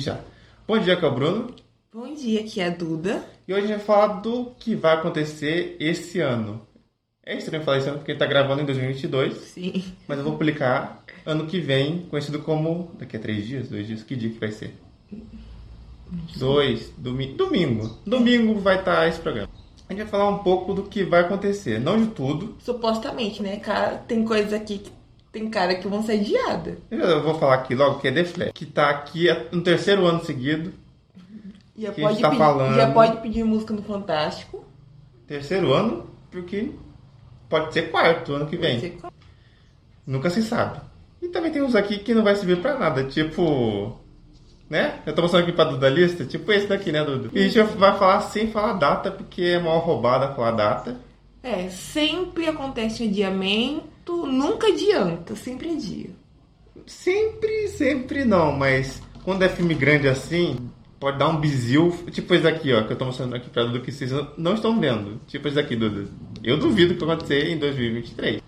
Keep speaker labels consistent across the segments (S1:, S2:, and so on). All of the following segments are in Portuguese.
S1: Já. Bom dia, que é o Bruno.
S2: Bom dia, aqui é a Duda.
S1: E hoje a gente vai falar do que vai acontecer esse ano. É estranho falar esse ano porque a gente tá gravando em 2022,
S2: Sim.
S1: mas eu vou publicar ano que vem, conhecido como. Daqui a três dias, dois dias, que dia que vai ser? Dois, domi domingo. Domingo vai estar esse programa. A gente vai falar um pouco do que vai acontecer, não de tudo.
S2: Supostamente, né? Cara, tem coisas aqui que tem cara que vão ser adiada.
S1: Eu vou falar aqui logo que é The Flash, que tá aqui no terceiro ano seguido.
S2: E Já
S1: Que a gente tá
S2: pedir,
S1: falando.
S2: já pode pedir música no Fantástico.
S1: Terceiro ano, porque pode ser quarto ano que vem.
S2: Pode ser qual-
S1: Nunca se sabe. E também tem uns aqui que não vai servir pra nada, tipo. Né? Eu tô mostrando aqui pra Duda a lista, tipo esse daqui, né, Duda? E a gente vai falar sem falar data, porque é mal roubada falar data.
S2: É, sempre acontece um adiamento, nunca adianta, sempre é adia.
S1: Sempre, sempre não, mas quando é filme grande assim, pode dar um bizil. Tipo esse daqui, ó, que eu tô mostrando aqui pra Duda que vocês não- não estão vendo. Tipo esse daqui, Duda. Eu duvido que vai acontecer em 2023.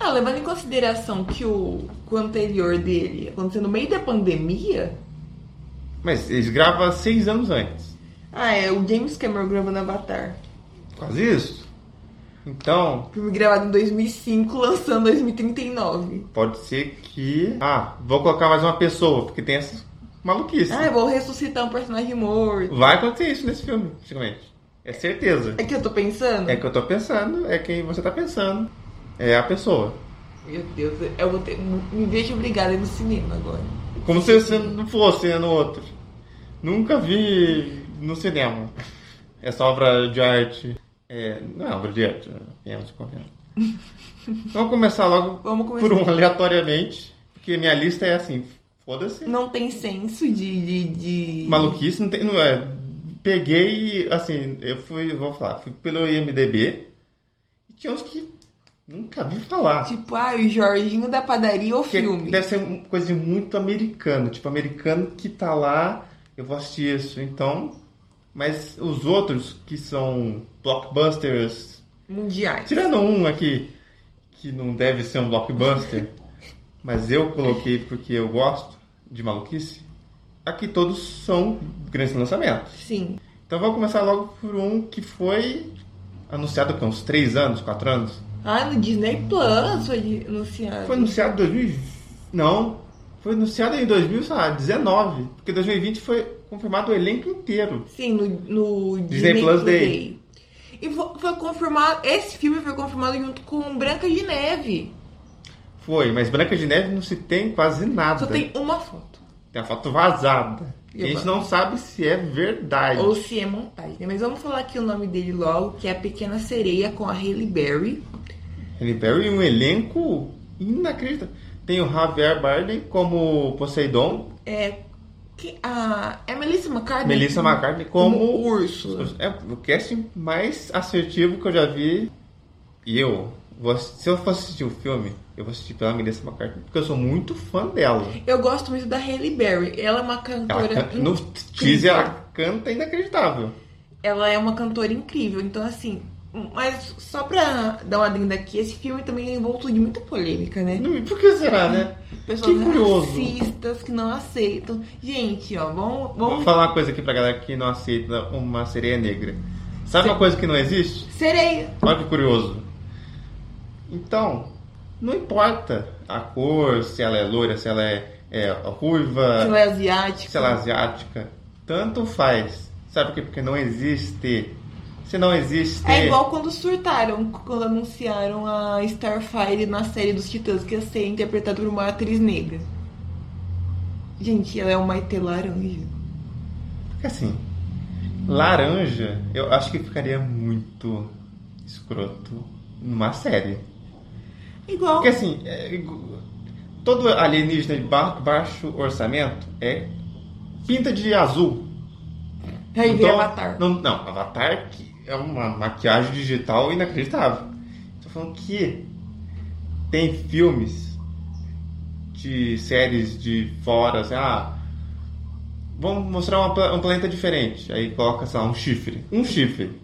S2: Ah, levando em consideração que o, que o anterior dele aconteceu no meio da pandemia,
S1: Mas eles gravam seis anos antes.
S2: ah, é o James Cameron gravando Avatar.
S1: Quase isso. Então,
S2: Filme gravado em 2005, lançando em 2039.
S1: Pode ser que. Ah, vou colocar mais uma pessoa, porque tem essas maluquices.
S2: Ah, eu vou ressuscitar um personagem morto.
S1: Vai acontecer isso nesse filme, praticamente. É certeza.
S2: É que eu tô pensando?
S1: É que eu tô pensando, é quem você tá pensando. É a pessoa.
S2: Meu Deus, eu vou ter. Me vejo obrigada a ir no cinema agora.
S1: Como se você não fosse né, no outro. Nunca vi no cinema. Essa obra de arte. É, não é obra de arte, né? Venhamos e convenhamos. Vamos começar logo
S2: Vamos começar.
S1: por um aleatoriamente, porque minha lista é assim: foda-se.
S2: Não tem senso de. de, de...
S1: Maluquice não tem. Não é. Peguei e, assim, eu fui, vou falar, fui pelo IMDB e tinha uns que nunca vi falar.
S2: Tipo, ah, o Jorginho da padaria ou
S1: Porque
S2: um filme.
S1: deve ser uma coisa muito americana, tipo, americano que tá lá, eu vou assistir isso, então. Mas os outros que são blockbusters,
S2: Mundiais.
S1: tirando um aqui que não deve ser um blockbuster, mas eu coloquei porque eu gosto de maluquice, aqui todos são grandes lançamentos.
S2: Sim.
S1: Então vamos começar logo por um que foi anunciado há uns 3 anos, 4 anos.
S2: Ah, no Disney Plus foi anunciado.
S1: Foi anunciado em 2020. Não, foi anunciado em 2019, porque 2020 foi confirmado o elenco inteiro.
S2: Sim, no, no
S1: Disney Plus Day.
S2: E fo- foi confirmado. Esse filme foi confirmado junto com Branca de Neve.
S1: Foi, mas Branca de Neve não se tem quase nada.
S2: Só tem uma foto.
S1: Tem a foto vazada.
S2: E
S1: E a gente
S2: agora?
S1: não sabe se é verdade.
S2: Ou se é montagem. né? Mas vamos falar aqui o nome dele logo, que é a Pequena Sereia com a Haley Berry.
S1: Ele Berry um elenco inacreditável. Tem o Javier Bardem como Poseidon,
S2: É. Que, a, é Melissa McCartney?
S1: Melissa McCarthy como
S2: Úrsula.
S1: É o casting mais assertivo que eu já vi. E eu, vou ass- se eu for assistir o filme, eu vou assistir pela Melissa McCarthy, porque eu sou muito fã dela.
S2: Eu gosto muito da Haley Berry. Ela é uma
S1: Ela
S2: cantora.
S1: can... No
S2: incrível.
S1: teaser, ela canta inacreditável.
S2: Ela é uma cantora incrível. Então, assim. Mas só pra dar uma adenda aqui, esse filme também é envolto de muita polêmica, né?
S1: Não- e Por que será, né?
S2: Pessoas
S1: Que curioso.
S2: racistas que não aceitam. Gente, ó, vamos.
S1: Vou
S2: vamos...
S1: falar uma coisa aqui pra galera que não aceita uma sereia negra. Sabe
S2: Sim.
S1: uma coisa que não existe?
S2: Sereia!
S1: Olha que curioso. Então, não importa a cor, se ela é loira, se ela é, é ruiva,
S2: Se ela é asiática.
S1: se ela é asiática, tanto faz. Sabe por quê? Porque não existe. Se não existe.
S2: É igual quando surtaram, quando anunciaram a Starfire na série dos Titãs, que ia ser interpretada por uma atriz negra. Gente, ela é uma Maite laranja.
S1: Porque assim, laranja, eu acho que ficaria muito escroto numa série.
S2: Igual.
S1: Porque assim, é igu- todo alienígena de ba- baixo orçamento é pinta de azul.
S2: Aí vem
S1: Então,
S2: Avatar.
S1: Não, não, Avatar que é uma maquiagem digital inacreditável. Tô falando que tem filmes de séries de fora, assim, ah, vamos mostrar uma pla- um planeta diferente. Aí coloca, sei lá, um chifre. Um chifre.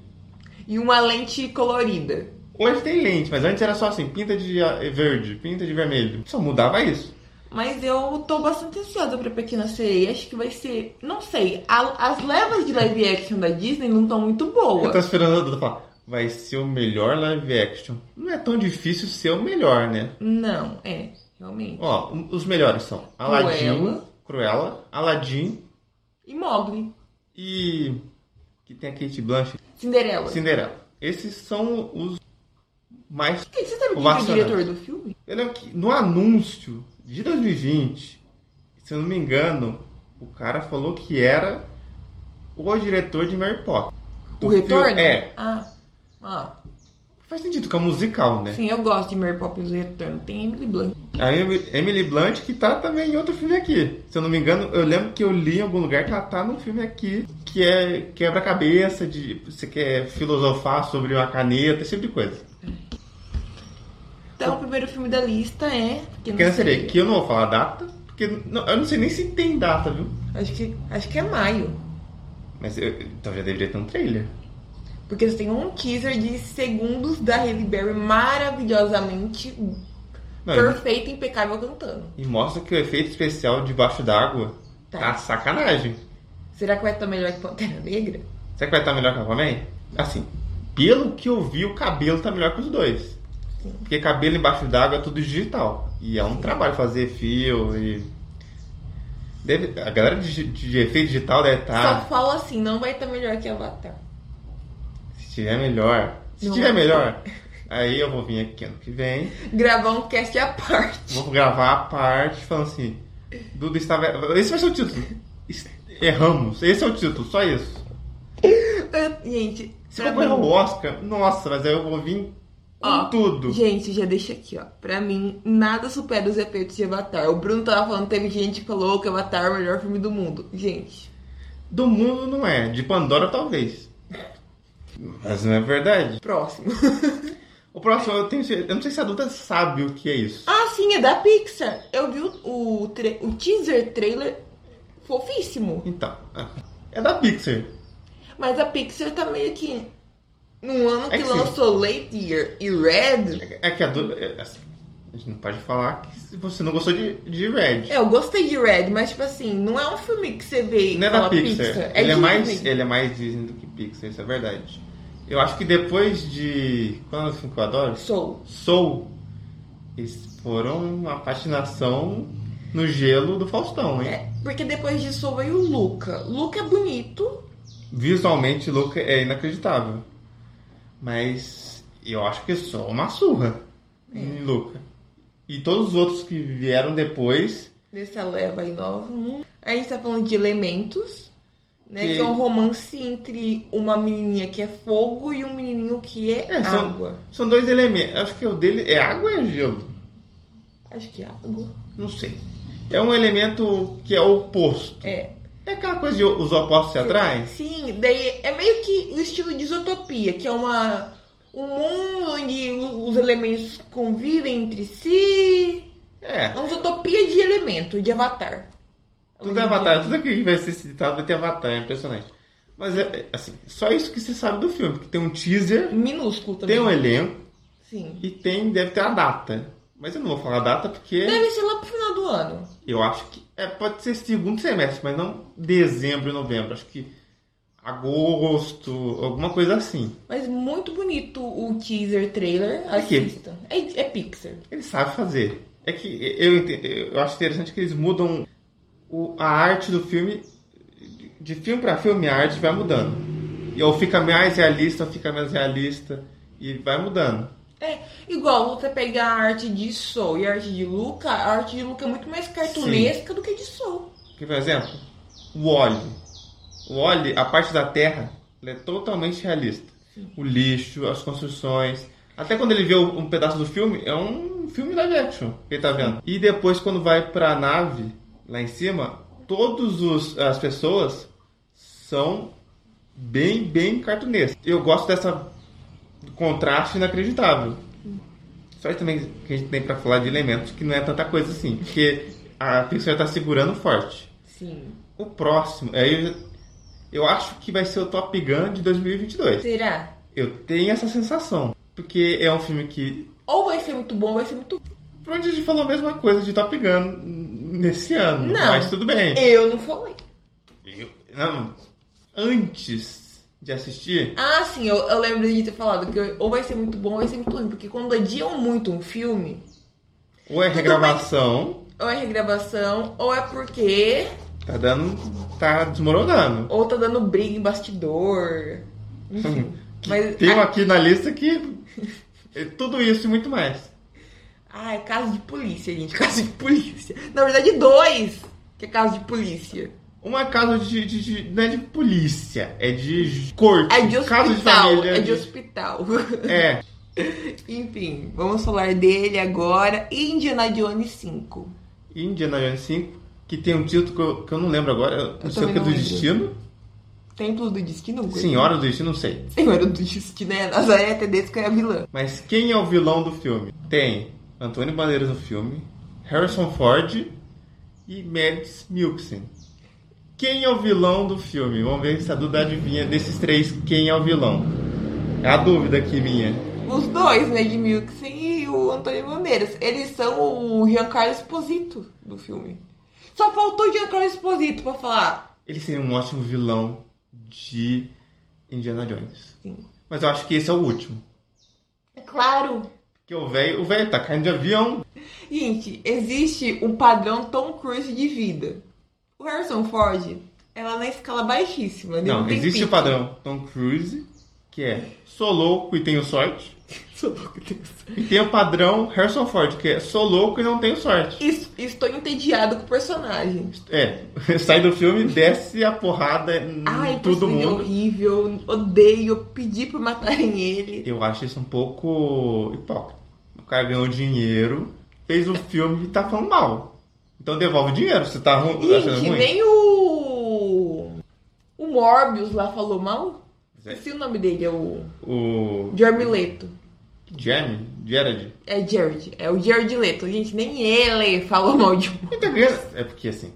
S2: E uma lente colorida.
S1: Hoje tem lente, mas antes era só assim, pinta de ah, verde, pinta de vermelho. Só mudava isso.
S2: Mas eu tô bastante ansiosa pra Pequena Sereia. Acho que vai ser. Não sei. a- as levas de live action da Disney não estão muito
S1: Eu
S2: boas.
S1: tava esperando a Duda falar. Vai ser o melhor live action. Não é tão difícil ser o melhor, né?
S2: Não, é. Realmente.
S1: Ó, um- os melhores são Aladdin,
S2: Cruella.
S1: Cruella, Aladdin
S2: E Mogli.
S1: e. que tem a Kate Blanchett,
S2: Cinderela.
S1: Cinderela. Esses são os mais.
S2: Gente, Você sabe quem é o
S1: Ovacionado.
S2: diretor do filme?
S1: Eu lembro que no anúncio de 2020, se eu não me engano, o cara falou que era o diretor de Mary Potter.
S2: O,
S1: filme-
S2: Retorno?
S1: É.
S2: Ah. Ah,
S1: Faz sentido, que é um musical, né?
S2: sim, eu gosto de Mary Poppins e o Retorno. Tem Emily Blunt.
S1: A Em- Emily Blunt, que tá também em outro filme aqui. Se eu não me engano, eu lembro que eu li em algum lugar que ela tá num filme aqui que é quebra-cabeça, de você quer filosofar sobre uma caneta, esse tipo de coisa.
S2: Então, o primeiro filme da lista é Pequena,
S1: Quer dizer, que eu não vou falar a data, porque não- eu não sei nem se tem data, viu?
S2: Acho que, acho que é maio.
S1: Mas eu, então já deveria ter um trailer.
S2: Porque eles têm um teaser de segundos da Halle Berry maravilhosamente
S1: Não,
S2: perfeita, impecável cantando.
S1: e, e mostra que o efeito especial debaixo d'água
S2: Tá.
S1: tá. sacanagem.
S2: Será que vai estar melhor que Pantera Negra?
S1: Será que vai estar melhor que o Aquaman? Assim, pelo que eu vi, o cabelo tá melhor que os dois.
S2: Sim.
S1: Porque cabelo embaixo d'água é tudo digital. E é um trabalho fazer fio e. Deve- a galera de, de efeito digital deve tá, estar.
S2: Só fala assim, não vai estar melhor que Avatar.
S1: Se tiver melhor. Se
S2: Não é.
S1: tiver
S2: vai.
S1: melhor, aí eu vou vir aqui ano que vem.
S2: Gravar um cast à parte.
S1: Vou gravar a parte falando assim. Duda estava. Esse vai ser o título. Es- Erramos. Esse é o título, só isso.
S2: Eu- gente,
S1: Se
S2: pra
S1: for ganhar
S2: mim-
S1: o Oscar, nossa, mas aí eu vou vir com
S2: Ó,
S1: tudo.
S2: Gente, já deixa aqui, ó. Pra mim, nada supera os efeitos de Avatar. O Bruno tava falando, teve gente que falou que Avatar é o melhor filme do mundo. Gente,
S1: Do mundo não é, de Pandora talvez. Mas não é verdade.
S2: próximo.
S1: O próximo, eu, tenho, cer- eu não sei se a Duda sabe o que é isso.
S2: ah, sim, é da Pixar. Eu vi o, o, tra- o teaser trailer fofíssimo.
S1: Então, é da Pixar.
S2: Mas a Pixar tá meio que. No ano que
S1: É que sim.
S2: lançou Lightyear e Red.
S1: É que a Duda. é, assim, a gente não pode falar que se você não gostou de, de Red.
S2: É, eu gostei de Red, mas tipo assim, não é um filme que você vê. e
S1: Não é da
S2: fala
S1: Pixar. ele, é
S2: Disney.
S1: mais, ele é mais Disney do que Pixar, isso é verdade. Eu acho que depois de. Quando é o filme que eu adoro?
S2: Soul.
S1: Soul. Eles foram uma patinação no gelo do Faustão, hein?
S2: É, porque depois disso veio o Luca. Luca é bonito,
S1: Visualmente, Luca é inacreditável. Mas eu acho que é só uma surra
S2: É.
S1: em Luca. E todos os outros que vieram depois.
S2: dessa leva aí nova. Hum. A gente tá falando de Elementos, né? Que,
S1: Que-
S2: é um romance entre uma menininha que é fogo e um menininho que é,
S1: É, são-
S2: água.
S1: São dois elementos. Acho que o dele é água e gelo.
S2: Acho que é água.
S1: Não sei. É um elemento que é oposto.
S2: É.
S1: É aquela coisa de os opostos se atraem?
S2: Sim, daí é meio que o estilo de isotopia, que é uma um mundo onde o- os elementos convivem entre si.
S1: É.
S2: É uma isotopia de elemento, de avatar.
S1: Tudo é avatar, tudo aquilo que vai ser citado vai ter avatar, é impressionante. Mas é, é, assim, só isso que você sabe do filme, porque tem um teaser,
S2: Minúsculo também.
S1: tem um elenco.
S2: Sim.
S1: E tem, deve ter a data. Mas eu não vou falar a data porque
S2: Deve ser lá pro final do ano.
S1: eu acho que. É, pode ser segundo semestre, mas não dezembro, novembro. Acho que agosto, alguma coisa assim.
S2: Mas muito bonito o teaser trailer.
S1: É que-
S2: Assista. É, é Pixar.
S1: Ele sabe fazer. É que eu, ente- eu acho interessante que eles mudam o- a arte do filme. de- De filme pra filme, a arte vai mudando. E ou fica mais realista, ou fica menos realista. E vai mudando.
S2: É, igual você pegar a arte de Soul e a arte de Luca, a arte de Luca é muito mais cartunesca do que de Soul.
S1: Porque, por um exemplo, o óleo. O óleo, a parte da terra, ela é totalmente realista. O lixo, as construções. Até quando ele vê o- um pedaço do filme, é um filme live action que ele tá vendo. E depois, quando vai pra nave, lá em cima, todas as pessoas são bem, bem cartunescas. Eu gosto dessa contraste inacreditável. Só isso também que a gente tem pra falar de elementos, que não é tanta coisa assim. Porque a Pixar tá segurando forte.
S2: Sim.
S1: O próximo, é, eu, eu acho que vai ser o Top Gun de 2022.
S2: Será?
S1: Eu tenho essa sensação. Porque é um filme que
S2: Ou vai ser muito bom, ou vai ser muito.
S1: Pra onde a gente falou a mesma coisa de Top Gun nesse ano.
S2: Não. É.
S1: Mas tudo bem.
S2: Eu não falei.
S1: Eu- não, antes de assistir,
S2: Ah, sim, eu, eu lembro de ter falado que ou vai ser muito bom ou vai ser muito ruim. Porque quando adiam muito um filme,
S1: ou é
S2: Tudo
S1: regravação,
S2: ou é regravação, ou é porque
S1: tá dando. tá desmoronando.
S2: ou tá dando briga em bastidor. Enfim. Mas
S1: Tem um
S2: ah,
S1: aqui na lista que. é Tudo isso e muito mais.
S2: ah, é caso de polícia, gente. Caso de polícia. Na verdade, dois que é caso de polícia.
S1: Uma casa Um é de, de- de- Não é de polícia, é de corte.
S2: É de
S1: Casa
S2: hospital.
S1: família, né?
S2: é de hospital.
S1: É.
S2: Enfim, vamos falar dele agora. Indiana Jones 5.
S1: Indiana Jones 5, que tem um título que eu, que eu não lembro agora. eu não
S2: Eu
S1: sei o
S2: também
S1: que é
S2: não
S1: do
S2: lembro.
S1: destino.
S2: Templo do Destino? alguma coisa? assim.
S1: Senhora do destino, não sei.
S2: Senhora do Destino, né? Nazaré Tedesco é a vilã.
S1: Mas quem é o vilão do filme? Tem Antônio Bandeiras no filme, Harrison Ford e Mads Mikkelsen. Quem é o vilão do filme? Vamos ver se a Duda adivinha desses três quem é o vilão. É a dúvida aqui minha.
S2: Os dois, né? De Milksen e o Antônio Bandeiras. Eles são o Giancarlo Esposito do filme. Só faltou o Giancarlo Esposito pra falar.
S1: Ele seria um ótimo vilão de Indiana Jones.
S2: Sim.
S1: Mas eu acho que esse é o último.
S2: É claro.
S1: Porque o velho o véio tá caindo de avião.
S2: Gente, existe um padrão Tom Cruise de vida. O Harrison Ford, ela é na escala baixíssima. ele
S1: Não,
S2: tem
S1: existe o
S2: pique.
S1: padrão Tom Cruise, que é sou louco e tenho sorte.
S2: Sou louco, Deus.
S1: E tem o padrão Harrison Ford, que é sou louco e não tenho sorte.
S2: Es- Estou entediado com o personagem.
S1: É, sai do filme, desce a porrada em
S2: Ai,
S1: Hum, todo
S2: personagem
S1: mundo.
S2: horrível, odeio, pedi pra matarem ele.
S1: Eu acho isso um pouco hipócrita. O cara ganhou dinheiro, fez o filme e tá falando mal. Então devolve o dinheiro, você tá ru- achando
S2: Gente,
S1: ruim.
S2: nem o. O Morbius lá falou mal.
S1: Zé.
S2: Esqueci o nome dele, é o.
S1: O
S2: Jeremy Leto.
S1: Jeremy, Gerard,
S2: É Jared, é o Jared Leto. Gente, nem ele falou mal de
S1: ele tá ganhando. É porque assim,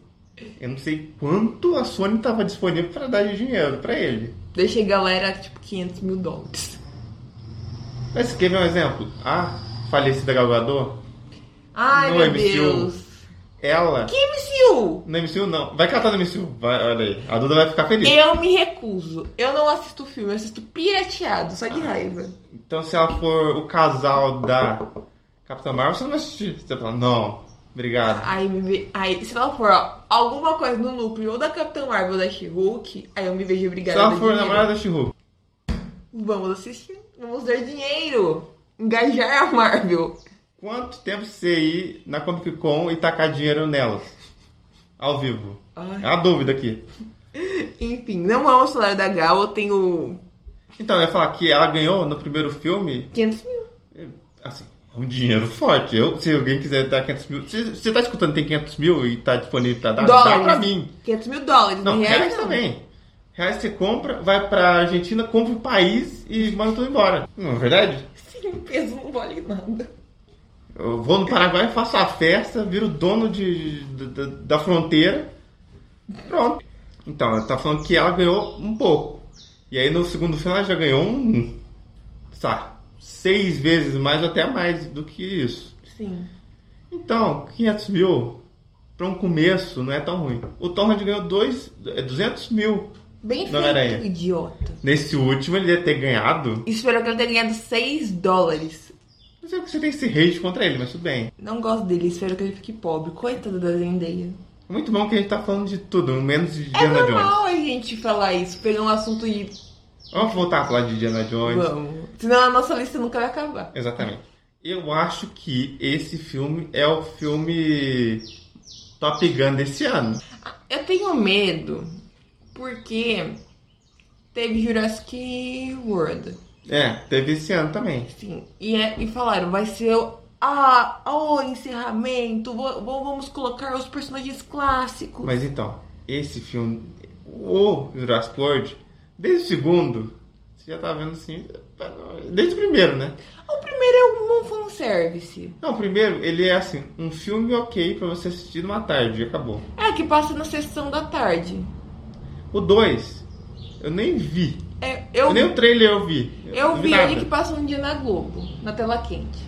S1: eu não sei quanto a Sony tava disponível pra dar de dinheiro pra ele.
S2: Deixei galera, tipo, 500 mil dólares.
S1: Mas quer ver um exemplo? A falecida Gal Gadot,
S2: Ai,
S1: No
S2: meu
S1: MCU.
S2: Deus.
S1: ela...
S2: Que MCU?
S1: No MCU não. Vai catar no MCU. Vai, olha aí. A Duda vai ficar feliz.
S2: Eu me recuso. Eu não assisto filme, eu assisto pirateado, só de raiva.
S1: Então, se ela for o casal da Capitã Marvel, você não vai assistir. Você vai falar, não, obrigado.
S2: Aí, me ve- aí, se ela for ó, alguma coisa no núcleo ou da Capitã Marvel ou da She-Hulk, aí eu me vejo
S1: Se
S2: obrigada a
S1: ela
S2: dar
S1: for né,
S2: dinheiro.
S1: namorada da She-Hulk,
S2: Vamos assistir, vamos dar dinheiro, engajar a Marvel.
S1: quanto tempo você ir na Comic Con e tacar dinheiro nelas? Ao vivo.
S2: Ai,
S1: É a dúvida aqui.
S2: Enfim, não amo o salário da Gal, eu tenho
S1: Então, eu ia falar que ela ganhou no primeiro filme,
S2: 500 mil.
S1: assim, é um dinheiro forte. Eu, se alguém quiser dar 500 mil... Se você tá escutando tem 500 mil e tá disponível pra dar, dá
S2: Dólares.
S1: pra mim.
S2: 500 mil dólares,
S1: Não,
S2: em
S1: reais,
S2: reais, não.
S1: também. Reais você compra, vai pra Argentina, compra o país e manda tudo embora. Não é verdade?
S2: Sim, peso não vale nada.
S1: Eu vou no Paraguai, faço a festa, viro dono de, de- da- da fronteira. Pronto. Então, ela tá falando que ela ganhou um pouco. E aí no segundo filme ela já ganhou um. Tá, seis vezes mais, ou até mais do que isso.
S2: Sim.
S1: Então, 500 mil pra um começo não é tão ruim. O Tom Hanks ganhou dois, é, 200 mil.
S2: Bem
S1: Não,
S2: feito,
S1: era aí.
S2: idiota.
S1: Nesse último ele ia ter ganhado.
S2: Espero que ele tenha ganhado 6 dólares.
S1: Não sei porque é você tem esse hate contra ele, mas tudo bem.
S2: Não gosto dele, espero que ele fique pobre. Coitada da Zendaya.
S1: É muito bom que a gente tá falando de tudo, menos Tá de
S2: É
S1: Diana Jones.
S2: normal a gente falar isso, pegar um assunto e
S1: Vamos voltar a falar de Diana Jones.
S2: vamos. Senão a nossa lista nunca vai acabar.
S1: Exatamente. Eu acho que esse filme é o filme Top Gun desse ano.
S2: Eu tenho medo porque teve Jurassic World.
S1: É, teve esse ano também.
S2: Sim. E, é- e falaram, vai ser o, ah, o encerramento, vo- vo- vamos colocar os personagens clássicos.
S1: Mas então, esse filme, o Jurassic World, desde o segundo, você já tá vendo assim, desde o primeiro, né?
S2: O primeiro é um fanservice.
S1: Não, o primeiro, ele é assim, um filme ok pra você assistir numa tarde, e acabou.
S2: É, que passa na sessão da tarde.
S1: O dois, eu nem vi.
S2: É, eu
S1: Nem o trailer eu vi.
S2: eu
S1: não
S2: vi
S1: nada.
S2: ele que passa um dia na Globo, na tela quente.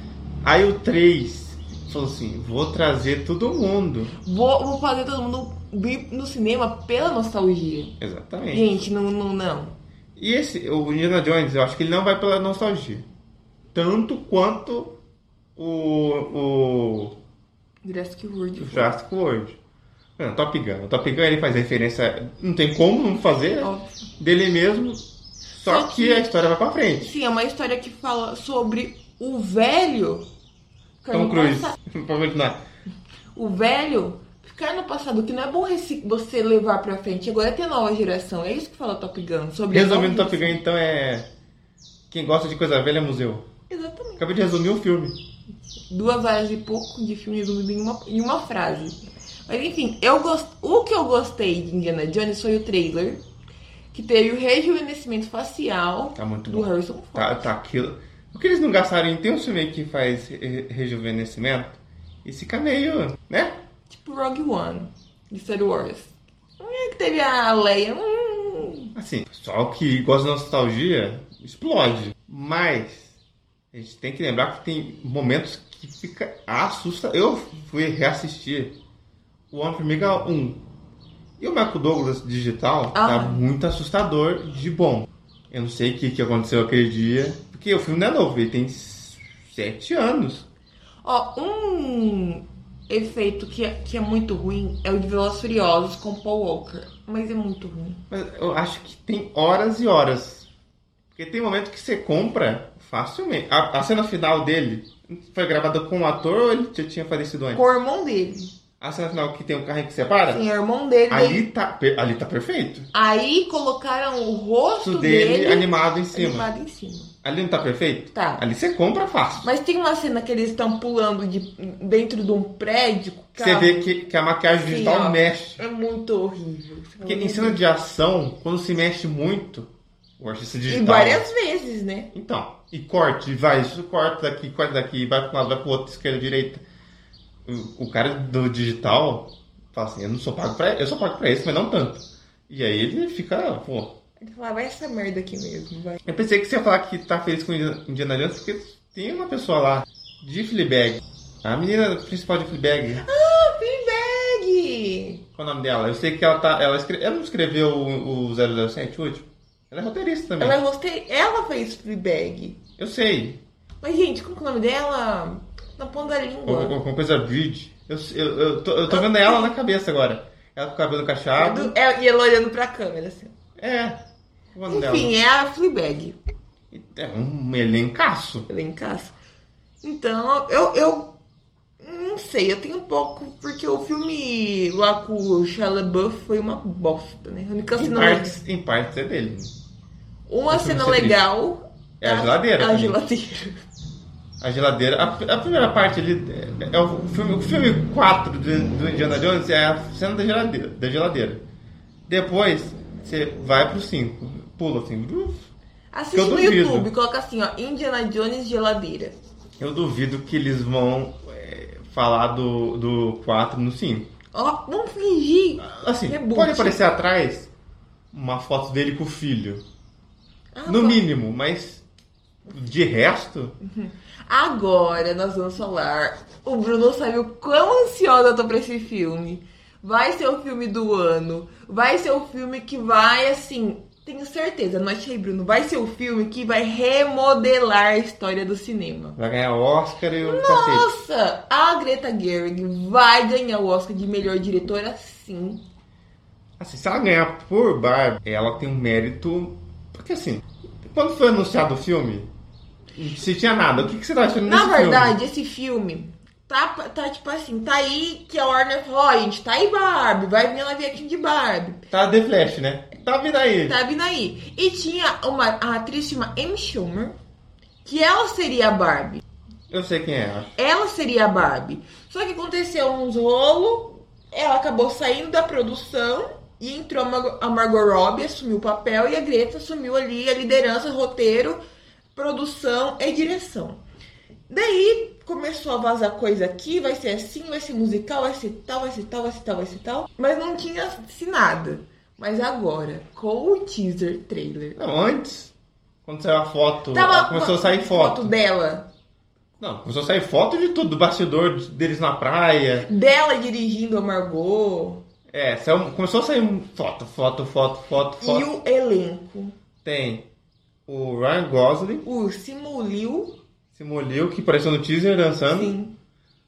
S1: Aí o 3, falou assim: vou trazer todo mundo.
S2: Vou, vou fazer todo mundo ir no cinema pela nostalgia.
S1: Exatamente.
S2: Gente, não, não, não.
S1: E esse, o Indiana Jones, eu acho que ele não vai pela nostalgia. Tanto quanto o, o
S2: Jurassic World.
S1: Jurassic World. Não, Top Gun. O Top Gun ele faz referência. Não tem como não fazer
S2: Óbvio.
S1: dele mesmo. Só
S2: Só
S1: que,
S2: que-
S1: a história vai pra frente.
S2: Sim, é uma história que fala sobre o velho. ficar
S1: Tom
S2: no
S1: Cruise.
S2: passado.
S1: pra continuar.
S2: O velho ficar no passado, que não é bom reci- você levar pra frente. Agora é ter nova geração. É isso que fala Top Gun. Sobre a
S1: Resumindo,
S2: nova
S1: Top Gun então é. Quem gosta de coisa velha é museu.
S2: Exatamente.
S1: Acabei de resumir o filme.
S2: duas horas e pouco de filme resumido em uma, em uma frase. Mas enfim, eu gost... o que eu gostei de Indiana Jones foi o trailer, que teve o rejuvenescimento facial
S1: Tá muito
S2: do
S1: bom.
S2: Harrison Ford.
S1: Tá, tá aquilo. O que eles não gastaram em ter um filme que faz re- rejuvenescimento? E fica meio, né?
S2: Tipo Rogue One, de Star Wars. Hum, que teve a Leia. hum.
S1: Assim, o pessoal que gosta de nostalgia explode. Mas a gente tem que lembrar que tem momentos que fica assusta. Eu fui reassistir o Homem-Formiga 1. E o Michael Douglas digital tá
S2: Ah.
S1: muito assustador de bom. Eu não sei o que, que aconteceu aquele dia. Porque o filme não é novo, ele tem sete anos.
S2: Ó, um efeito que é, que é muito ruim é o de Velozes Furiosos com Paul Walker. Mas é muito ruim.
S1: Mas eu acho que tem horas e horas. Porque tem momento que você compra facilmente. A, a cena final dele foi gravada com o ator ou ele já tinha falecido antes?
S2: Com o irmão dele.
S1: A cena final que tem um carrinho que separa?
S2: Sim, é o irmão dele.
S1: Ali tá, per- ali tá perfeito.
S2: Aí colocaram o
S1: Isso
S2: rosto
S1: dele animado em cima.
S2: animado em cima.
S1: Ali não tá perfeito?
S2: Tá.
S1: Ali você compra fácil.
S2: Mas tem uma cena que eles estão pulando de, dentro de um prédio.
S1: Que
S2: cara,
S1: Você vê que, que a maquiagem
S2: Sim,
S1: digital
S2: ó. Uhum.
S1: mexe.
S2: É muito horrível. Você fala,
S1: Porque em
S2: "Meu
S1: cena
S2: Deus".
S1: de ação, quando se mexe muito, o artista digital.
S2: E várias vezes, né?
S1: Então, e corte, e vai, isso corta daqui, corta daqui, vai pro lado, vai pro outro, esquerda, direita. O, o cara do digital fala assim, eu não sou pago pra eu sou pago pra isso, mas não tanto. E aí ele fica, pô.
S2: Ele fala, "Ah, vai essa merda aqui mesmo, vai.
S1: Eu pensei que você ia falar que tá feliz com Indiana Indiana Jones, porque tem uma pessoa lá, de Fleabag. A menina principal de Fleabag,
S2: Pegue!
S1: qual o nome dela? Eu sei que ela tá. Ela, escre, ela não escreveu o, o 007 o último. Ela é roteirista também.
S2: Ela gostei. Ela fez Fleabag.
S1: Eu sei.
S2: Mas, gente, como que é o nome dela? Na ponta da língua.
S1: Alguma alguma coisa bridge. Eu, eu, eu tô, eu tô vendo ela na cabeça agora. Ela com o cabelo cacheado.
S2: Do- é, e ela olhando pra câmera, assim.
S1: É. O nome dela.
S2: Enfim, é a Fleabag.
S1: É um elencaço.
S2: Ela é em casa. Então, eu, eu não sei, eu tenho um pouco, porque o filme lá com o Shia LaBeouf foi uma bosta, né? A única
S1: Em
S2: cena
S1: partes, em partes é dele.
S2: Uma
S1: Isso
S2: cena
S1: não sei
S2: legal. tá?
S1: É a geladeira
S2: A
S1: também.
S2: geladeira.
S1: A geladeira. A, a primeira parte ali é, é o filme. O filme 4 do, do Indiana Jones é a cena da geladeira. Da geladeira. Depois, você vai pro 5. Pula assim. uf.
S2: Assiste
S1: Eu
S2: no
S1: duvido.
S2: YouTube, coloca assim, ó, Indiana Jones geladeira.
S1: Eu duvido que eles vão é, falar do, do 4 no 5.
S2: Ó, vamos fingir.
S1: Assim,
S2: Reboot.
S1: pode aparecer atrás uma foto dele com o filho.
S2: Ah,
S1: No
S2: tá.
S1: mínimo, mas de resto,
S2: Agora nós vamos falar. O Bruno sabe o quão ansiosa eu tô pra esse filme. Vai ser o filme do ano. Vai ser o filme que vai, assim. Tenho certeza, anote aí, Bruno. Vai ser o filme que vai remodelar a história do cinema.
S1: vai ganhar Oscar e o cacete.
S2: Nossa, a Greta Gerwig vai ganhar o Oscar de melhor diretora, sim.
S1: Assim, se ela ganhar por Barbie, ela tem um mérito. Porque assim, quando foi anunciado o filme, se tinha nada, o que, que você tá achando
S2: Na
S1: desse
S2: verdade, esse filme tá, tá tipo assim, tá aí que a Warner falou, ó, gente, tá aí Barbie, vai vir ela vir aqui de Barbie.
S1: filme? Tá The Flash, né? Tá vindo aí.
S2: tá vindo aí. E tinha uma a atriz chama Amy Schumer, que ela seria a Barbie.
S1: Eu sei quem é, acho.
S2: Ela seria a Barbie. Só que aconteceu uns rolos, ela acabou saindo da produção e entrou a, Mar- a Margot Robbie, assumiu o papel e a Greta assumiu ali a liderança, roteiro, produção e direção. Daí começou a vazar coisa aqui, vai ser assim, vai ser musical, vai ser tal, vai ser tal, vai ser tal, vai ser tal. Mas não tinha se nada. Mas agora, com o teaser trailer,
S1: Não, antes, quando saiu a foto,
S2: Tava
S1: começou a sair
S2: foto dela
S1: Não, começou a sair foto de tudo, do bastidor deles na praia.
S2: Dela dirigindo a Margot.
S1: É, saiu- começou a sair um foto, foto, foto, foto, foto.
S2: E o elenco.
S1: Tem o Ryan Gosling,
S2: O Simu Liu.
S1: se molhou, que apareceu no teaser dançando.
S2: Sim.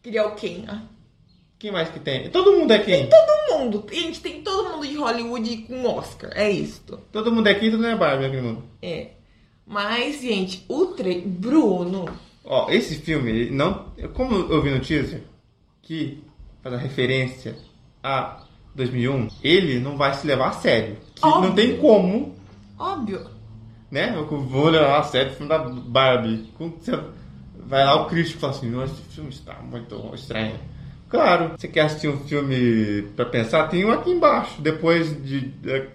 S2: Que ele é o Ken. Ah,
S1: Quem mais que tem? Todo mundo é quem?
S2: Todo mundo. Gente, tem todo mundo de Hollywood com Oscar. É isto.
S1: Todo mundo é quem, todo mundo é Barbie, meu irmão.
S2: É. Mas, gente, o trem. Bruno.
S1: Ó, esse filme, ele não. Como eu vi no teaser, que faz a referência a 2001, ele não vai se levar a sério. Que não
S2: Óbvio.
S1: tem como,
S2: Óbvio.
S1: né? Eu vou levar a sério o filme da Barbie. Como que você vai lá o crítico e fala assim: não, esse filme está muito estranho. Claro, você quer assistir um filme pra pensar? Tem um aqui embaixo. Depois de.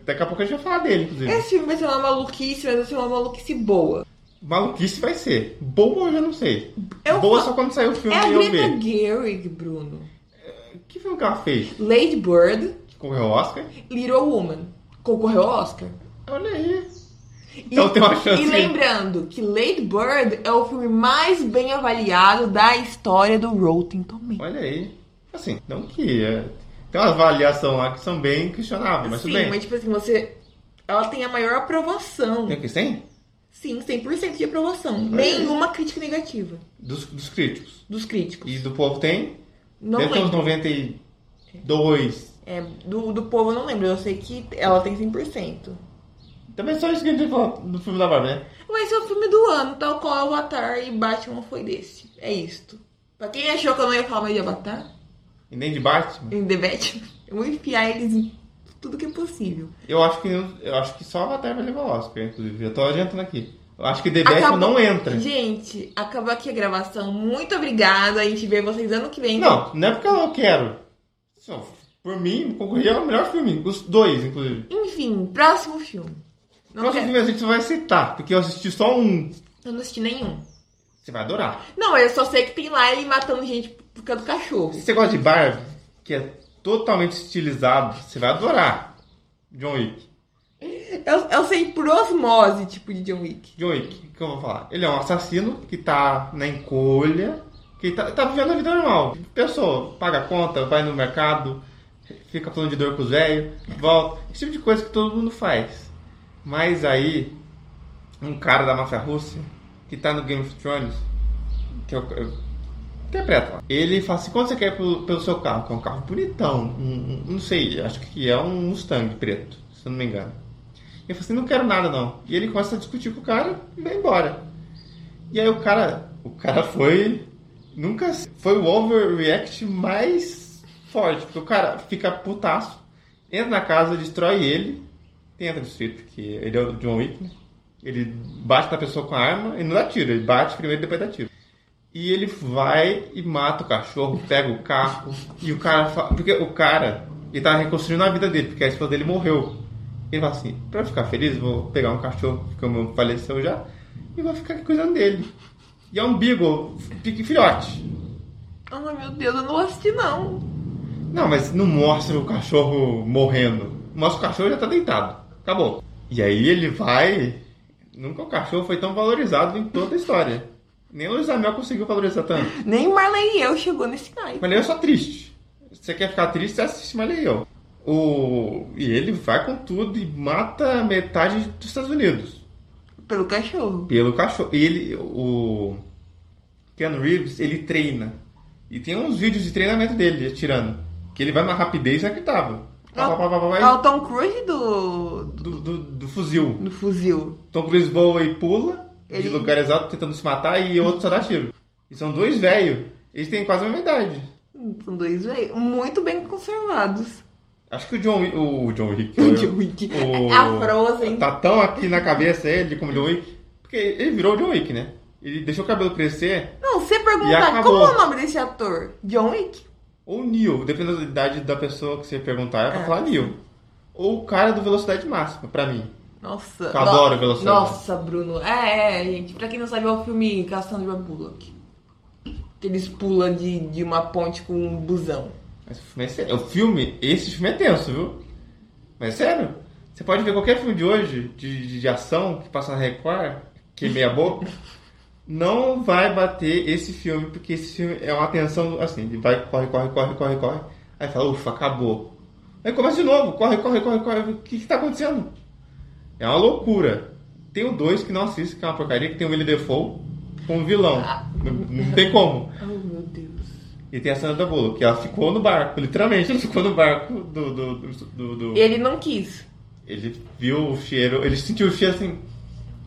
S1: Daqui a pouco a gente vai falar dele, inclusive.
S2: Esse filme vai ser uma maluquice, mas vai ser uma maluquice boa.
S1: Maluquice vai ser. Boa eu já não sei.
S2: Eu
S1: Boa
S2: fa-
S1: só quando sair o filme
S2: É a
S1: e eu ver.
S2: Greta Gerwig, Bruno.
S1: Que filme que ela fez?
S2: Lady Bird,
S1: Que correu o Oscar?
S2: Little Woman. Concorreu ao Oscar.
S1: Olha aí.
S2: E-
S1: Então tem uma chance.
S2: E lembrando que Lady Bird é o filme mais bem avaliado da história do Rotten Tomatoes.
S1: Olha aí. Assim, não que. é, Tem umas avaliações lá que são bem questionáveis, mas
S2: Sim,
S1: tudo bem.
S2: mas tipo assim, você... Ela tem a maior aprovação.
S1: Tem É. o que tem?
S2: Sim, 100% de aprovação. Nenhuma crítica negativa
S1: Dos, dos críticos.
S2: dos críticos.
S1: E do povo tem?
S2: Não
S1: Deve ter uns
S2: lembro.
S1: 92.
S2: É, do, do povo eu não lembro. Eu sei que ela tem 100%.
S1: Também só isso que a gente falou do filme da Barbie, né?
S2: Mas esse é o filme do ano, tal qual é Avatar e Batman foi desse. É isto. Pra quem achou que eu não ia falar mais de Avatar,
S1: E nem de Batman.
S2: em The Batman, eu vou enfiar eles em tudo que é possível.
S1: Eu acho que, eu acho que só Avatar vai levar o Oscar, inclusive. Eu tô adiantando aqui. Eu acho que The
S2: Acabou-
S1: Batman não entra.
S2: Gente, acabou aqui a gravação. Muito obrigada. A gente vê vocês ano que vem.
S1: Não, não é porque eu não quero. Só, por mim, concorria ao melhor filme. Os dois, inclusive.
S2: Enfim, próximo filme. Não
S1: Próximo
S2: quero-
S1: filme a gente vai citar, porque eu assisti só um.
S2: Eu não assisti nenhum.
S1: Você vai adorar.
S2: Não, eu só sei que tem lá ele matando gente por causa do cachorro.
S1: Se você gosta de Barbie, que é totalmente estilizado, você vai adorar. John Wick.
S2: Eu, eu sei por osmose, tipo, de John Wick.
S1: John Wick, o que eu vou falar? Ele é um assassino que tá na encolha, que tá, tá vivendo a vida normal. Pessoa, paga a conta, vai no mercado, fica falando de dor com os velhos, volta. Esse tipo de coisa que todo mundo faz. Mas aí, um cara da máfia russa, que tá no Game of Thrones, que eu, eu interpreto lá. Ele fala assim, quanto você quer pelo, pelo seu carro? Que é um carro bonitão, um- um- não sei, acho que é um Mustang preto, se eu não me engano. E eu falei assim, não quero nada não. E ele começa a discutir com o cara e vai embora. E aí o cara, o cara foi, nunca, foi o overreact mais forte, porque o cara fica putaço, entra na casa, destrói ele, tenta destruir, porque ele é o John Wick, né? Ele bate na pessoa com a arma e não dá tiro, ele bate primeiro e depois dá tiro. E ele vai e mata o cachorro, pega o carro, e o cara fala. Porque o cara, ele tá reconstruindo a vida dele, porque a esposa dele morreu. Ele fala assim: pra eu ficar feliz, vou pegar um cachorro, porque o meu faleceu já, e vou ficar aqui cuidando dele. E é um beagle, fi- filhote.
S2: Ai, meu Deus, eu não assisti, não.
S1: Não, mas não mostra o cachorro morrendo. Mostra o cachorro já tá deitado. Acabou. E aí ele vai. Nunca o cachorro foi tão valorizado em toda a história. Nem o Luiz Amel conseguiu valorizar tanto.
S2: Nem Marley e eu chegou nesse naipe.
S1: Mas ele é só triste. Se você quer ficar triste, você assiste Malhael. O... E ele vai com tudo e mata metade dos Estados Unidos.
S2: Pelo cachorro.
S1: Pelo cachorro. E ele, o Keanu Reeves, ele treina. E tem uns vídeos de treinamento dele atirando. Que ele vai na rapidez inacreditável. Pá, pá, pá, pá, pá, pá,
S2: É o Tom Cruise do,
S1: do, do, do fuzil.
S2: do fuzil.
S1: Tom Cruise voa e pula de
S2: Ele-
S1: lugar exato tentando se matar e outro só dá tiro. E são dois velhos. Eles têm quase a mesma idade.
S2: São dois velhos muito bem conservados.
S1: Acho que o John Wick. O John Wick.
S2: O
S1: o-
S2: John Wick.
S1: o-
S2: A Frozen.
S1: Tá tão aqui na cabeça ele como John Wick. Porque ele virou o John Wick, né? Ele deixou o cabelo crescer.
S2: Não, você
S1: E
S2: perguntar
S1: acabou.
S2: como é o nome desse ator? John Wick?
S1: Ou Neil, dependendo da idade da pessoa que você perguntar, é pra
S2: É.
S1: falar Neil. Ou o cara do Velocidade Máxima, pra mim.
S2: Nossa.
S1: Eu
S2: no-
S1: adoro Velocidade.
S2: Nossa, Bruno. É, é, gente. Pra quem não sabe, é o filme Caçando de Bullock. Que eles pulam de, de uma ponte com um busão.
S1: Mas o filme é sério. O filme, esse filme é tenso, viu? Mas é sério. Você pode ver qualquer filme de hoje, de, de, de ação, que passa na Record, que é meia boca. não vai bater esse filme, porque esse filme é uma tensão assim, ele vai, corre, corre, corre, corre, corre. Aí fala, ufa, acabou. Aí começa de novo, corre, corre, corre, corre. O que que tá acontecendo? É uma loucura. Tem o dois que não assiste, que é uma porcaria, que tem o Willy Defoe como vilão. Não, não tem como.
S2: Oh, meu Deus.
S1: E tem a Sandra Bullock, que ela ficou no barco, literalmente, ela ficou no barco do- do- do, do, do
S2: Ele não quis.
S1: ele viu o cheiro, ele sentiu o cheiro assim.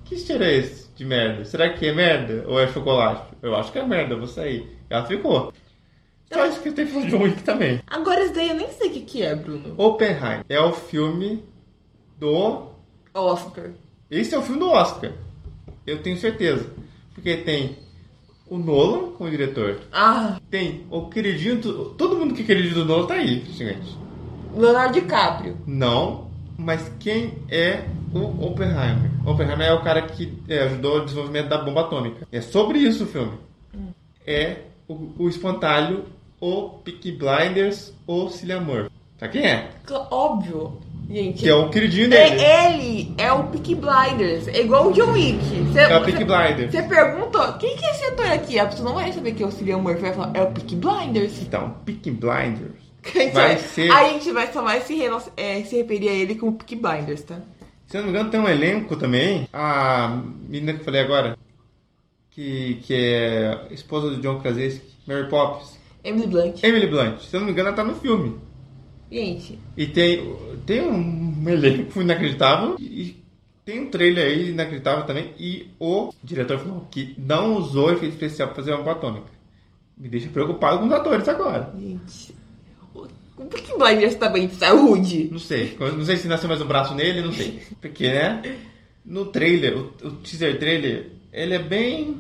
S1: Que cheiro é esse de merda? Será que é merda? Ou é chocolate? Eu acho que é merda, eu vou sair. Ela ficou. Só isso que tem filme de Wick também.
S2: Agora isso daí eu nem sei o que, que é, Bruno.
S1: Oppenheim é o filme do.
S2: Oscar.
S1: Esse é o filme do Oscar. Eu tenho certeza. Porque tem o Nolan como diretor.
S2: Ah,
S1: Tem o queridinho. do- Todo mundo que é queridinho do Nolan tá aí, gente.
S2: Leonardo DiCaprio.
S1: Não, mas quem é o Oppenheimer? Oppenheimer é o cara que é, ajudou o desenvolvimento da bomba atômica. É sobre isso o filme. É o, o Espantalho, o Peaky Blinders, o Cillian Murphy. Sabe quem é?
S2: Cl- Óbvio. Gente.
S1: Que é o queridinho dele. É,
S2: É ele, é o Peaky Blinders. É igual o John Wick. Cê,
S1: é o Peaky Blinders.
S2: Você pergunta, quem que é esse ator aqui? A pessoa não vai saber que é o Cillian Murphy. Vai falar, é o Peaky Blinders.
S1: Então, Peaky Blinders
S2: A gente
S1: vai ser...
S2: A gente vai só mais se, reno- é, se referir a ele como Peaky Blinders, tá?
S1: Se eu não me engano, tem um elenco também. A menina que eu falei agora, que, que é esposa do John Krasinski, Mary Poppins.
S2: Emily Blunt.
S1: Emily Blunt. Se eu não me engano, ela tá no filme.
S2: Gente,
S1: E tem, tem um elenco inacreditável. E tem um trailer aí inacreditável também. E o diretor falou que não usou efeito especial pra fazer uma bomba atômica. Me deixa preocupado com os atores agora.
S2: gente. O o Peaky Blinders tá bem de saúde.
S1: Não sei. Não sei se nasceu mais um braço nele, não sei. Porque, né? No trailer, o, o teaser trailer, ele é bem.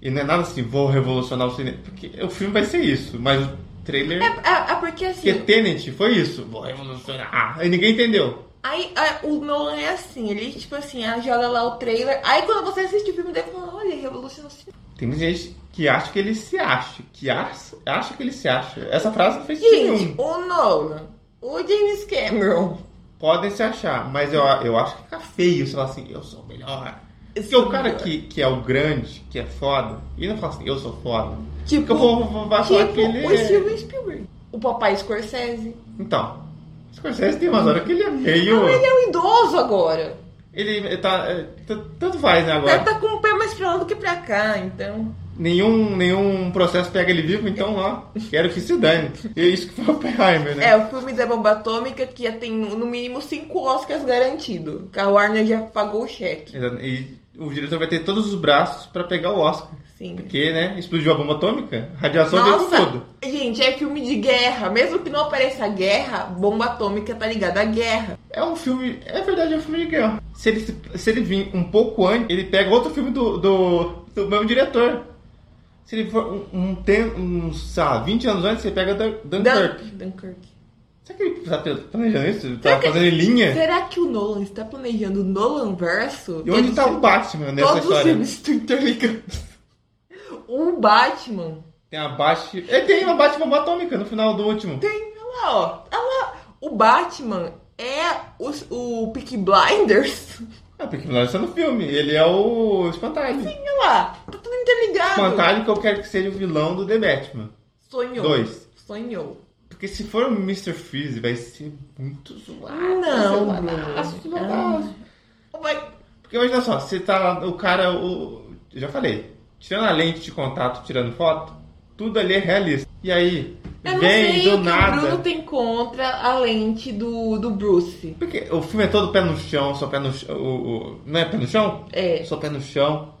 S1: E não é nada assim, vou revolucionar o cinema. Porque o filme vai ser isso, mas o trailer.
S2: É, é- é porque
S1: Porque
S2: assim,
S1: Tenet foi isso, vou revolucionar. Aí ninguém entendeu.
S2: aí, a- o Nolan é assim, ele tipo assim, ah, joga lá o trailer, aí quando você assiste o filme, dele fala, olha, revolucionou o cinema.
S1: Tem muita gente que acha que ele se acha. Que acha, acha que ele se acha. Essa frase não fez
S2: Gente,
S1: nenhum.
S2: o Nolan, o James Cameron,
S1: Podem se achar, mas eu, eu acho que fica feio se falar assim, eu sou o melhor. Porque o cara que, que é o grande, que é foda, ele não fala assim, eu sou foda. Porque
S2: tipo,
S1: eu vou, vou, vou falar que
S2: tipo
S1: ele
S2: o
S1: é...
S2: Steven Spielberg, o papai Scorsese.
S1: Então, o Scorsese tem umas horas que ele é meio...
S2: Não, ele é um idoso agora.
S1: Ele tá... é, t- tanto faz, né,
S2: Tá,
S1: agora.
S2: tá com o pé mais pra lá do que pra cá, então.
S1: Nenhum, nenhum processo pega ele vivo, então, ó, quero que se dane. E é isso que foi o Oppenheimer, né?
S2: É, o filme da bomba atômica que já tem no mínimo cinco Oscars garantido. Que a Warner já pagou o cheque.
S1: Exato. E o diretor vai ter todos os braços pra pegar o Oscar.
S2: Sim.
S1: É. Porque, é né? Explodiu a bomba atômica, radiação veio
S2: Nossa,
S1: com tudo.
S2: gente, é filme de guerra. Mesmo que não apareça a guerra, bomba atômica tá ligada à guerra.
S1: É um filme. É verdade, é um filme de guerra. Se ele, se- se ele vir um pouco antes, ele pega outro filme do, do, do mesmo diretor. Se ele for um, um, tem, uns, sei lá, 20 anos antes, você pega Dun- Dunkirk.
S2: Dun- Dunkirk.
S1: Será que ele tá pe- planejando isso?
S2: Será
S1: Tá
S2: que-
S1: fazendo em linha?
S2: Será que o Nolan está planejando o Nolan verso?
S1: E onde tá o Batman nessa
S2: Todos os
S1: história?
S2: filmes estão interligados. O Batman.
S1: Tem a Batman. É, tem uma Batman bomba atômica no final do último.
S2: Tem, olha lá, ó. Olha lá. O Batman é os- o Peaky Blinders.
S1: É porque não está no filme. Ele é o Espantalho.
S2: Olha lá. Tá tudo interligado.
S1: Espantalho que eu quero que seja o vilão do The Batman.
S2: Sonhou.
S1: Dois.
S2: Sonhou.
S1: Porque se for o Mr. Freeze, vai ser muito zoado.
S2: Não,
S1: zoadaço,
S2: Bruno. Ah.
S1: zoadaço.
S2: Vai-
S1: Porque imagina só, você tá lá, o cara, o. Eu já falei, tirando a lente de contato, tirando foto, tudo ali é realista. E aí,
S2: Eu não
S1: vem
S2: sei o
S1: do
S2: que o
S1: nada.
S2: Bruno tem contra a lente do, do Bruce.
S1: Porque o filme é todo pé no chão, só pé no chão. o- o- Não é pé no chão?
S2: É.
S1: Só pé no chão.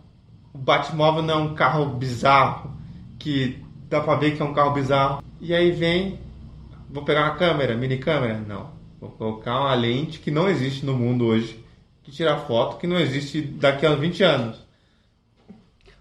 S1: O Batmóvel não é um carro bizarro, que dá pra ver que é um carro bizarro. E aí vem, vou pegar uma câmera, mini câmera? Não. Vou colocar uma lente que não existe no mundo hoje, que tira foto que não existe daqui a 20 anos.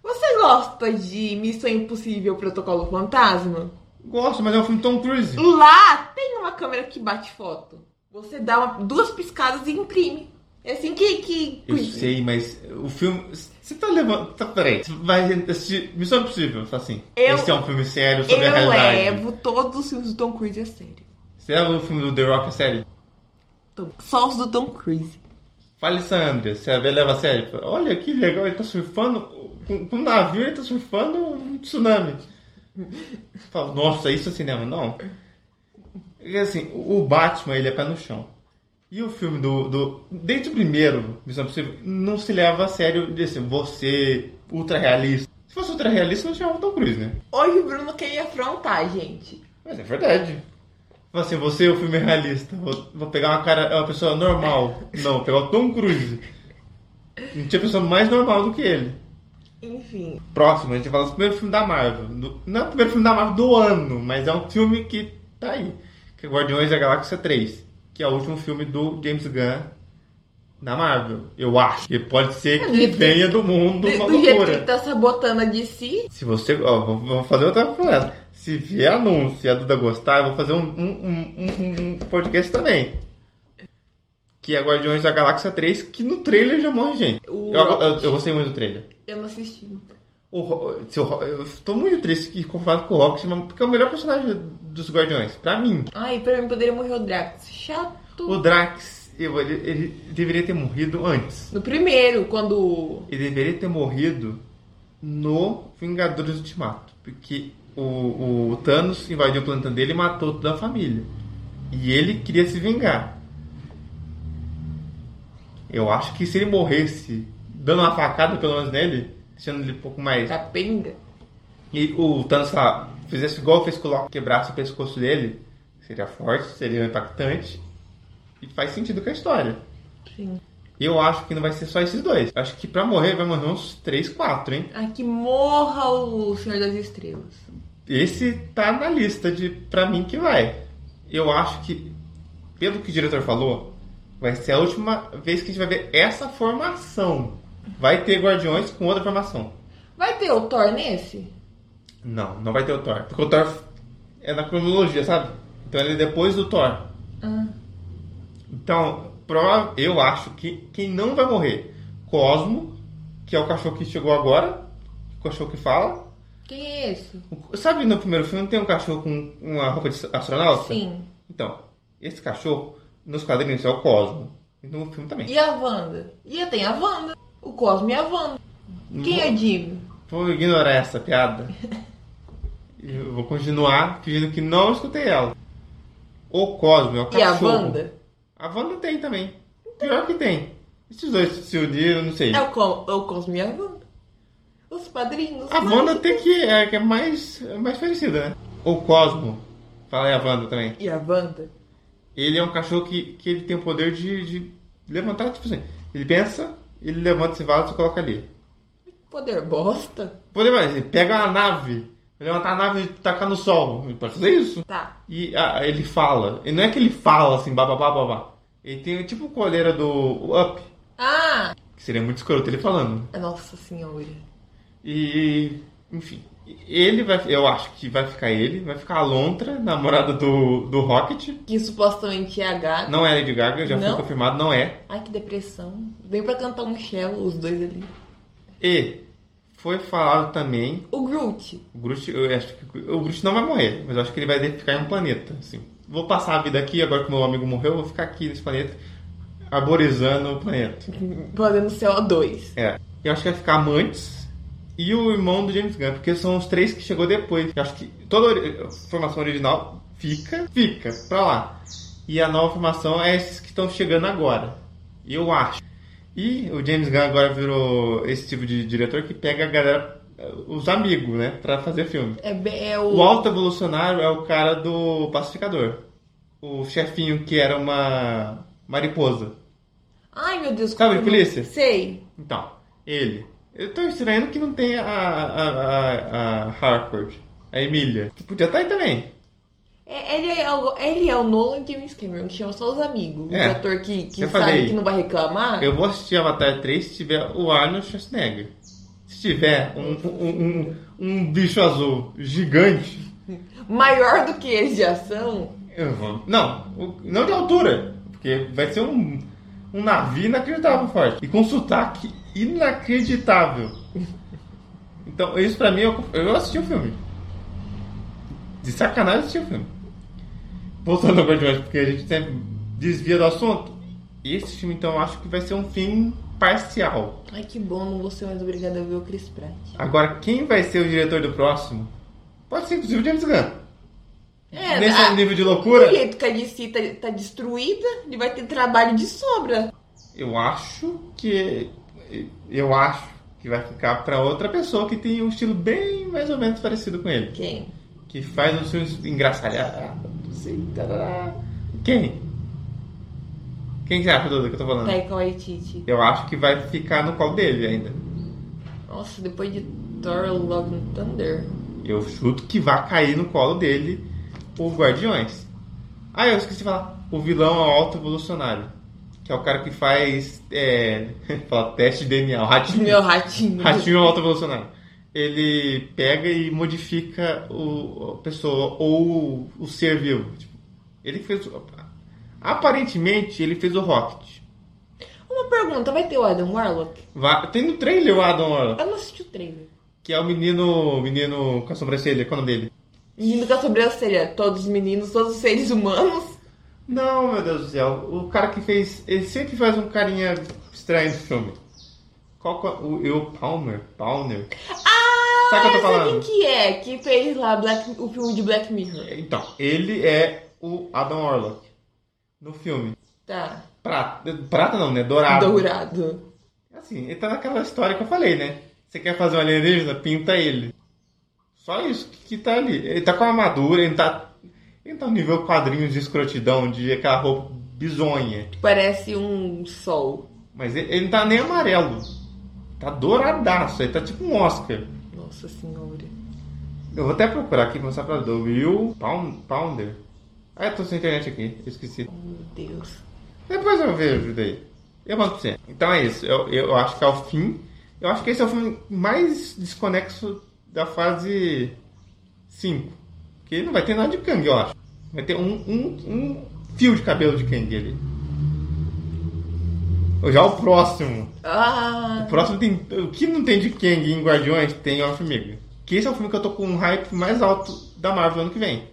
S2: Você gosta de Missão Impossível Protocolo Fantasma?
S1: Gosto, mas é um filme Tom Cruise.
S2: Lá tem uma câmera que bate foto. Você dá uma- duas piscadas e imprime. É assim que. que...
S1: Eu sei, mas o filme. Você tá levando. Tá, peraí. Você vai assistir Missão Impossível. Fala assim.
S2: Eu-
S1: esse é um filme sério sobre a
S2: Eu
S1: realidade.
S2: levo todos os filmes do Tom Cruise a sério.
S1: Você leva o filme do The Rock a sério?
S2: Tom- Só os do Tom Cruise.
S1: Fale Sandra, se a Bia leva a sério. Fala, Olha que legal, ele tá surfando com, com um navio ele tá surfando um tsunami. Fala, nossa, isso é cinema. Não. E assim, o Batman, ele é pé no chão. E o filme do, do. Desde o primeiro, Missão Impossível, não se leva a sério de assim, você ultra realista. Se fosse ultra realista, não chamava Tom Cruise, né?
S2: Hoje o Bruno quer afrontar, gente.
S1: Mas é verdade. Fala Assim, você é o filme realista. Vou, vou pegar uma cara, é uma pessoa normal. Não, vou pegar o Tom Cruise. Não tinha pessoa mais normal do que ele.
S2: Enfim,
S1: Próximo, a gente fala do primeiro filme da Marvel. Do- não é o primeiro filme da Marvel do ano, mas é um filme que tá aí. Que é Guardiões da Galáxia 3. Que é o último filme do James Gunn da Marvel. Eu acho. E pode ser
S2: Do
S1: que
S2: jeito que-
S1: venha do mundo
S2: do,
S1: uma
S2: do jeito que ele
S1: loucura.
S2: tá sabotando a DC,
S1: Se você. Ó, vou- vamos fazer outra coisa. Se vier anúncio e a Duda gostar, eu vou fazer um, um- um- um- um podcast também. Que é Guardiões da Galáxia 3, que no trailer já morre gente.
S2: o
S1: Eu-
S2: Rocket-
S1: eu- eu gostei muito do trailer.
S2: eu não assisti.
S1: O, Ro- se o Ro- eu tô muito triste que concordo com o Rocket, mas- porque é o melhor personagem dos Guardiões, pra mim.
S2: Ai, pra mim poderia morrer o Drax. Chato.
S1: O Drax, eu- ele, ele deveria ter morrido antes.
S2: No primeiro, quando.
S1: Ele deveria ter morrido no Vingadores Ultimato, porque o, o Thanos invadiu o planeta dele e matou toda a família. E ele queria se vingar. Eu acho que se ele morresse dando uma facada pelo menos nele, deixando ele um pouco mais
S2: Capenga.
S1: E o Thanos lá, fizesse igual fez com o Loki, quebrasse o pescoço dele, seria forte, seria impactante. E faz sentido com a história.
S2: Sim.
S1: E eu acho que não vai ser só esses dois. Eu acho que pra morrer vai morrer uns 3, 4, hein?
S2: Ai, que morra o Senhor das Estrelas.
S1: Esse tá na lista de pra mim que vai. Eu acho que, pelo que o diretor falou, vai ser a última vez que a gente vai ver essa formação. Vai ter Guardiões com outra formação.
S2: Vai ter o Thor nesse?
S1: Não, não vai ter o Thor. Porque o Thor é na cronologia, sabe? Então ele é depois do Thor.
S2: Ah,
S1: Então, prova- eu acho que quem não vai morrer, Cosmo, que é o cachorro que chegou agora, o cachorro que fala.
S2: quem é esse?
S1: O- Sabe no primeiro filme tem um cachorro com uma roupa de astronauta?
S2: Sim.
S1: Então, esse cachorro nos quadrinhos é o Cosmo. E no filme também.
S2: E a Wanda? E tem a Wanda. O Cosmo e a Wanda. Quem é Jimmy?
S1: Vou ignorar essa piada. Eu vou continuar fingindo que não escutei ela. O Cosmo é o
S2: E a
S1: cachorro.
S2: Wanda?
S1: A Wanda tem também. Pior que tem. Esses dois se uniram, não sei.
S2: É o, Co- é o Cosmo e a Wanda. Os padrinhos.
S1: A Wanda tem que é, que é mais, é mais parecida, né? O Cosmo, fala aí a Wanda também.
S2: E a Wanda?
S1: Ele é um cachorro que, que ele tem o poder de, de levantar, tipo assim. Ele pensa, ele levanta esse vaso e coloca ali.
S2: Poder bosta.
S1: Poder mais, ele pega uma nave, levantar a nave e tacar no sol. Ele pode fazer isso.
S2: Tá.
S1: E ah, ele fala. E não é que ele fala assim, bababá, babá. Ele tem tipo coleira do Up,
S2: Ah!
S1: que seria muito escroto ele falando.
S2: Nossa senhora.
S1: E, enfim, ele vai, eu acho que vai ficar ele, vai ficar a Lontra, namorada do, do Rocket.
S2: Que supostamente é a Gaga.
S1: Não é Lady Gaga, já foi
S2: Não?
S1: confirmado, não é.
S2: Ai, que depressão. Vem pra cantar um Shell, os dois ali.
S1: E foi falado também,
S2: O Groot.
S1: o Groot, eu acho que o Groot não vai morrer, mas eu acho que ele vai ter que ficar em um planeta, assim. Vou passar a vida aqui, agora que meu amigo morreu, eu vou ficar aqui nesse planeta, arborizando o planeta.
S2: Fazendo CO2.
S1: É. Eu acho que vai ficar a Mantis e o irmão do James Gunn, porque são os três que chegou depois. Eu acho que toda a ori- a formação original fica, fica pra lá. E a nova formação é esses que estão chegando agora. Eu acho. E o James Gunn agora virou esse tipo de diretor que pega a galera, eh, os amigos, né, pra fazer filme.
S2: É, be- é
S1: O
S2: o.
S1: alto evolucionário é o cara do pacificador. O chefinho que era uma mariposa.
S2: Ai, meu Deus.
S1: Sabe de
S2: como-
S1: polícia?
S2: Sei.
S1: Então, ele. Eu tô estranhando que não tem a, a, a, a Harcourt, a Emília. Que podia estar aí também.
S2: É- ele, é o, ele é o Nolan James Cameron, que chama só os amigos.
S1: É.
S2: O ator que, que
S1: Eu
S2: sabe
S1: falei.
S2: que não vai reclamar.
S1: Eu vou assistir Avatar 3 se tiver o Arnold Schwarzenegger. Se tiver um, um, um, um bicho azul gigante,
S2: Maior do que eles de ação.
S1: eu vou. Não, o- não de altura. Porque vai ser um, um navio inacreditável forte. E com sotaque inacreditável. Então, isso pra mim, eu, eu assisti o filme. De sacanagem, eu assisti o filme. Voltando ao Guardiões, porque a gente sempre desvia do assunto. Esse filme, então, eu acho que vai ser um fim parcial.
S2: Ai, que bom, não vou ser mais obrigada a ver o Chris Pratt.
S1: Agora, quem vai ser o diretor do próximo? Pode ser, inclusive, o James Gunn.
S2: É,
S1: Nesse
S2: a-
S1: nível de loucura,
S2: O jeito que a DC tá, tá destruída, ele vai ter trabalho de sobra.
S1: eu acho que. Eu acho que vai ficar pra outra pessoa que tem um estilo bem mais ou menos parecido com ele.
S2: Quem?
S1: Que faz uns filmes engraçalhados. assim, tarará. Quem? Quem que você acha, Duda, que eu tô falando?
S2: Taika Waititi.
S1: Eu acho que vai ficar no colo dele ainda.
S2: Nossa, depois de Thor Love and Thunder.
S1: Eu chuto que vai cair no colo dele os Guardiões. Ah, eu esqueci de falar. O vilão é o Alto Evolucionário. Que é o cara que faz. É, fala, teste de DNA. O ratinho.
S2: Meu ratinho.
S1: Ratinho é o Alto Evolucionário. Ele pega e modifica o, a pessoa ou o ser vivo. Tipo, ele fez. o- Aparentemente, ele fez o Rocket.
S2: Uma pergunta, vai ter o Adam Warlock?
S1: Vai- tem no trailer o Adam Warlock,
S2: Eu não assisti o trailer.
S1: que é o menino. o menino com a sobrancelha. Qual é o nome dele?
S2: Menino com a sobrancelha. Todos os meninos, todos os seres humanos.
S1: Não, meu Deus do céu. O cara que fez. Ele sempre faz um carinha estranho no filme. Qual que é? O Will Palmer? Palmer? Ah! Sabe o que eu tô
S2: Sabe quem
S1: falando?
S2: que é? Que fez lá Black- o filme de Black Mirror.
S1: Então, ele é o Adam Orlock no filme.
S2: Tá.
S1: Prata, prata não, né? Dourado.
S2: Dourado.
S1: Assim, ele tá naquela história que eu falei, né? Você quer fazer um alienígena? Pinta ele. Só isso que, que tá ali. Ele tá com a armadura, ele tá. Ele tá no nível quadrinhos de escrotidão, de aquela roupa bizonha.
S2: Parece um sol.
S1: Mas ele, ele não tá nem amarelo. Tá douradaço. Ele tá tipo um Oscar.
S2: Nossa senhora.
S1: Eu vou até procurar aqui e mostrar pra do Will Pound, Pounder. Ah, eu tô sem internet aqui. Eu esqueci.
S2: Meu Deus.
S1: Depois eu vejo daí. Eu mando pra você. Então é isso. Eu, eu acho que é o fim. Eu acho que esse é o filme mais desconexo da fase 5. Porque não vai ter nada de Kang, eu acho. Vai ter um, um, um fio de cabelo de Kang ali. Já o próximo.
S2: Ah.
S1: O próximo tem. O que não tem de Kang em Guardiões tem Homem-Formiga. Que esse é o filme que eu tô com um hype mais alto da Marvel ano que vem.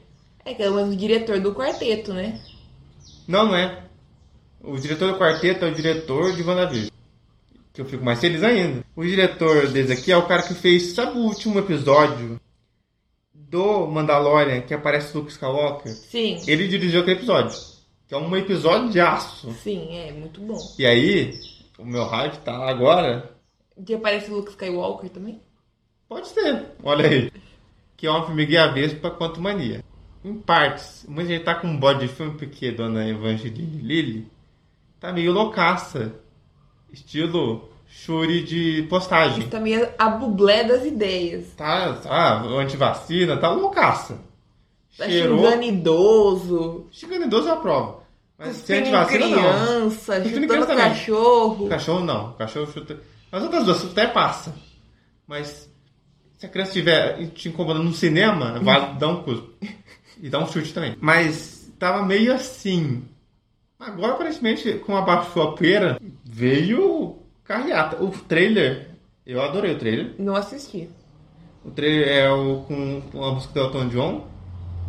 S2: É que é o mesmo diretor do quarteto, né?
S1: Não, não é. O diretor do quarteto é o diretor de WandaVision. Que eu fico mais feliz ainda. O diretor desse aqui é o cara que fez, sabe o último episódio do Mandalorian que aparece Luke Skywalker?
S2: Sim.
S1: Ele dirigiu aquele episódio. Que é um episódio de aço.
S2: Sim, é muito bom.
S1: E aí, o meu hype tá lá agora
S2: E aparece o Luke Skywalker também?
S1: Pode ser, olha aí. Que é uma formiga e a vespa quanto mania. Em partes, muita gente tá com um bode de filme porque Dona Evangeline Lilly tá meio loucaça. Estilo Shuri de postagem.
S2: Isso também é a bublé das ideias.
S1: Tá, tá antivacina, tá loucaça.
S2: Tá
S1: Cheirou.
S2: xingando idoso,
S1: Xingando idoso é a prova. Mas se é
S2: cuspindo em
S1: antivacina, não.
S2: criança,
S1: Cuspindo em
S2: chutando
S1: criança também.
S2: cachorro.
S1: O cachorro não. O cachorro chuta. As outras duas até passa. Mas se a criança estiver te incomodando no cinema, vai dar um cuspo. E dá um chute também. Mas tava meio assim. Agora, aparentemente, como abaixou a poeira, veio carreata. O trailer, eu adorei o trailer.
S2: Não assisti.
S1: O trailer é o com com a música do Elton John,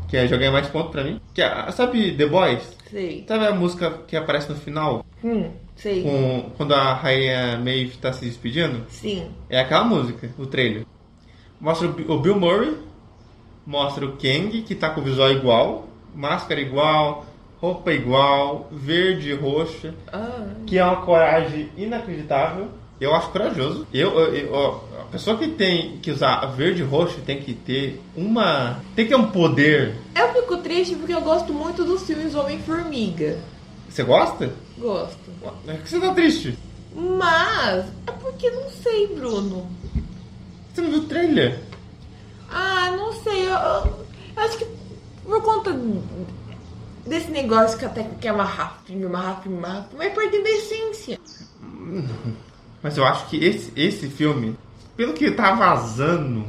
S1: que é jogar mais ponto pra mim. Que é, sabe The Boys?
S2: Sei.
S1: Sabe a música que aparece no final?
S2: Hum, sei.
S1: com- quando a rainha Maeve tá se despedindo,
S2: Sim.
S1: é aquela música, o trailer. Mostra o, Bi- o Bill Murray, mostra o Kang, que tá com o visual igual, máscara igual, roupa igual, verde e roxa,
S2: Ah,
S1: que é uma coragem inacreditável. Eu acho corajoso. Eu, eu- eu- ó, a pessoa que tem que usar verde e roxo tem que ter uma. Tem que ter um poder.
S2: eu fico triste porque eu gosto muito dos filmes Homem-Formiga.
S1: Você gosta?
S2: Gosto.
S1: É que você tá triste.
S2: Mas é porque não sei, Bruno.
S1: Você não viu o trailer?
S2: Ah, não sei. Eu, eu- eu acho que por conta desse negócio que até que é uma rafinha, uma rafinha, uma rafinha, vai perdendo a essência.
S1: Mas eu acho que esse, esse filme, pelo que tá vazando,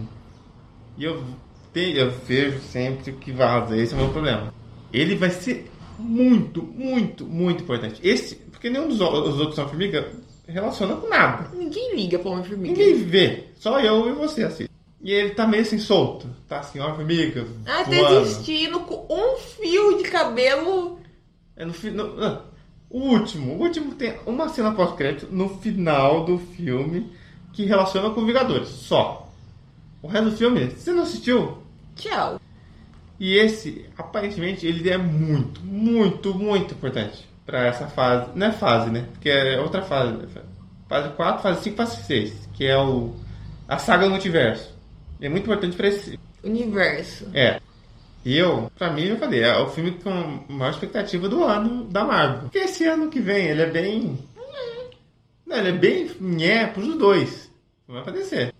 S1: e eu, te- eu vejo sempre que vaza, esse é o meu problema. Ele vai ser muito, muito, muito importante. Esse, porque nenhum dos o- os outros são formiga relaciona com nada.
S2: Ninguém liga pra Homem-Formiga.
S1: Ninguém vê, só eu e você assim. E ele tá meio assim solto, tá assim, ó, formiga.
S2: Ah,
S1: voando.
S2: desistindo com um fio de cabelo.
S1: É no, fi- no, ah, O último, o último tem uma cena pós-crédito no final do filme que relaciona com Vingadores, só. O resto do filme, você não assistiu?
S2: Tchau.
S1: E esse, aparentemente, ele é muito, muito, muito importante para essa fase. Não é fase, né? Porque é outra fase. né? Fase 4, fase 5, fase 6, que é o a saga multiverso. É muito importante para esse,
S2: Universo.
S1: é. E eu, pra mim, eu falei, é o filme com a maior expectativa do ano da Marvel. Porque esse ano que vem, ele é bem. Não, ele é bem nhé pros dois. Não vai aparecer.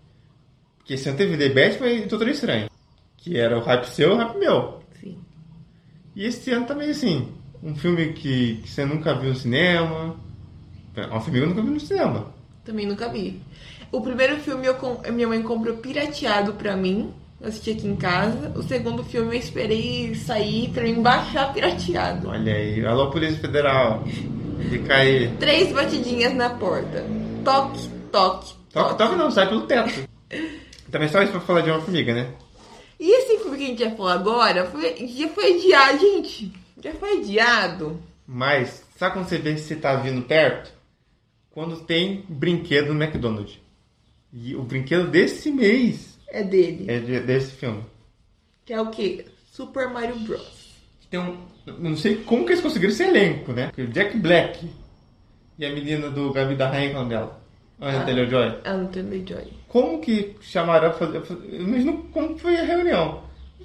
S1: Porque esse ano teve The Batman e Doutor Estranho. Que era o hype seu e o hype meu.
S2: Sim.
S1: E esse ano também, assim, um filme que, que você nunca viu no cinema. É um filme que eu nunca vi no cinema.
S2: Também nunca vi. O primeiro filme eu com- minha mãe comprou pirateado pra mim. Eu assisti aqui em casa. O segundo filme eu esperei sair pra mim baixar pirateado.
S1: Olha aí, alô Polícia Federal. E cai.
S2: Três batidinhas na porta. Toque, toque,
S1: Toca,
S2: toque.
S1: toca não, sai pelo teto. Também só isso pra falar de uma formiga, né?
S2: E esse filme que a gente ia falar agora foi- já foi adiado, gente. Já foi adiado.
S1: Mas, sabe quando você vê se você tá vindo perto? Quando tem brinquedo no McDonald's. E o brinquedo desse mês
S2: É dele.
S1: é de- desse filme.
S2: Que é o quê? Super Mario Bros.
S1: Tem um. eu Não sei como que eles conseguiram esse elenco, né? Porque o Jack Black e a menina do Gabi da Rainha com dela. Anja
S2: Ah.
S1: Taylor Joy.
S2: Ah, não tem Joy.
S1: Como que chamaram pra fazer. Eu imagino como foi a reunião.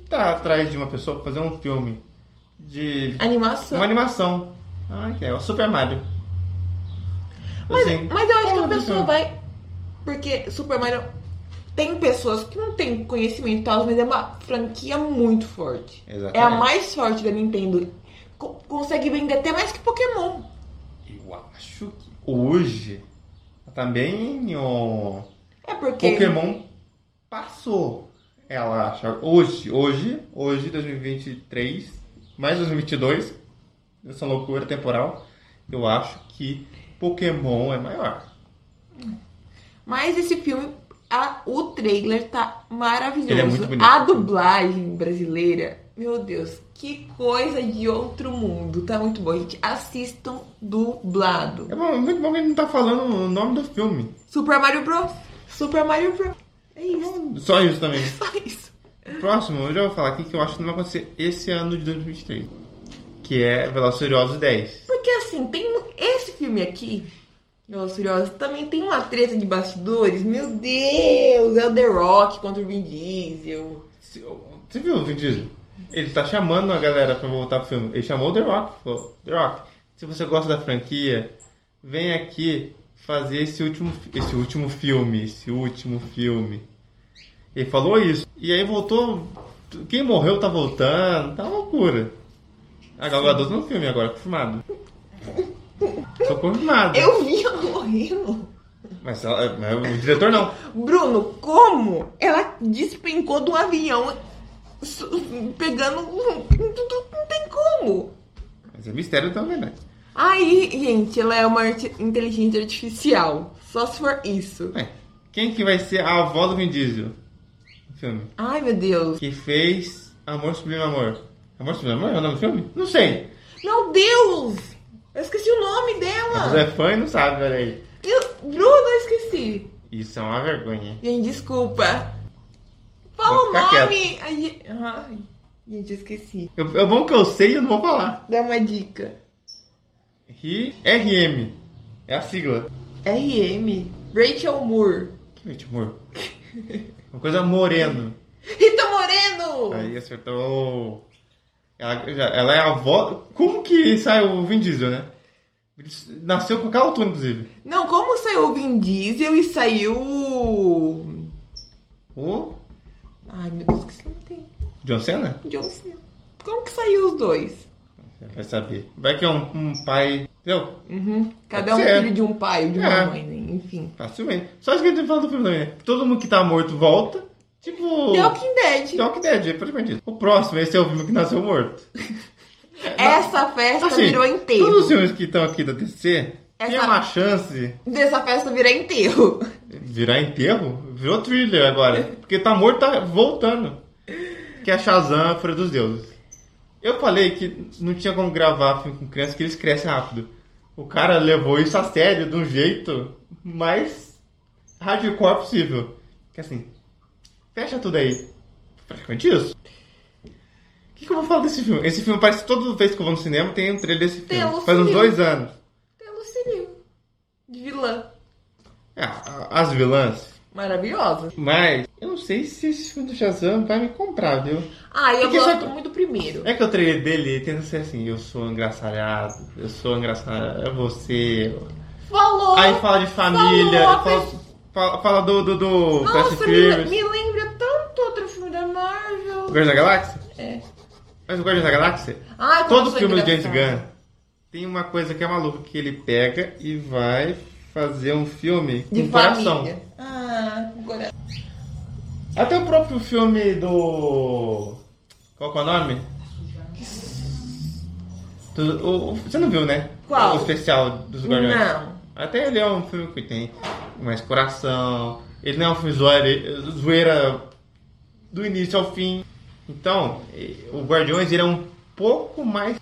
S1: Tá atrás de uma pessoa pra fazer um filme de
S2: Animação.
S1: Uma animação. Ah, que é o Super Mario.
S2: Mas,
S1: Assim,
S2: mas eu acho que
S1: como
S2: a pessoa
S1: funciona?
S2: vai. Porque Super Mario tem pessoas que não têm conhecimento e tal, mas é uma franquia muito forte.
S1: Exatamente.
S2: É a mais forte da Nintendo. Co- consegue vender até mais que Pokémon.
S1: Eu acho que hoje também o
S2: É porque.
S1: Pokémon passou. Ela acha. Hoje, hoje, hoje, 2023, mais 2022, essa loucura temporal, eu acho que Pokémon é maior.
S2: Mas esse filme, a- o trailer tá maravilhoso.
S1: Ele é muito bonito.
S2: A dublagem brasileira, meu Deus, que coisa de outro mundo. Tá muito bom, gente. Assistam dublado.
S1: É bom- muito bom que ele não tá falando o nome do filme.
S2: Super Mario Bros. Super Mario Bros. É isso.
S1: Só isso também.
S2: Só isso.
S1: Próximo, eu já vou falar aqui que eu acho que não vai acontecer esse ano de 2023. Que é Velozes e Furiosos 10.
S2: Porque assim, tem esse filme aqui, Velozes e Furiosos, também tem uma treta de bastidores. Meu Deus, é o The Rock contra o Vin Diesel.
S1: Se- Você viu o Vin Diesel? Ele tá chamando a galera pra voltar pro filme. Ele chamou o The Rock. Falou, The Rock, se você gosta da franquia, vem aqui fazer esse último, fi- esse último filme. Esse último filme. Ele falou isso. E aí voltou... Quem morreu tá voltando. Tá uma loucura. A Gal Gadot tá no filme agora, confirmado. Sou confirmado.
S2: Eu vi ela morrendo.
S1: Mas, ela- mas o diretor não.
S2: Bruno, como ela despencou de um avião su- pegando. um- Não tem como.
S1: Mas é mistério também, né?
S2: Aí, gente, ela é uma arti- inteligência artificial. Só se for isso.
S1: Ué, É. Quem que vai ser a avó do Vin Diesel? No filme.
S2: Ai, meu Deus.
S1: Que fez Amor Sublime Amor. Amor Sublime Amor é o nome do filme? Não sei.
S2: Meu Deus! Eu esqueci o nome
S1: Mas
S2: dela!
S1: você é fã e não sabe, olha aí.
S2: Eu- Bruno, eu esqueci!
S1: Isso é uma vergonha.
S2: Gente, desculpa! Fala
S1: Vou
S2: o
S1: ficar
S2: nome! Ai, ge- ai, gente, eu esqueci.
S1: Eu- É bom que eu sei e eu não vou falar.
S2: Dá uma dica.
S1: R- RM. É a sigla.
S2: RM. Rachel Moore.
S1: Que meu amor. Uma coisa moreno.
S2: Rita Moreno!
S1: Aí acertou. Ela, já- ela é a avó. Como que sai o Vin Diesel, né? Ele Nasceu com aquela altura, inclusive.
S2: Não, como saiu o Vin Diesel e saiu. o-
S1: O
S2: Ai, meu Deus, esqueci o nome dele.
S1: John Cena?
S2: John Cena. Como que saiu os dois?
S1: Vai saber. Vai que é um, um pai. Entendeu?
S2: Uhum. Cada um
S1: Pode ser.
S2: filho de um pai ou de uma
S1: É.
S2: mãe, né? enfim.
S1: Facilmente. Só isso que a gente fala do filme também, né? Todo mundo que tá morto volta. Tipo.
S2: The Walking Dead.
S1: Talk Dead, é praticamente isso. O próximo, esse é o filme que nasceu morto.
S2: Essa festa
S1: Tá, Assim,
S2: virou enterro.
S1: Todos os filmes que estão aqui da DC tem
S2: Essa-
S1: uma chance
S2: Dessa festa virar enterro.
S1: de virar enterro. Virou thriller agora. Porque tá morto, tá voltando. Que é a Shazam, a Fúria dos Deuses. Eu falei que não tinha como gravar filme com criança, que eles crescem rápido. O cara levou isso a sério de um jeito mais hardcore possível. Que assim, fecha tudo aí. Praticamente isso. O que, que eu vou falar desse filme? Esse filme parece toda vez que eu vou no cinema tem um trailer desse
S2: Tem
S1: filme.
S2: um
S1: Faz uns
S2: filme.
S1: dois anos.
S2: Tem a Lucille. De vilã.
S1: É, a- as vilãs.
S2: Maravilhosa.
S1: Mas eu não sei se esse filme do Shazam vai me comprar, viu?
S2: Ah, eu
S1: Porque
S2: gosto
S1: sabe-
S2: muito do primeiro.
S1: É que o trailer dele tenta ser assim, eu sou engraçalhado, eu sou engraçado, é você.
S2: Falou!
S1: Aí fala de família,
S2: Falou,
S1: fala, fala, fala do, do, do Fast
S2: Nossa, me,
S1: Furious,
S2: me lembra tanto outro filme da Marvel.
S1: Guardiões da Galáxia.
S2: É. Ah,
S1: Mas o Guardiões da Galáxia,
S2: Ai, como
S1: todo
S2: eu sou
S1: filme do James
S2: engraçada.
S1: Gunn tem uma coisa que é maluca, que ele pega e vai fazer um filme
S2: De
S1: com coração.
S2: família. Ah, com coração.
S1: Até o próprio filme do. Qual que é o nome? Do- o- o- você não viu, né?
S2: Qual?
S1: O especial dos Guardiões.
S2: Não.
S1: Até ele é um filme que tem mais coração. Ele não é um filme zoeira, zoeira do início ao fim. Então, eh, o Guardiões ele é um pouco mais.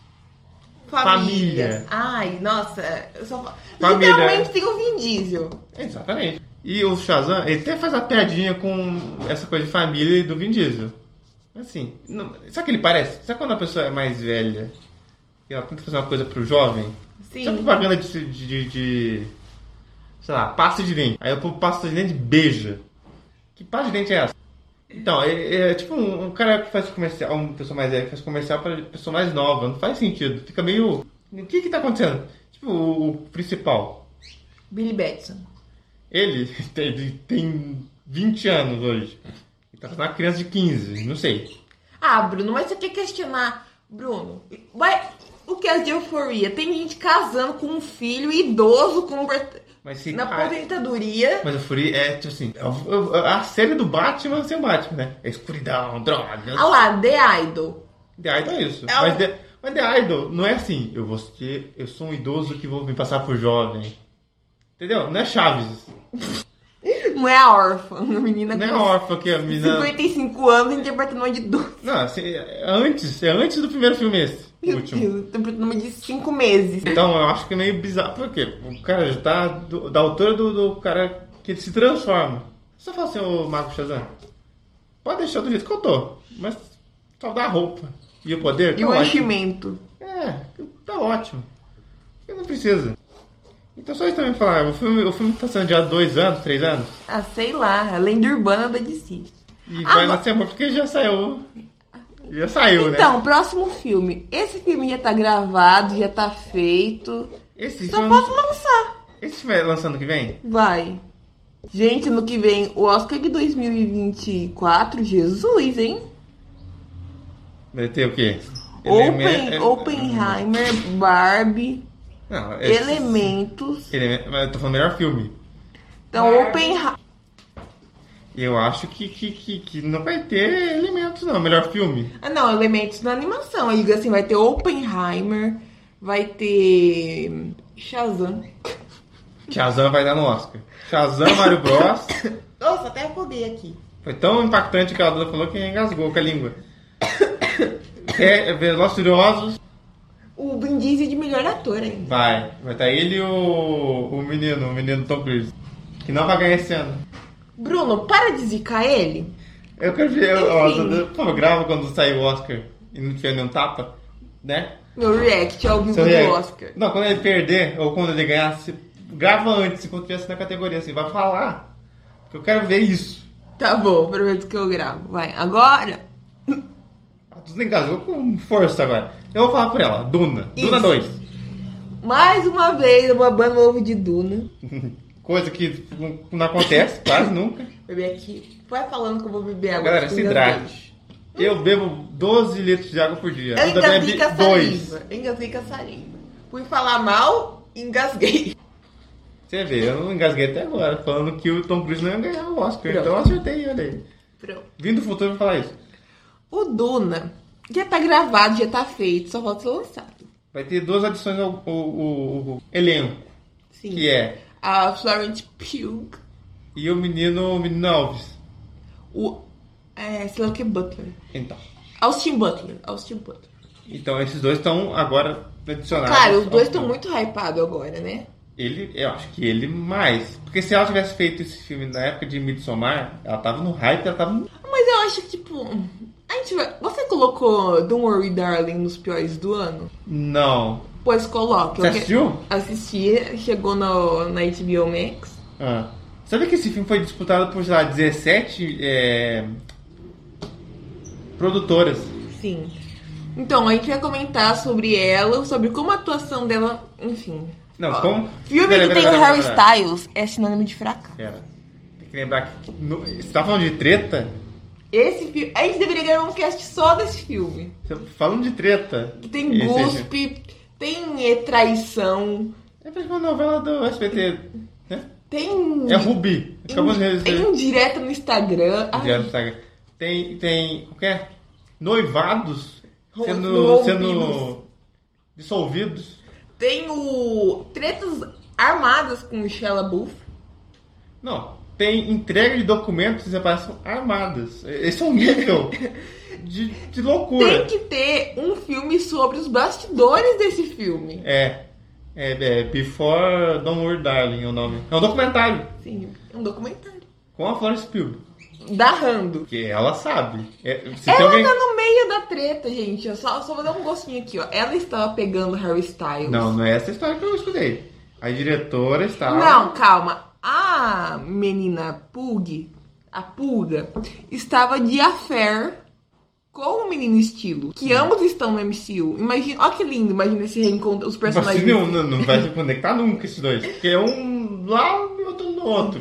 S1: Família.
S2: Ai, nossa. Eu só... fa-
S1: Família.
S2: Literalmente tem o Vin Diesel.
S1: Exatamente. E o Shazam, ele até faz a piadinha com essa coisa de família e do Vin Diesel. Assim, não, sabe o que ele parece? Sabe quando a pessoa é mais velha e ela tenta fazer uma coisa pro jovem?
S2: Sim.
S1: Sabe propaganda de, de, de- de- Sei lá, pasta de dente. Aí o povo passa de dente e beija. Que pasta de dente é essa? Então, é, é tipo um, um cara que faz comercial, uma pessoa mais velha que faz comercial pra pessoa mais nova. Não faz sentido. Fica meio. O que que tá acontecendo? Tipo, o, o principal.
S2: Billy Batson.
S1: Ele tem, tem 20 anos hoje. Ele tá fazendo uma criança de 15, não sei.
S2: Ah, Bruno, mas você quer questionar, Bruno? Vai... O que é de euforia? Tem gente casando com um filho idoso com... pre-
S1: Mas se.
S2: na
S1: ah,
S2: aposentadoria.
S1: mas eu furi é tipo assim. é o- é o- A série do Batman sem o Batman, né? É escuridão, drogas.
S2: Ah lá, The Idol.
S1: The Idol é isso.
S2: É
S1: mas,
S2: um-
S1: The, mas The Idol não é assim, eu vou ser, eu sou um idoso que vou me passar por jovem. Entendeu? Não é Chaves.
S2: Não é a órfã, uma menina
S1: Não é
S2: com
S1: órfã que a menina.
S2: 55 anos interpretando uma de 12.
S1: Não, assim, é antes, é antes do primeiro filme esse. O
S2: Meu
S1: último.
S2: Deus, interpretando uma de 5 meses.
S1: Então eu acho que é meio bizarro, porque o cara já tá do- da altura do, do cara que ele se transforma. Só fala assim, ô Marco Shazam, pode deixar do jeito que eu tô, mas só dá a roupa e o poder.
S2: E
S1: tá
S2: o
S1: ótimo.
S2: enchimento.
S1: É, tá ótimo. Eu não precisa. Então só isso também pra falar, o filme, o filme tá sendo já há dois anos, três anos.
S2: Ah, sei lá, a lenda urbana da DC.
S1: E
S2: Ah,
S1: vai
S2: mas-
S1: nascer amor porque já saiu. Já saiu, né?
S2: Então, próximo filme. Esse filme já tá gravado, já tá feito.
S1: Esse
S2: Só
S1: filme,
S2: posso lançar.
S1: esse filme é lançando que vem?
S2: Vai. Gente, no que vem, o Oscar de 2024, Jesus, hein?
S1: Vai ter o quê?
S2: Open,
S1: Elemen- é-
S2: Oppenheimer, Barbie,
S1: Não, é-
S2: Elementos.
S1: Elemen- é, Mas eu tô falando melhor filme.
S2: Então, Oppenheimer.
S1: E eu acho que, que, que, que não vai ter elementos, não. Melhor filme.
S2: Ah, não, elementos na animação. Eu digo assim, vai ter Oppenheimer, vai ter hum, Shazam.
S1: Shazam vai dar no Oscar. Shazam, Mario Bros.
S2: Nossa, até afoguei aqui.
S1: Foi tão impactante que a Duda falou que engasgou com a língua. é, é Velozes e Furiosos,
S2: O Vin Diesel é de melhor ator ainda.
S1: vai. Vai estar ele e o, o menino, o menino Tom Cruise. Que não vai ganhar esse ano.
S2: Bruno, para de zicar ele.
S1: Eu quero ver, eu, ó,
S2: Enfim.
S1: Duda, pô, grava quando sair o Oscar e não tiver nenhum tapa, né?
S2: Meu react ao vivo
S1: Seu
S2: do
S1: react.
S2: Oscar.
S1: Então, Não, quando ele perder ou quando ele ganhar, se- grava antes, enquanto tivesse na categoria, assim, vai falar. Porque eu quero ver isso.
S2: Tá bom, prometo que eu gravo. Vai, agora.
S1: A Duda engasgou com força agora. Eu vou falar por ela, Duna.
S2: Isso.
S1: Duna 2.
S2: Mais uma vez, uma banda ovo de Duna.
S1: Coisa que não- não acontece, quase nunca.
S2: Beber aqui. Vai falando que eu vou beber água.
S1: Galera,
S2: porque
S1: se
S2: eu
S1: hidrate. Eu bebo 12 litros de água por dia.
S2: engasguei.
S1: Ainda
S2: Eu engasguei com a
S1: bebe dois.
S2: saliva. Eu Engasguei com a saliva. Fui falar mal, engasguei.
S1: Você vê, eu não engasguei até agora, falando que o Tom Cruise não ia ganhar o Oscar.
S2: Pronto.
S1: Então eu acertei, olha aí.
S2: Pronto.
S1: Vim do futuro pra falar isso.
S2: O Duna já tá gravado, já tá feito, só falta ser lançado.
S1: Vai ter duas adições ao, ao- ao- ao elenco,
S2: Sim.
S1: que é
S2: A Florence Pugh,
S1: e o menino, o menino Alves.
S2: o. É, sei lá o que, Butler.
S1: Então,
S2: Austin Butler. Austin Butler.
S1: então esses dois estão agora adicionados.
S2: Claro, os
S1: ao
S2: dois estão
S1: filme.
S2: muito hypados agora, né?
S1: Ele, eu acho que ele mais. Porque se ela tivesse feito esse filme na época de Midsommar, ela tava no hype, ela tava. no-
S2: Mas eu acho que, tipo. A gente vai... Você colocou Don't Worry Darling nos piores do ano?
S1: Não.
S2: Pois coloca.
S1: Você
S2: Eu que-
S1: assistiu?
S2: Assisti, chegou no, na HBO Max.
S1: Ah. Sabe que esse filme foi disputado por, sei lá, 17 é, produtoras.
S2: Sim. Então, a gente vai comentar sobre ela, sobre como a atuação dela, enfim.
S1: Não,
S2: Ó,
S1: como.
S2: Filme
S1: Pera,
S2: que
S1: pera,
S2: tem o
S1: pera,
S2: Harry
S1: pera.
S2: Styles é sinônimo de fraca.
S1: Pera. Tem que lembrar que. no- Você tá falando de treta?
S2: Esse filme. A gente deveria gravar um cast só desse filme.
S1: Você- tá Falando de treta.
S2: Que tem
S1: Esse-
S2: guspe, tem é, traição,
S1: É pra uma novela do SBT. Né?
S2: tem.
S1: É né? Rubi. Acabamos de
S2: tem um
S1: registrar.
S2: indireta no Instagram. Ai,
S1: Já no Instagram. Tem, tem, o que é? Noivados
S2: Ro-
S1: sendo,
S2: rompidos.
S1: sendo dissolvidos.
S2: Tem o. Tretas armadas com Michelle Buff.
S1: Não, tem entrega de documentos e separação armadas. Esse é um nível de, de
S2: Tem
S1: loucura.
S2: que ter um filme sobre os bastidores desse filme.
S1: É, é, é, Before Don't Worry Darling é o nome. É um documentário
S2: Sim, é um documentário.
S1: com a Florence Pugh.
S2: Da Rando.
S1: Porque ela sabe. É, se tem
S2: Ela
S1: alguém...
S2: tá no meio da treta, gente. Eu só, só vou dar um gostinho aqui, ó. Ela estava pegando Harry Styles.
S1: Não, não é essa história que eu escutei. A diretora estava...
S2: Não, calma. A menina Pug, a Pulga, estava de affair com o menino estilo. Que ambos estão no MCU. Imagina, ó que lindo, imagina um esse reencontro, os personagens.
S1: Impossível, não, não vai se conectar nunca esses dois. Porque é um lá e outro no outro.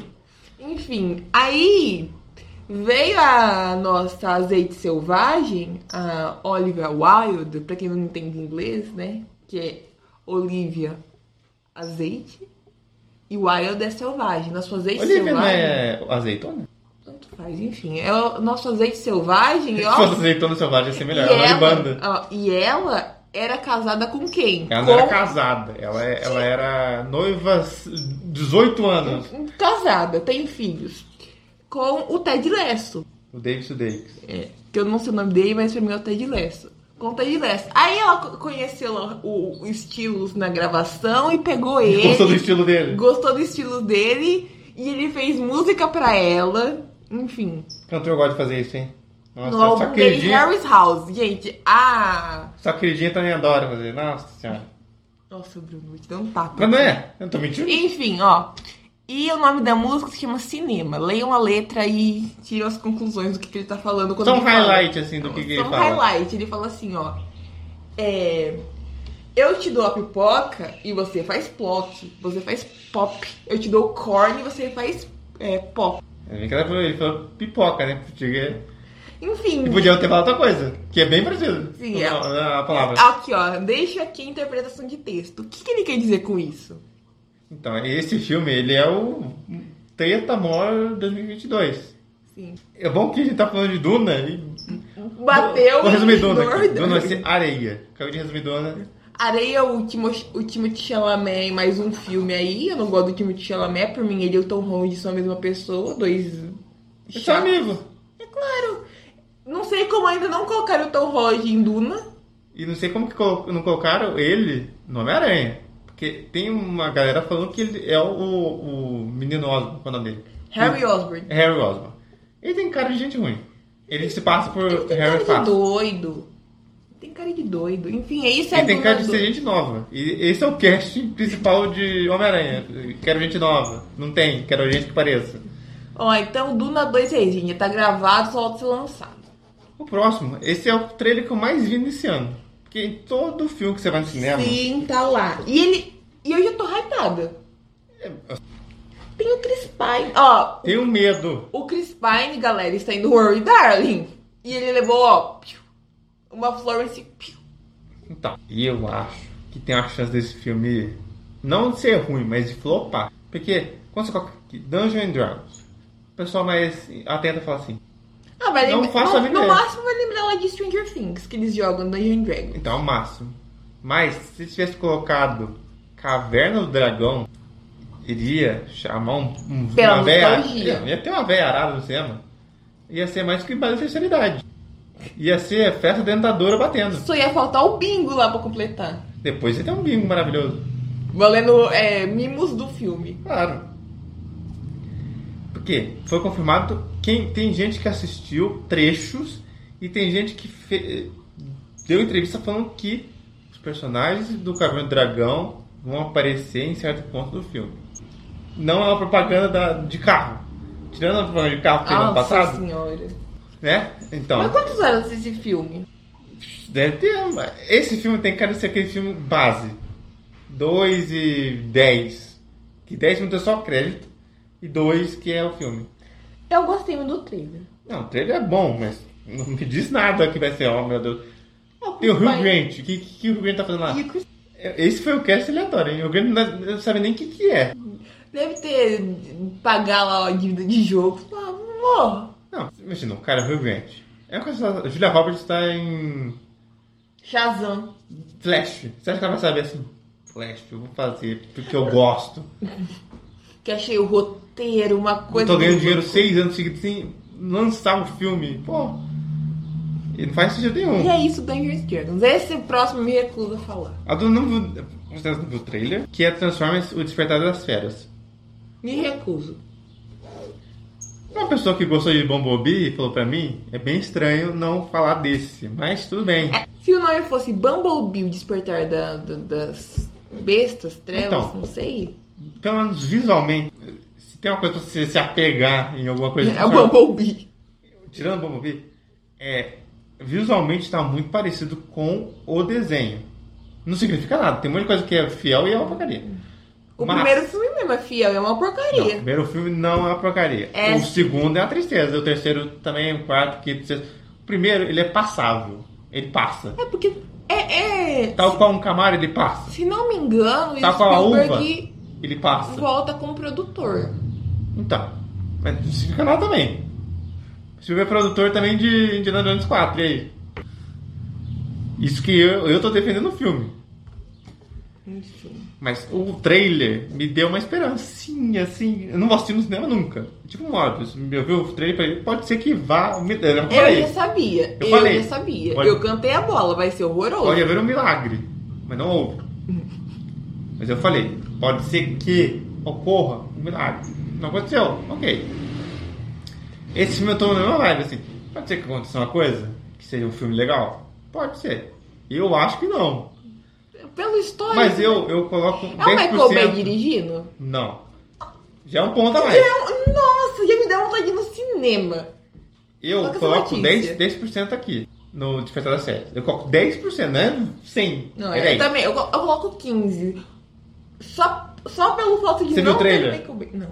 S2: Enfim, aí veio a nossa azeite selvagem, a Olivia Wilde, pra quem não entende inglês, né? Que é Olivia azeite e Wilde é selvagem. Nosso azeite
S1: Olivia não
S2: selvagem.
S1: é azeitona?
S2: Tanto faz, enfim. É o nosso azeite selvagem,
S1: Se
S2: ó.
S1: fosse azeitona selvagem ia ser melhor.
S2: e,
S1: Ela é de banda.
S2: ó, e ela era casada com quem?
S1: Ela não era
S2: Com-
S1: casada. Ela, é- ela era noiva s- 18 anos.
S2: casada, tem filhos. Com o Ted Lasso.
S1: O David Sudeikis.
S2: É, que eu não sei o nome dele, mas pra mim é o Ted Lasso. Com o Ted Lasso. Aí ela co- conheceu o, o Estilos na gravação e pegou ele.
S1: Gostou do estilo dele?
S2: gostou do estilo dele. E ele fez música pra ela. Enfim.
S1: Cantor gosta de fazer isso, hein? Nossa,
S2: no
S1: só
S2: álbum dele,
S1: queridinha.
S2: Harry's House. Gente, a...
S1: Só queridinha também adora fazer. Nossa senhora.
S2: Nossa, Bruno, vou te dar um tapa.
S1: Mas não é? Eu não tô mentindo.
S2: Enfim, ó. E o nome da música se chama Cinema. Leiam a letra e tiram as conclusões do que, que ele tá falando. Quando
S1: Só um
S2: ele fala.
S1: highlight, assim, do que, que
S2: Só
S1: ele
S2: um
S1: fala.
S2: highlight. Ele fala assim, ó. É, eu te dou a pipoca e você faz plock. Você faz pop. Eu te dou corn e você faz é, pop.
S1: Ele falou- ele falou pipoca, né? Porque
S2: Enfim.
S1: E podiam ter falado outra coisa, que é bem parecido.
S2: Sim,
S1: com
S2: é.
S1: a, a palavra.
S2: Aqui, ó. Deixa aqui a interpretação de texto. O que, que ele quer dizer com isso?
S1: Então, esse filme, ele é o Treta Mor 2022.
S2: Sim.
S1: É bom que a gente tá falando de Duna e...
S2: Bateu.
S1: Vou resumir Duna
S2: dor,
S1: aqui.
S2: dor.
S1: Duna vai ser areia. Acabei de resumir Duna.
S2: Areia, o Timothée, o Timothée Chalamet em mais um filme aí. Eu não gosto do Timothée Chalamet. Por mim, ele e o Tom Holland são a mesma pessoa. Dois...
S1: Eu sou amigo.
S2: Não sei como ainda não colocaram o Tom Holland em Duna.
S1: E não sei como que colo- não colocaram ele no Homem-Aranha. Porque tem uma galera falando que ele é o, o menino Osborn, qual é o nome dele?
S2: Harry Osborn.
S1: É Harry Osborn. Ele tem cara de gente ruim. Ele se passa por
S2: Ele tem
S1: Harry é
S2: cara de
S1: fácil.
S2: doido. Tem cara de doido. Enfim, é isso aí.
S1: E tem cara de ser gente nova. E esse é o cast principal de Homem-Aranha. Quero gente nova. Não tem, quero gente que pareça.
S2: Ó, então Duna 2 é isso, gente. Tá gravado, só vai ser lançado.
S1: O próximo, esse é o trailer que eu mais vi nesse ano. Porque em todo filme que você vai no cinema.
S2: Sim, tá lá. E ele... E eu já tô hypada.
S1: É,
S2: Tem o Chris Pine. Ó,
S1: Tem um medo.
S2: O Chris Pine, galera, está indo Worry Darling. E ele levou, ó, piu, uma Florence. Piu.
S1: Então, e eu acho que tem a chance desse filme não de ser ruim, mas de flopar. Porque quando você coloca aqui, Dungeon and Dragons, o pessoal mais atento fala assim:
S2: Ah, vai
S1: Não
S2: lembrar-
S1: faço a
S2: no,
S1: mínima
S2: no
S1: ideia.
S2: máximo vai lembrar lá de Stranger Things, que eles jogam Dungeon Dragon.
S1: Então, é o máximo. Mas, se tivesse colocado Caverna do Dragão, iria chamar um, um
S2: Pela
S1: uma véia-
S2: nostalgia.
S1: Ia, ia ter uma velha arada no cinema. Ia ser mais que base de terceira idade. Ia ser festa dentadora batendo.
S2: Só ia faltar o bingo lá pra completar.
S1: Depois você tem um bingo maravilhoso.
S2: Valendo é, mimos do filme.
S1: Claro. Porque foi confirmado quem tem gente que assistiu trechos e tem gente que fe- deu entrevista falando que os personagens do Caverna do Dragão vão aparecer em certo ponto do filme. Não é uma propaganda da- de carro. Tirando a propaganda de carro que teve ano
S2: Nossa
S1: passado,
S2: senhora.
S1: né? Então,
S2: Ah, Mas quantos anos esse filme?
S1: deve ter. uma- Esse filme tem cara de ser aquele filme base. 2 e 10. Que 10 minutos é só crédito. E 2 que é o filme.
S2: Eu gostei muito do trailer.
S1: Não, o trailer é bom, mas não me diz nada que vai ser, oh meu Deus.
S2: Ah,
S1: E o Rio
S2: mas-
S1: Grande, o que, que, que o Rio Grande tá fazendo lá? É,
S2: E o Chris-
S1: Esse foi o cast aleatório, hein? O Rio Grande não não sabe nem o que, que é.
S2: Deve ter pagar lá a dívida de jogo. Ah, amor.
S1: Não, imagina, o cara é o Rio Grande. É uma coisa. A Julia Roberts tá em
S2: Shazam.
S1: Flash. Você acha que ela vai saber assim? Flash, eu vou fazer porque eu gosto.
S2: Que achei o roteiro, uma
S1: Eu
S2: coisa.
S1: tô ganhando dinheiro seis anos seguidos sem lançar o filme. Pô. E não faz sentido nenhum.
S2: E é isso, Dungeons and Dragons. Esse próximo me recuso a falar.
S1: A do novo. Vocês não viram o trailer? Que é Transformers O Despertar das Feras.
S2: Me recuso.
S1: Uma pessoa que gostou de Bumblebee falou pra mim, é bem estranho não falar desse, mas tudo bem.
S2: Se o nome fosse Bumblebee, o despertar da- da- das bestas, trevas,
S1: Então.
S2: não sei.
S1: Pelo menos visualmente, se tem uma coisa pra você se apegar em alguma coisa...
S2: É o Bumblebee.
S1: Tirando o Bumblebee, é, visualmente tá muito parecido com o desenho. Não significa nada, tem muita coisa que é fiel e é uma porcaria.
S2: O
S1: Mas-
S2: primeiro filme mesmo é fiel, é uma
S1: Não, o
S2: porcaria.
S1: primeiro filme não é uma porcaria.
S2: É.
S1: O segundo é uma tristeza, o terceiro também, o quarto, o quinto, o sexto... O primeiro, ele é passável, ele passa.
S2: É porque. É, é.
S1: Tal qual um camaro, ele passa.
S2: Se não me engano, o
S1: Tá com a
S2: Spielberg
S1: Ele passa.
S2: volta como produtor.
S1: Então, mas não significa nada também. O Silvio é produtor também de Indiana Jones 4, e aí? Isso que eu, eu tô defendendo o filme.
S2: Enfim.
S1: Mas o trailer me deu uma esperancinha, assim. Eu não vou assistir no cinema nunca. Tipo Morbius. Eu vi o trailer e falei, pode ser que vá. me- é, Eu não
S2: Eu
S1: falei,
S2: já sabia.
S1: Eu
S2: Eu,
S1: falei.
S2: já sabia.
S1: Pode-
S2: Eu cantei a bola, vai ser horroroso.
S1: pode haver um milagre. Mas não houve. Mas eu falei, pode ser que ocorra um milagre. Não aconteceu, ok. Esse filme eu tô na mesma vibe, assim. Pode ser que aconteça uma coisa? Que seja um filme legal? Pode ser. Eu acho que não.
S2: Pelo histórico.
S1: Mas eu, eu coloco 10%.
S2: É o Michael Bay dirigindo?
S1: Não. Já é um ponto a mais.
S2: Eu- Nossa, já me deu vontade de ir no cinema.
S1: Eu
S2: Coloca essa
S1: coloco
S2: notícia.
S1: 10%, 10 aqui no Despertar da Série. Eu coloco 10%, né? 100.
S2: Não,
S1: é
S2: eu
S1: 10.
S2: também. Eu, co- eu coloco 15. Só, só pelo fato de
S1: Você viu
S2: não
S1: o
S2: ter
S1: trailer?
S2: Michael Bay. Não.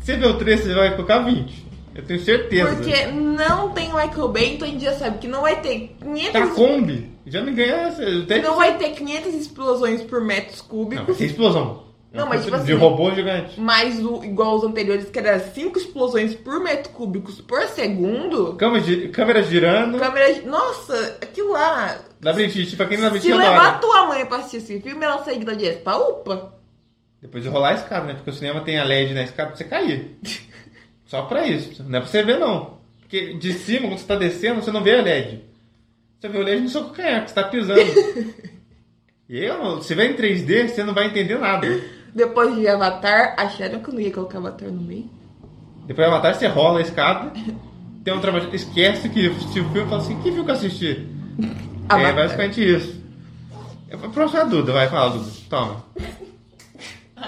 S1: Você vê o 3, você vai colocar 20. Eu tenho certeza.
S2: Porque não tem Michael Bay, então a gente já sabe que não vai ter 500.
S1: Tá Kombi, já me ganha. Até...
S2: Não vai ter 500 explosões por metros
S1: Não,
S2: cúbicos.
S1: vai ser explosão. É
S2: Não,
S1: uma
S2: mas
S1: coisa
S2: tipo
S1: de
S2: assim-
S1: robô gigante.
S2: Mas o, igual os anteriores, que era 5 explosões por metro cúbicos por segundo.
S1: Câmera, gi- câmera girando.
S2: Câmera. Nossa, aquilo lá.
S1: Labirintite, pra quem não labirintite
S2: Se
S1: adora.
S2: levar tua mãe pra assistir esse filme, ela é sai da dieta. Upa!
S1: Depois de rolar a escada, né? Porque o cinema tem a LED na escada pra você cair. Só pra isso. Não é pra você ver, não. Porque de cima, quando você tá descendo, você não vê a LED. Você vê o LED no seu calcanhar, que você tá pisando. e eu, se vê em 3D, você não vai entender nada.
S2: Depois de Avatar, acharam que eu não ia colocar Avatar no meio?
S1: Depois do Avatar, você rola a escada. Tem um trabalho. Esquece que assistiu o filme e fala assim: que filme que eu assisti? É
S2: Avatar.
S1: basicamente isso. É pra próxima Duda, vai, fala, Duda. Toma.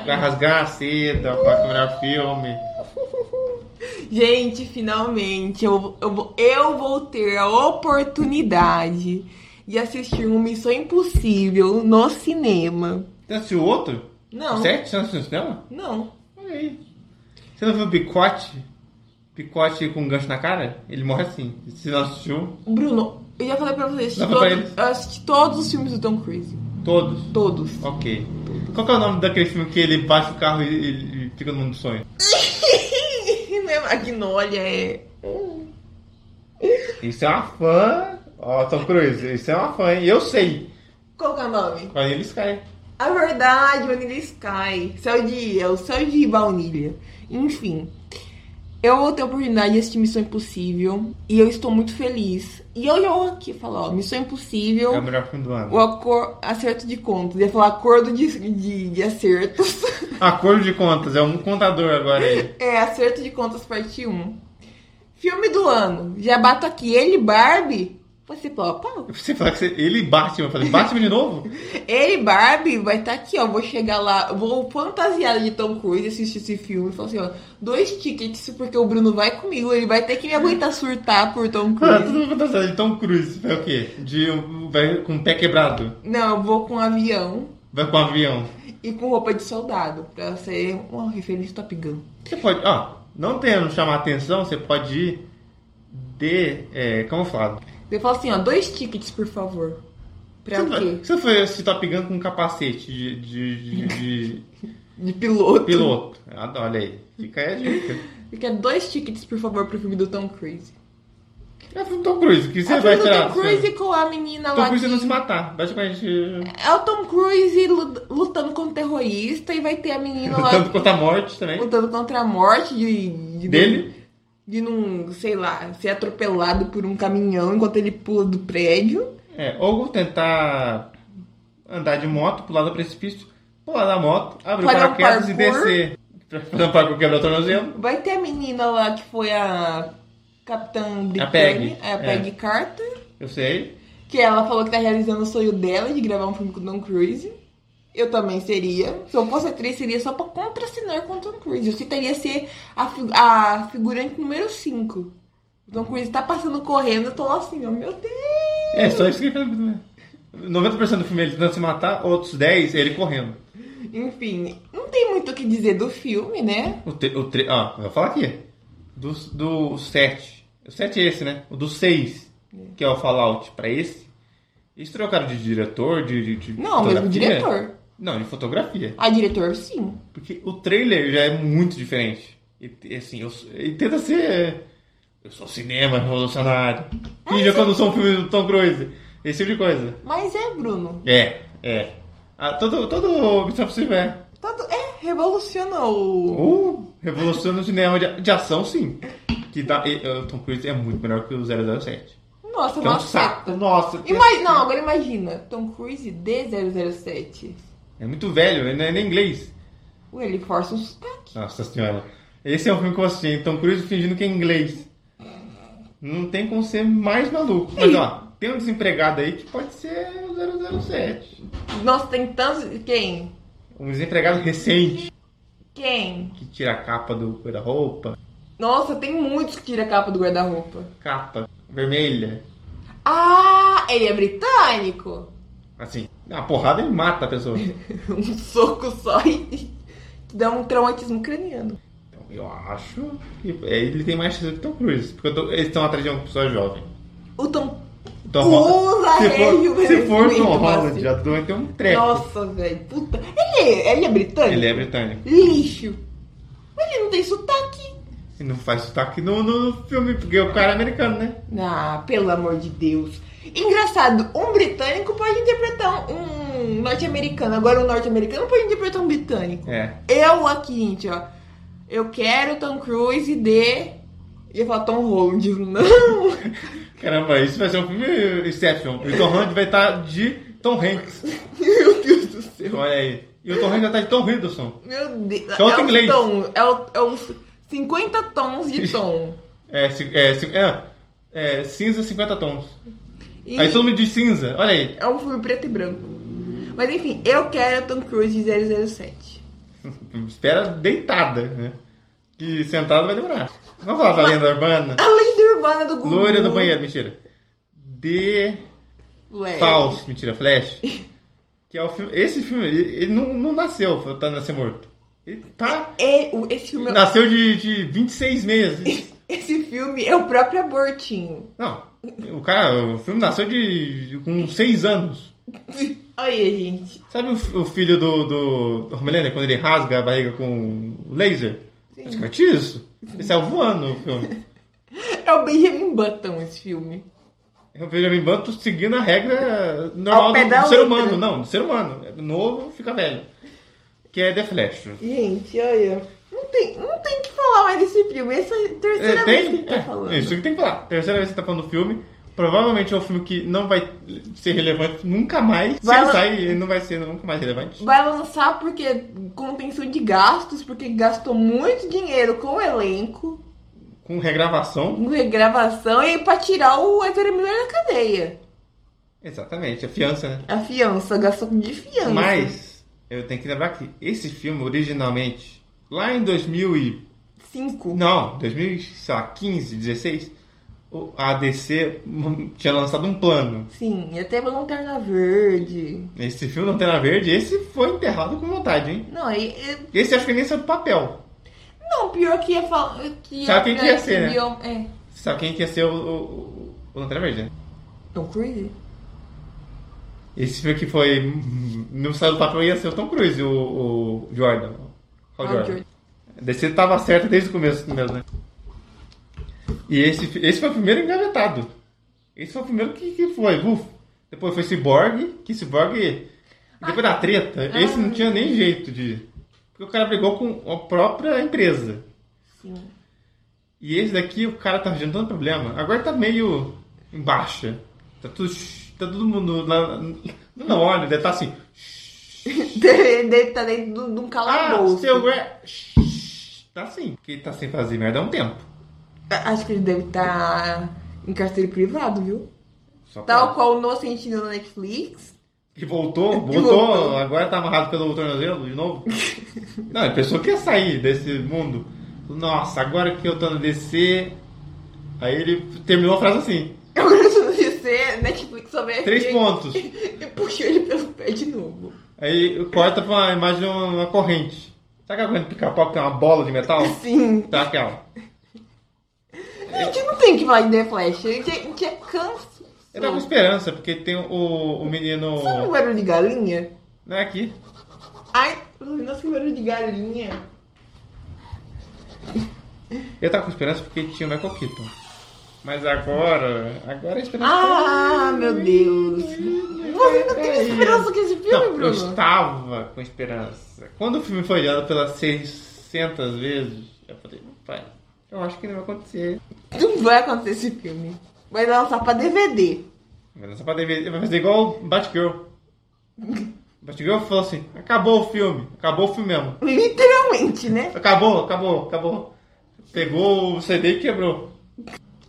S1: Vai rasgar a seda, vai comemorar filme.
S2: Gente, finalmente eu, eu, vou- eu vou ter a oportunidade de assistir um Missão Impossível no cinema.
S1: Você assistiu outro?
S2: Não.
S1: Sete anos no cinema?
S2: Não.
S1: Olha aí. Você não viu o Picote? Picote com um gancho na cara? Ele morre assim. Se não assistiu,
S2: Bruno, eu já falei pra vocês,
S1: Dá
S2: eu
S1: pra
S2: assisti,
S1: eles?
S2: todo- eu assisti todos os filmes do Tom Cruise.
S1: todos.
S2: Todos.
S1: Ok. Qual que é o nome daquele filme que ele bate o carro e, e- e fica no mundo do sonho?
S2: Não é Magnolia, é.
S1: Isso é uma fã. Ó, Tom Cruise, isso é uma fã, hein? Eu sei.
S2: Qual que é o nome?
S1: Quando eles caem.
S2: A verdade, Vanilla Sky. Céu de. É o céu de baunilha. Enfim. Eu vou ter a oportunidade de assistir Missão Impossível e eu estou muito feliz. E eu olhou aqui e falou, ó, Missão Impossível,
S1: É o melhor filme do ano.
S2: o acor- acerto de contas. Ia falar acordo de, de, de acertos.
S1: Acordo de contas, é um contador agora aí.
S2: É, acerto de contas parte 1. Filme do ano. Já bato aqui. Ele, Barbie. Você fala, opa,
S1: Você fala que você, ele bate, eu falei, Batman de novo?
S2: ele, Barbie, vai estar aqui, ó. Vou chegar lá, vou fantasiada de Tom Cruise assistir esse filme. Falar assim, ó, dois tickets, porque o Bruno vai comigo. Ele vai ter que me aguentar surtar por
S1: Ah,
S2: Tom Cruise.
S1: todo mundo fantasiado de Tom Cruise. Vai o quê? De, um- vai com o pé quebrado.
S2: Não, eu vou com um avião
S1: Vai com o avião.
S2: e com roupa de soldado. Pra ser uma referência Top Gun.
S1: Você pode, ó, não tendo chamar atenção, você pode ir de é, camuflado.
S2: Eu falo assim, ó, dois tickets, por favor. Pra
S1: você,
S2: o quê?
S1: você foi assistir Top Gun com um capacete de, de, de- de
S2: De piloto.
S1: piloto. Ah, Olha aí, fica aí a dica.
S2: Você quer dois tickets, por favor, pro filme do Tom Cruise.
S1: É o filme do Tom Cruise, que você
S2: É o
S1: vai
S2: filme do
S1: tirar.
S2: Tom Cruise é com a menina
S1: Tom
S2: lá.
S1: Cruise
S2: que-
S1: não se matar, basicamente
S2: É o Tom Cruise lu- lutando contra um terrorista e vai ter a menina lá
S1: tanto quanto a morte também.
S2: lutando contra a morte de, de
S1: Dele?
S2: de não, sei lá, ser atropelado por um caminhão enquanto ele pula do prédio.
S1: É, ou tentar andar de moto, pular do precipício, pular da moto, abrir o
S2: Fazer um
S1: paraquedas e
S2: parkour.
S1: descer. Pra fazer um parkour quebrar o tornozelo.
S2: Vai ter a menina lá que foi a Capitã Britânia,
S1: Peggy.
S2: é, a Peggy Carter,
S1: Eu sei.
S2: que ela falou que tá realizando o sonho dela de gravar um filme com o Tom Cruise. Eu também seria. Se eu fosse atriz, seria só pra contracenar com o Tom Cruise. Eu tentaria ser a, fi- a figurante número 5. O Tom Cruise tá passando correndo, eu tô lá assim, ó, meu Deus.
S1: É, só isso que ele 90% do filme ele tentando se matar, outros 10 ele correndo.
S2: Enfim, não tem muito o que dizer do filme, né?
S1: O te, o tre, ó, eu vou falar aqui. Do, do 7. O 7 é esse, né? O do 6, que é o Fallout, pra esse. Eles trocaram de diretor, de. de, de
S2: Não, o mesmo
S1: fotografia.
S2: diretor.
S1: Não, de fotografia.
S2: A diretor, sim.
S1: Porque o trailer já é muito diferente. E, e, assim, eu, sou- ele tenta ser. é, Eu sou cinema revolucionário. Finge que eu não sou um filme do Tom Cruise. Esse tipo de coisa.
S2: Mas é, Bruno.
S1: É, é. Ah, todo, todo Missão Possível é.
S2: Todo... É, revolucionou.
S1: Ou revoluciona o cinema de, de ação, sim. Que dá, e, eh, o Tom Cruise é muito melhor que o 007.
S2: Nossa,
S1: Que é um
S2: uma
S1: saco.
S2: seta.
S1: Nossa. que-
S2: Ima... Não, agora imagina. Tom Cruise D007.
S1: É muito velho, ele não é nem inglês.
S2: Ué, ele força um sotaque.
S1: Nossa senhora. Esse é um filme que eu assisti, Tom Cruise fingindo que é inglês. Não tem como ser mais maluco. Mas ó, tem um desempregado aí que pode ser o 007.
S2: Nossa, tem tantos... Quem?
S1: Um desempregado recente
S2: Quem?
S1: que tira a capa do guarda-roupa,
S2: Nossa, tem muitos que tira a capa do guarda-roupa.
S1: capa vermelha.
S2: Ah, ele é britânico.
S1: Assim, a porrada ele mata a pessoa. Então,
S2: Um soco só e... Que dá um traumatismo craniano.
S1: Então, eu acho que ele tem mais chance que o Tom Cruise, porque eu tô- eles estão atrás de uma pessoa jovem.
S2: O Tom
S1: O Tom Holland-
S2: Pula, é,
S1: se for, se for o Tom Holland,
S2: Holland.
S1: já vai ter um treco.
S2: assim. Nossa, velho. Puta. Ele é, ele é britânico?
S1: Ele é britânico.
S2: Lixo. Mas ele não tem sotaque.
S1: E não faz sotaque no, no no filme, porque o cara é americano, né?
S2: Ah, pelo amor de Deus. Engraçado, um britânico pode interpretar um, um norte-americano. Agora, um norte-americano pode interpretar um britânico.
S1: É.
S2: Eu aqui, gente, ó. Eu quero Tom Cruise de. Ia falar Tom Holland. Não.
S1: Caramba, isso vai ser um filme Inception. E o Tom Holland vai estar de Tom Hanks.
S2: Meu Deus do céu.
S1: Olha aí. E o Tom Hanks vai estar de Tom Hiddleston.
S2: Meu Deus.
S1: Solta
S2: é um
S1: inglês.
S2: tom. É, o- é uns 50 tons de tom.
S1: É, ci- é, ci- é, é, cinza 50 tons.
S2: E-
S1: Aí todo mundo diz cinza. Olha aí.
S2: É um filme preto e branco. Mas enfim, eu quero Tom Cruise de 007.
S1: Espera deitada, né? Que sentado vai demorar. Vamos falar da lenda urbana?
S2: A lenda urbana do Gugu.
S1: Loira do banheiro, mentira. De
S2: Ué.
S1: Falso, mentira, Flash. Que é o filme. Esse filme, ele ele não, não nasceu, tá nascer morto. Ele tá.
S2: É, o- esse, filme,
S1: Nasceu de, de 26 meses.
S2: esse filme é o próprio abortinho.
S1: Não. O cara, o filme nasceu de. com 6 anos.
S2: Olha aí, gente.
S1: Sabe o, fi- o filho do, do, do Homelander, quando ele rasga a barriga com laser?
S2: Sim.
S1: Basicamente isso. Ele saiu voando no filme.
S2: É o Benjamin Button esse filme.
S1: É o Benjamin Button seguindo a regra normal
S2: Ao pé
S1: do,
S2: da né?
S1: do ser
S2: letra.
S1: humano. Não, do ser humano. É Novo, fica velho. Que é The Flash.
S2: Gente, olha. Não tem, não tem o que falar falar desse filme. Essa é a terceira
S1: É,
S2: vez que
S1: tem,
S2: ele tá
S1: é,
S2: falando.
S1: isso que tem que falar. Terceira vez que você tá falando do filme. Provavelmente é um filme que não vai ser relevante nunca mais. Se
S2: Vai
S1: ele
S2: lá-
S1: sair, ele não vai ser nunca mais relevante.
S2: Vai lançar porque contenção de gastos, porque gastou muito dinheiro com o elenco,
S1: Com regravação.
S2: com regravação e pra tirar o Ezra Miller da cadeia.
S1: Exatamente, a fiança, né?
S2: A fiança, gastou de fiança.
S1: Mas, eu tenho que lembrar que esse filme, originalmente, lá em 2000 e
S2: Cinco.
S1: Não, 2015, 16, o- a DC m- tinha lançado um plano.
S2: Sim, e até uma Lanterna Verde.
S1: Esse filme Lanterna Verde, esse foi enterrado com vontade, hein?
S2: Não, e, e-
S1: Esse acho que nem saiu do papel.
S2: não pior que ia falar. Que ia
S1: Sabe quem que ia ser, né?
S2: iam- É.
S1: Você sabe quem que ia ser o, o, o Lanterna Verde, né?
S2: Tom Cruise?
S1: Esse filme que foi... hum, Não saiu do papel, ia ser o Tom Cruise, o, o Jordan. O
S2: Ah,
S1: Jordan.
S2: Jordan.
S1: A DC tava certa desde o começo mesmo, né? E esse, fi- esse foi o primeiro engavetado. Esse foi o primeiro que, que foi, buf. Depois foi Cyborg, que Cyborg... Depois da treta, esse não tinha nem jeito de... Porque o cara brigou com a própria empresa.
S2: Sim.
S1: E esse daqui, o cara tá arranjando tanto problema. Agora tá meio em baixa. Tá, tudo, tá todo mundo na, na, na ordem, deve tá assim...
S2: Deve tá dentro de um- de um
S1: Ah,
S2: calabouço.
S1: seu... Gra- Tá assim, porque ele tá sem fazer merda há um tempo.
S2: A- Acho que ele deve estar em carteiro privado, viu?
S1: Só pra-
S2: Tal qual o No Sentido na Netflix.
S1: Que voltou,
S2: Que
S1: voltou,
S2: voltou.
S1: agora tá amarrado pelo tornozelo de novo. Não, a pessoa quer sair desse mundo. Nossa, agora que eu tô no DC. Aí ele terminou a frase assim:
S2: Eu gosto do GC, Netflix só vem
S1: três
S2: aqui
S1: pontos.
S2: E puxou ele pelo pé de novo.
S1: Aí corta pra uma imagem de uma uma corrente. Sabe aquela corrente de pica-pau que tem uma bola de metal?
S2: Sim.
S1: Tá aquela.
S2: Assim, A gente não tem que falar em The Flash. A gente, a gente é canso.
S1: Eu tava com esperança, porque tem o, o menino.
S2: Sabe o é barulho de galinha?
S1: Não é aqui?
S2: Ai, nossa, que barulho de galinha.
S1: Eu tava com esperança porque tinha o Michael Keaton. Mas agora. Agora a esperança. tá
S2: Ah, meu Deus. Você não teve esperança com esse filme,
S1: É Não, eu
S2: Bruno?
S1: estava com esperança. Quando o filme foi olhado pelas 600 vezes, eu falei, pai, eu acho que não vai acontecer.
S2: Não vai acontecer esse filme. Vai lançar pra DVD.
S1: Vai lançar pra DVD, vai fazer igual o Batgirl. Batgirl falou assim, acabou o filme, acabou o filme mesmo.
S2: Literalmente, né?
S1: Acabou, acabou, acabou. Pegou o CD e quebrou.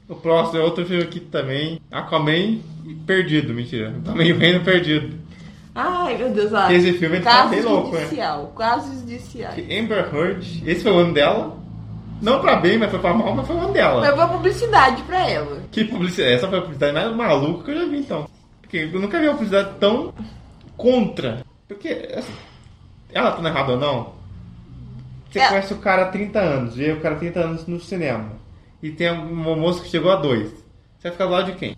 S1: O próximo é outro filme aqui também, Aquaman e Perdido, mentira. Também o Reino Perdido.
S2: Ai, meu Deus. Olha.
S1: Esse filme tá
S2: Caso
S1: bem louco, né?
S2: judicial. Caso judicial.
S1: Amber Heard, esse foi o ano dela. Não pra bem, mas foi pra mal, mas foi o ano dela.
S2: Mas foi publicidade pra ela.
S1: Que publicidade? Essa foi a publicidade mais maluca que eu já vi, então. Porque eu nunca vi uma publicidade tão contra. Porque essa- ela tá errada ou não? Você
S2: Ela-
S1: conhece o cara há 30 anos, vê o cara há 30 anos no cinema. E tem uma moça que chegou a dois. Você vai ficar do lado de quem?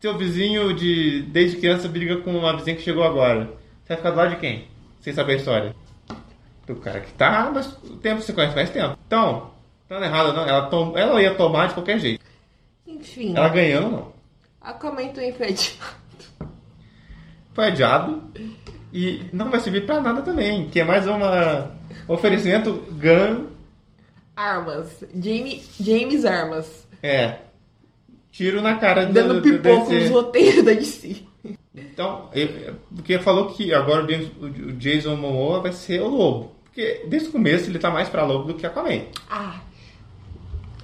S1: Seu vizinho de desde criança briga com uma vizinha que chegou agora. Você vai ficar do lado de quem? Sem saber a história. Do cara que tá, mas o tempo você conhece mais tempo. Então, tá errada ou não? Ela, tom- ela ia tomar de qualquer jeito.
S2: Enfim.
S1: Ela ganhando, não.
S2: Aquaman também foi adiado.
S1: foi adiado e não vai servir pra nada também, que é mais uma oferecimento gun,
S2: Armas. Jamie, James Armas.
S1: é, tiro na cara do-
S2: Dando
S1: do-
S2: pipoco
S1: desse-
S2: nos roteiros da DC.
S1: Então, eu- porque falou que agora o James- o Jason Momoa vai ser o lobo, porque desde o começo ele tá mais pra lobo do que Aquaman.
S2: Ah.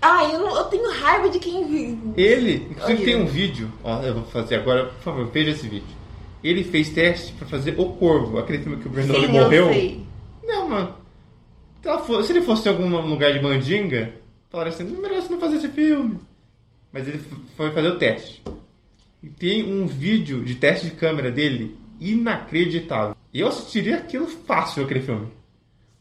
S2: Ah, eu, não- eu tenho raiva de quem vi.
S1: Ele, inclusive
S2: Olha.
S1: tem um vídeo, ó, eu vou fazer agora, por favor, veja esse vídeo. Ele fez teste pra fazer O Corvo, aquele filme que o Brandon Lee
S2: Sim,
S1: morreu.
S2: eu sei.
S1: Não, mano. Se, ela fo- se ele fosse em algum lugar de mandinga, falaria assim, não merece não fazer esse filme. Mas ele f- foi fazer o teste. E tem um vídeo de teste de câmera dele inacreditável. E eu assistiria aquilo fácil, aquele filme.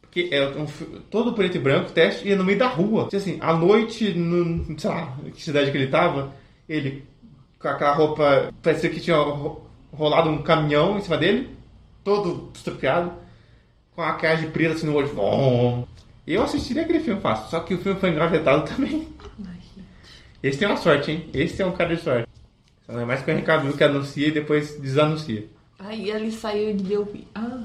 S1: Porque é um fi- todo preto e branco, teste, e é no meio da rua. Tipo assim, à noite, no, sei lá, que cidade que ele tava, ele com aquela roupa, parecia que tinha ro- rolado um caminhão em cima dele, todo estrupiado com a caixa de preta assim no olho. Bom, eu assistiria aquele filme fácil, só que o filme foi engravetado também. Esse tem uma sorte, hein? Esse é um cara de sorte. Só não é mais que o Henrique Cavill que anuncia e depois desanuncia.
S2: Aí ele saiu de eu vi. Ah.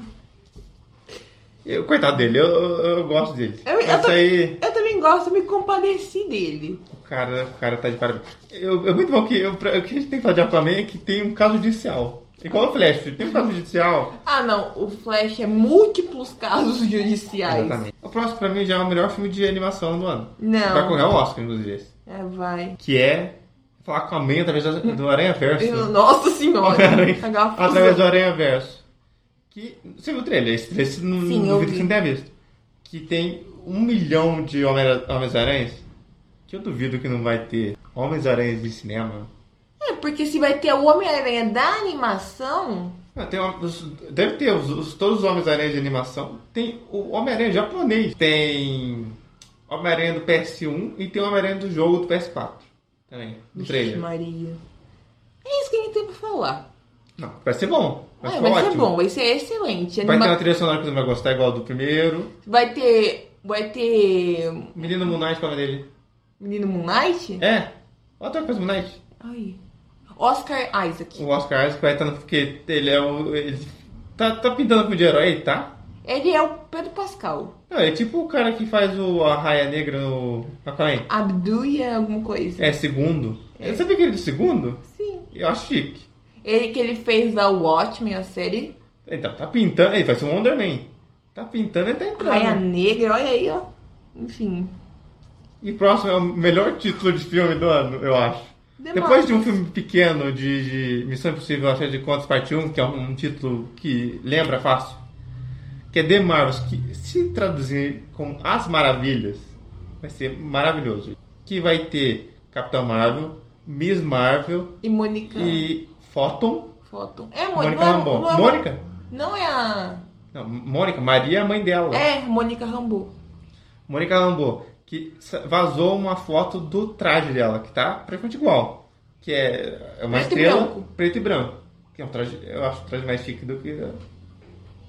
S1: Eu, coitado dele, eu, eu, eu gosto dele.
S2: Eu- eu
S1: Mas
S2: tô-
S1: aí,
S2: Eu também gosto, me compadeci dele.
S1: O cara, o cara tá de parabéns. Eu, é muito bom que eu, pra- o que a gente tem que falar de Aquaman é que tem um caso judicial. Igual o Flash, tem um caso judicial.
S2: Ah, não, o Flash é múltiplos casos judiciais.
S1: Exatamente. O próximo pra mim já é o melhor filme de animação do ano. Vai
S2: Não.
S1: correr o Oscar, inclusive. esse.
S2: É, vai.
S1: Que é falar com a mãe através da- do Aranha Verso.
S2: Eu- nossa senhora.
S1: Aranha-
S2: Agora,
S1: Através do Aranha Verso. Que, você viu o trailer? Esse trailer você não
S2: Sim, eu
S1: duvido que
S2: vi.
S1: você não tenha visto. Que tem um milhão de Homem- Homens-Aranhas. que eu duvido que não vai ter Homens-Aranhas de cinema.
S2: É, porque se vai ter o Homem-Aranha da animação,
S1: Ah, tem uma- os- deve ter os, os- todos os Homens-Aranha de animação. Tem o Homem-Aranha japonês. Tem Homem-Aranha do PS1 e tem o Homem-Aranha do jogo do PS4. Também, do
S2: Vixe
S1: trailer.
S2: Maria. É isso que a gente tem pra falar.
S1: Não, vai ser bom. Vai
S2: Ah,
S1: ser
S2: vai
S1: ótimo.
S2: ser bom, vai ser excelente.
S1: Vai ter
S2: Anima-
S1: uma trilha sonora que você não vai gostar, igual a do primeiro.
S2: Vai ter. Vai ter.
S1: Menino Moon Knight, qual é o nome dele?
S2: Menino Moon Knight?
S1: É, o ator que fez Moon Knight.
S2: Ai. Oscar Isaac.
S1: O Oscar Isaac vai estar no... Porque ele é o... Ele tá, tá pintando com de herói, tá?
S2: Ele é o Pedro Pascal.
S1: Não, ele é tipo o cara que faz o a Raia Negra no Aquaman.
S2: Abduia alguma coisa.
S1: É segundo. Você Sabe aquele do segundo?
S2: Sim.
S1: Eu acho chique.
S2: Ele que ele fez lá o Watchmen, a série.
S1: Então, tá pintando... Ele vai ser um Wonder Man. Tá pintando e tá entrando.
S2: Raia Negra, olha aí, ó. Enfim.
S1: E próximo é o melhor título de filme do ano, eu acho.
S2: Demais.
S1: Depois de um filme pequeno de, de Missão Impossível Acha de Contas Parte 1, que é um, título que lembra fácil, que é The Marvels, que se traduzir como As Maravilhas, vai ser maravilhoso. Que vai ter Capitão Marvel, Miss Marvel
S2: E Mônica.
S1: e Photon.
S2: Foto. É,
S1: Mônica
S2: Ah. Mônica.
S1: Rambeau.
S2: não é-
S1: Mônica?
S2: Não é a.
S1: Não, Mônica, Maria é a mãe dela.
S2: É, Mônica Rambo.
S1: Mônica Rambeau, que sa- vazou uma foto do traje dela, que tá praticamente igual. Que é é uma
S2: Preto e
S1: estrela
S2: branco.
S1: preto e branco. Que é um traje, eu acho um traje mais chique do que a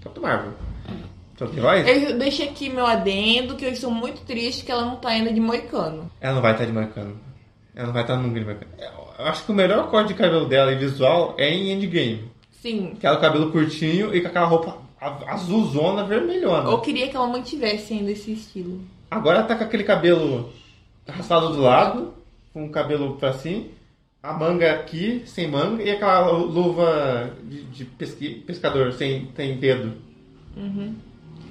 S1: Capitão Marvel. Então, Só que vai,
S2: Eu deixei aqui meu adendo que eu estou muito triste que ela não tá ainda de moicano.
S1: ela não vai estar de moicano. Ela não vai estar nunca de moicano. Eu acho que o melhor corte de cabelo dela e visual é em Endgame.
S2: Sim.
S1: Que é o cabelo curtinho e com aquela roupa a- azulzona, vermelhona.
S2: Eu queria que ela mantivesse ainda esse estilo.
S1: Agora ela tá com aquele cabelo raspado do lado, com o cabelo pra cima, a manga aqui, sem manga, e aquela lu- luva de, de pesqui- pescador, sem, sem dedo.
S2: Uhum.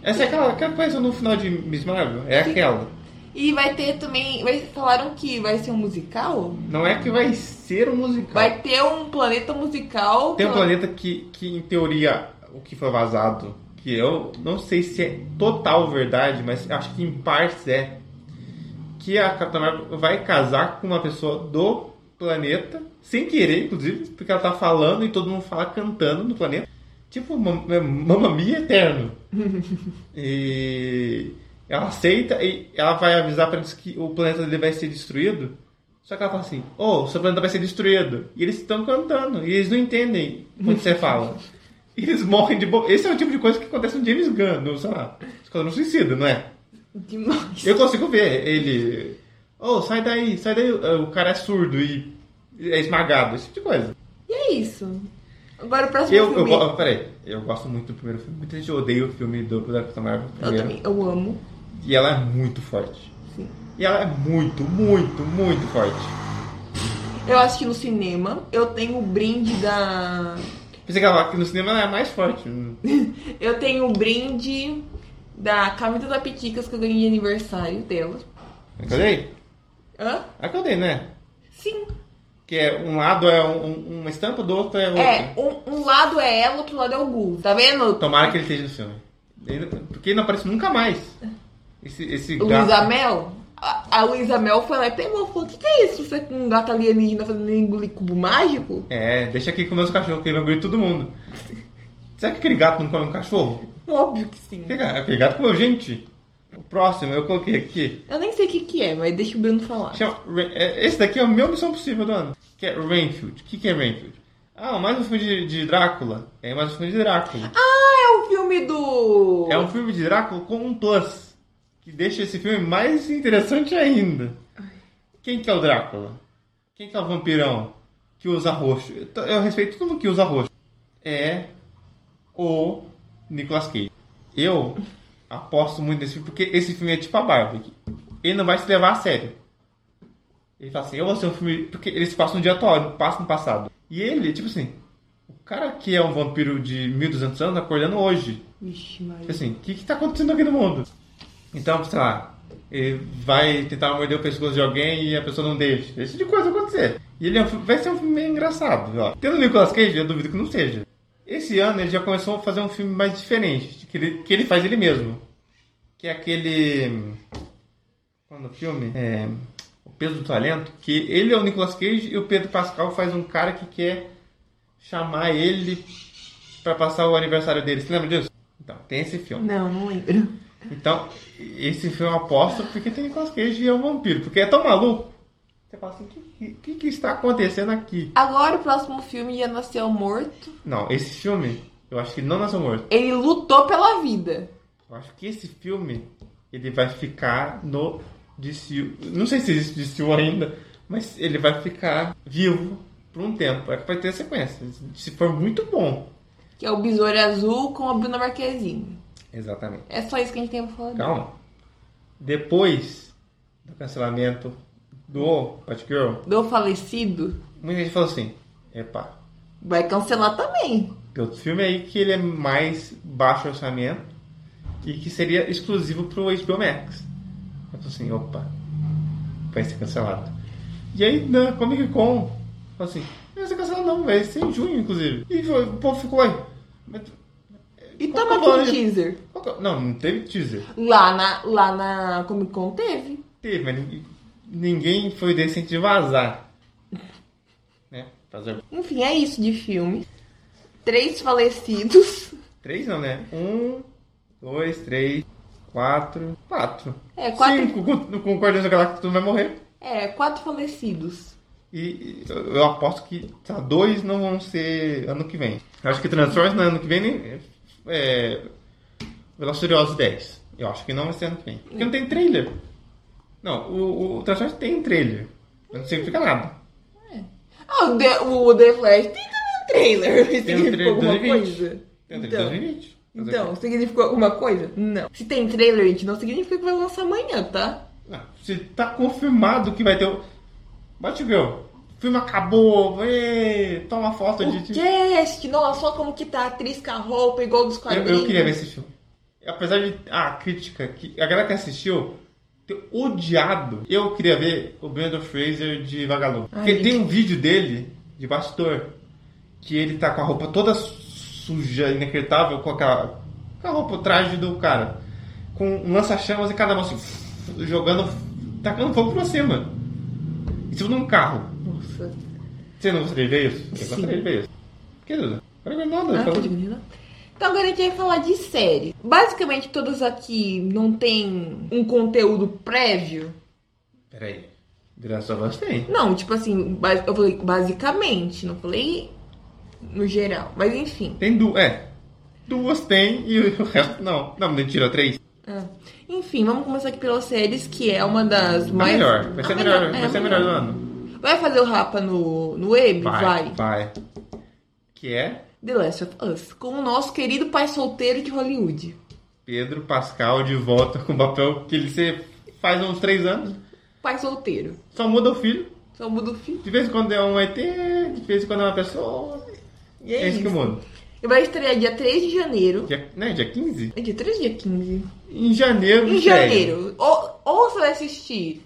S1: Essa é aquela, aquela coisa no final de Miss Marvel, é
S2: Sim.
S1: aquela.
S2: E vai ter também. vai- falaram que vai ser um musical?
S1: Não é que vai ser um musical.
S2: Vai ter um planeta musical.
S1: Tem um
S2: pra-
S1: planeta que, que, em teoria, o que foi vazado, que eu não sei se é total verdade, mas acho que em partes é. Que a Capitã Marvel vai casar com uma pessoa do planeta, sem querer, inclusive, porque ela tá falando e todo mundo fala cantando no planeta. Tipo, mam- é mamamia eterno. e ela aceita e ela vai avisar pra eles que o planeta dele vai ser destruído. Só que ela fala assim, ô, seu planeta vai ser destruído. E eles estão cantando, e eles não entendem quando você fala. E eles morrem de boa. Esse é o tipo de coisa que acontece no James Gunn, no, sei lá, Esquadrão Suicida, não é?
S2: Demais.
S1: Eu consigo ver ele, ô, sai daí, sai daí. O cara é surdo e é esmagado, esse tipo de coisa.
S2: E é isso. Agora o próximo
S1: Eu, eu,
S2: filme.
S1: go- peraí, eu gosto muito do primeiro filme. Muita gente odeia o filme do da Capitã Marvel
S2: Eu
S1: primeiro.
S2: também. Eu amo.
S1: E ela é muito forte.
S2: Sim.
S1: E ela é muito, muito, muito forte.
S2: Eu assisti no cinema. Eu tenho o brinde da.
S1: Pensei que ela, que no cinema ela é mais forte.
S2: Eu tenho o brinde da camisa da Piticas que eu ganhei de aniversário dela.
S1: É que eu dei?
S2: Hã?
S1: É que eu dei, né?
S2: Sim.
S1: Que é, um lado é um- um- uma estampa, do outro é outra.
S2: É, um, um lado é ela, outro lado é o Gu. Tá vendo?
S1: Tomara que ele esteja no filme. Ele- Porque ele não aparece nunca mais. Esse, esse
S2: Luísa
S1: gato.
S2: Mel? A, a Luísa Mel foi lá e pegou e falou: O que, que é isso? Você com um gato alienígena fazendo ele engolir cubo mágico?
S1: É, deixa aqui com meus cachorros, que ele vai engolir todo mundo. Será que aquele gato não come um cachorro?
S2: Óbvio que sim.
S1: Aquele gato- Aquele gato comeu gente. O próximo, eu coloquei aqui.
S2: Eu nem sei o que, que é, mas deixa o Bruno falar.
S1: Chama- Ra- é, Esse daqui é o meu Missão Possível do ano. Que é Rainfield. O que, que é Rainfield? Ah, mais um filme de, de Drácula. É mais um filme de Drácula.
S2: Ah, é o filme do.
S1: É um filme de Drácula com um plus. Que deixa esse filme mais interessante ainda. Quem que é o Drácula? Quem que é o vampirão que usa roxo? Eu, to- eu respeito todo mundo que usa roxo. É o Nicolas Cage. Eu aposto muito nesse filme, porque esse filme é tipo a Barbie. ele não vai se levar a sério. Ele fala assim, eu vou ser um filme. Porque eles passam no dia atual, ele passa no passado. E ele, tipo assim, o cara que é um vampiro de 1200 anos tá acordando hoje.
S2: Vixe,
S1: Tipo
S2: Maria.
S1: assim, o que que tá acontecendo aqui no mundo? Então, sei lá, ele vai tentar morder o pescoço de alguém e a pessoa não deixa. Esse tipo de coisa acontecer. E ele é um fi- vai ser um filme meio engraçado, ó. Tendo o Nicolas Cage, eu duvido que não seja. Esse ano ele já começou a fazer um filme mais diferente, que ele, que ele faz ele mesmo. Que é aquele... Qual é o nome do filme? É... O Peso do Talento. Que ele é o Nicolas Cage e o Pedro Pascal faz um cara que quer chamar ele pra passar o aniversário dele. Você lembra disso? Então, tem esse filme.
S2: Não, não lembro.
S1: Então, esse filme eu aposto porque tem Nicolas Cage e é um vampiro. Porque é tão maluco. Você fala assim, o que, que- que está acontecendo aqui?
S2: Agora o próximo filme já nasceu morto.
S1: Não, esse filme, eu acho que ele não nasceu morto.
S2: Ele lutou pela vida.
S1: Eu acho que esse filme, ele vai ficar no DCU. Não sei se existe DCU ainda, mas ele vai ficar vivo por um tempo. É que vai ter sequência. Se for muito bom.
S2: Que é o Besouro Azul com a Bruna Marquezine.
S1: Exatamente.
S2: É só isso que a gente tem pra falar.
S1: Calma. Depois do cancelamento do Batgirl,
S2: Do falecido,
S1: muita gente falou assim, epa,
S2: vai cancelar também.
S1: Tem outro filme aí que ele é mais baixo orçamento e que seria exclusivo pro HBO Max. Eu tô assim, opa, vai ser cancelado. E aí na Comic Con, falou assim, não vai ser cancelado não, vai ser em junho, inclusive. E foi- o povo ficou aí. mas
S2: E
S1: Qual
S2: toma
S1: que é o
S2: aqui um
S1: plano?
S2: teaser.
S1: qual que é o- Não, não teve teaser.
S2: Lá na, lá na Comic Con teve.
S1: Teve, mas ninguém- ninguém foi decente de vazar. Né? Fazer
S2: Enfim, é isso de filme. Três falecidos.
S1: três não, né? Um, dois, três, quatro, quatro.
S2: É, quatro,
S1: Cinco, com, com Guardiões da Galáxia tu não vai morrer.
S2: é, quatro falecidos.
S1: E e eu eu aposto que sei lá, dois não vão ser ano que vem. Eu acho que Transformers no ano que vem nem- é Velozes e Furiosos 10. Eu acho que não vai ser ano que vem. Porque não tem trailer. Não, o, o Transformers tem trailer. Mas não significa nada.
S2: Ah, o The, o The Flash tem também um trailer.
S1: Tem um trailer
S2: Significou alguma
S1: 2020.
S2: coisa?
S1: Tem um trailer
S2: Então,
S1: 2020. Mas é
S2: então, significou alguma coisa? Não. Se tem trailer, gente, não significa que vai lançar amanhã, tá?
S1: Não, se tá confirmado que vai ter o. Batgirl, o filme acabou. Ê, toma foto de.
S2: O cast, nossa, só como que tá a atriz com a roupa, igual dos
S1: Eu,
S2: quadrinhos.
S1: eu queria ver esse filme. Apesar de ah, a crítica, que a galera que assistiu ter odiado, eu queria ver o Brandon Fraser de Vagalume.
S2: Ai,
S1: Porque
S2: gente.
S1: tem um vídeo dele, de bastidor, que ele tá com a roupa toda suja, inacreditável, com aquela, com a roupa, o traje do cara. Com um lança-chamas e cada mão assim, jogando, tacando fogo pra cima. Em cima de um carro.
S2: Nossa.
S1: Você não gostaria de ver isso? Eu
S2: Sim.
S1: gostaria de ver isso. Que Duda? Não é
S2: Ah,
S1: nada.
S2: tá
S1: falou-
S2: de menina. Então agora a gente vai falar de série. Basicamente todas aqui não tem um conteúdo prévio.
S1: Peraí. Graças a Deus tem.
S2: Não, tipo assim, ba- eu falei basicamente, não falei no geral. Mas enfim.
S1: Tem duas. É. Duas tem e o resto não. Não, mentira, três. Tá
S2: Ah, Enfim, vamos começar aqui pelas séries, que é uma das
S1: Vai
S2: mais.
S1: melhor. Vai ser
S2: a
S1: melhor.
S2: é,
S1: vai ser
S2: a
S1: melhor do ano.
S2: Vai fazer o Rapa no, no web?
S1: Vai. Vai. Que é
S2: The Last of Us. Com o nosso querido pai solteiro de Hollywood.
S1: Pedro Pascal de volta com o papel que ele se faz uns três anos.
S2: Pai solteiro.
S1: Só muda o filho.
S2: Só muda o filho.
S1: De vez em quando é um ET, de vez em quando é uma pessoa.
S2: E
S1: É,
S2: é,
S1: isso que muda.
S2: E vai estrear dia 3 de janeiro.
S1: Dia, né, dia 15?
S2: É dia 3 dia 15?
S1: Em janeiro.
S2: Em
S1: estreia.
S2: janeiro. Ou, ou você vai assistir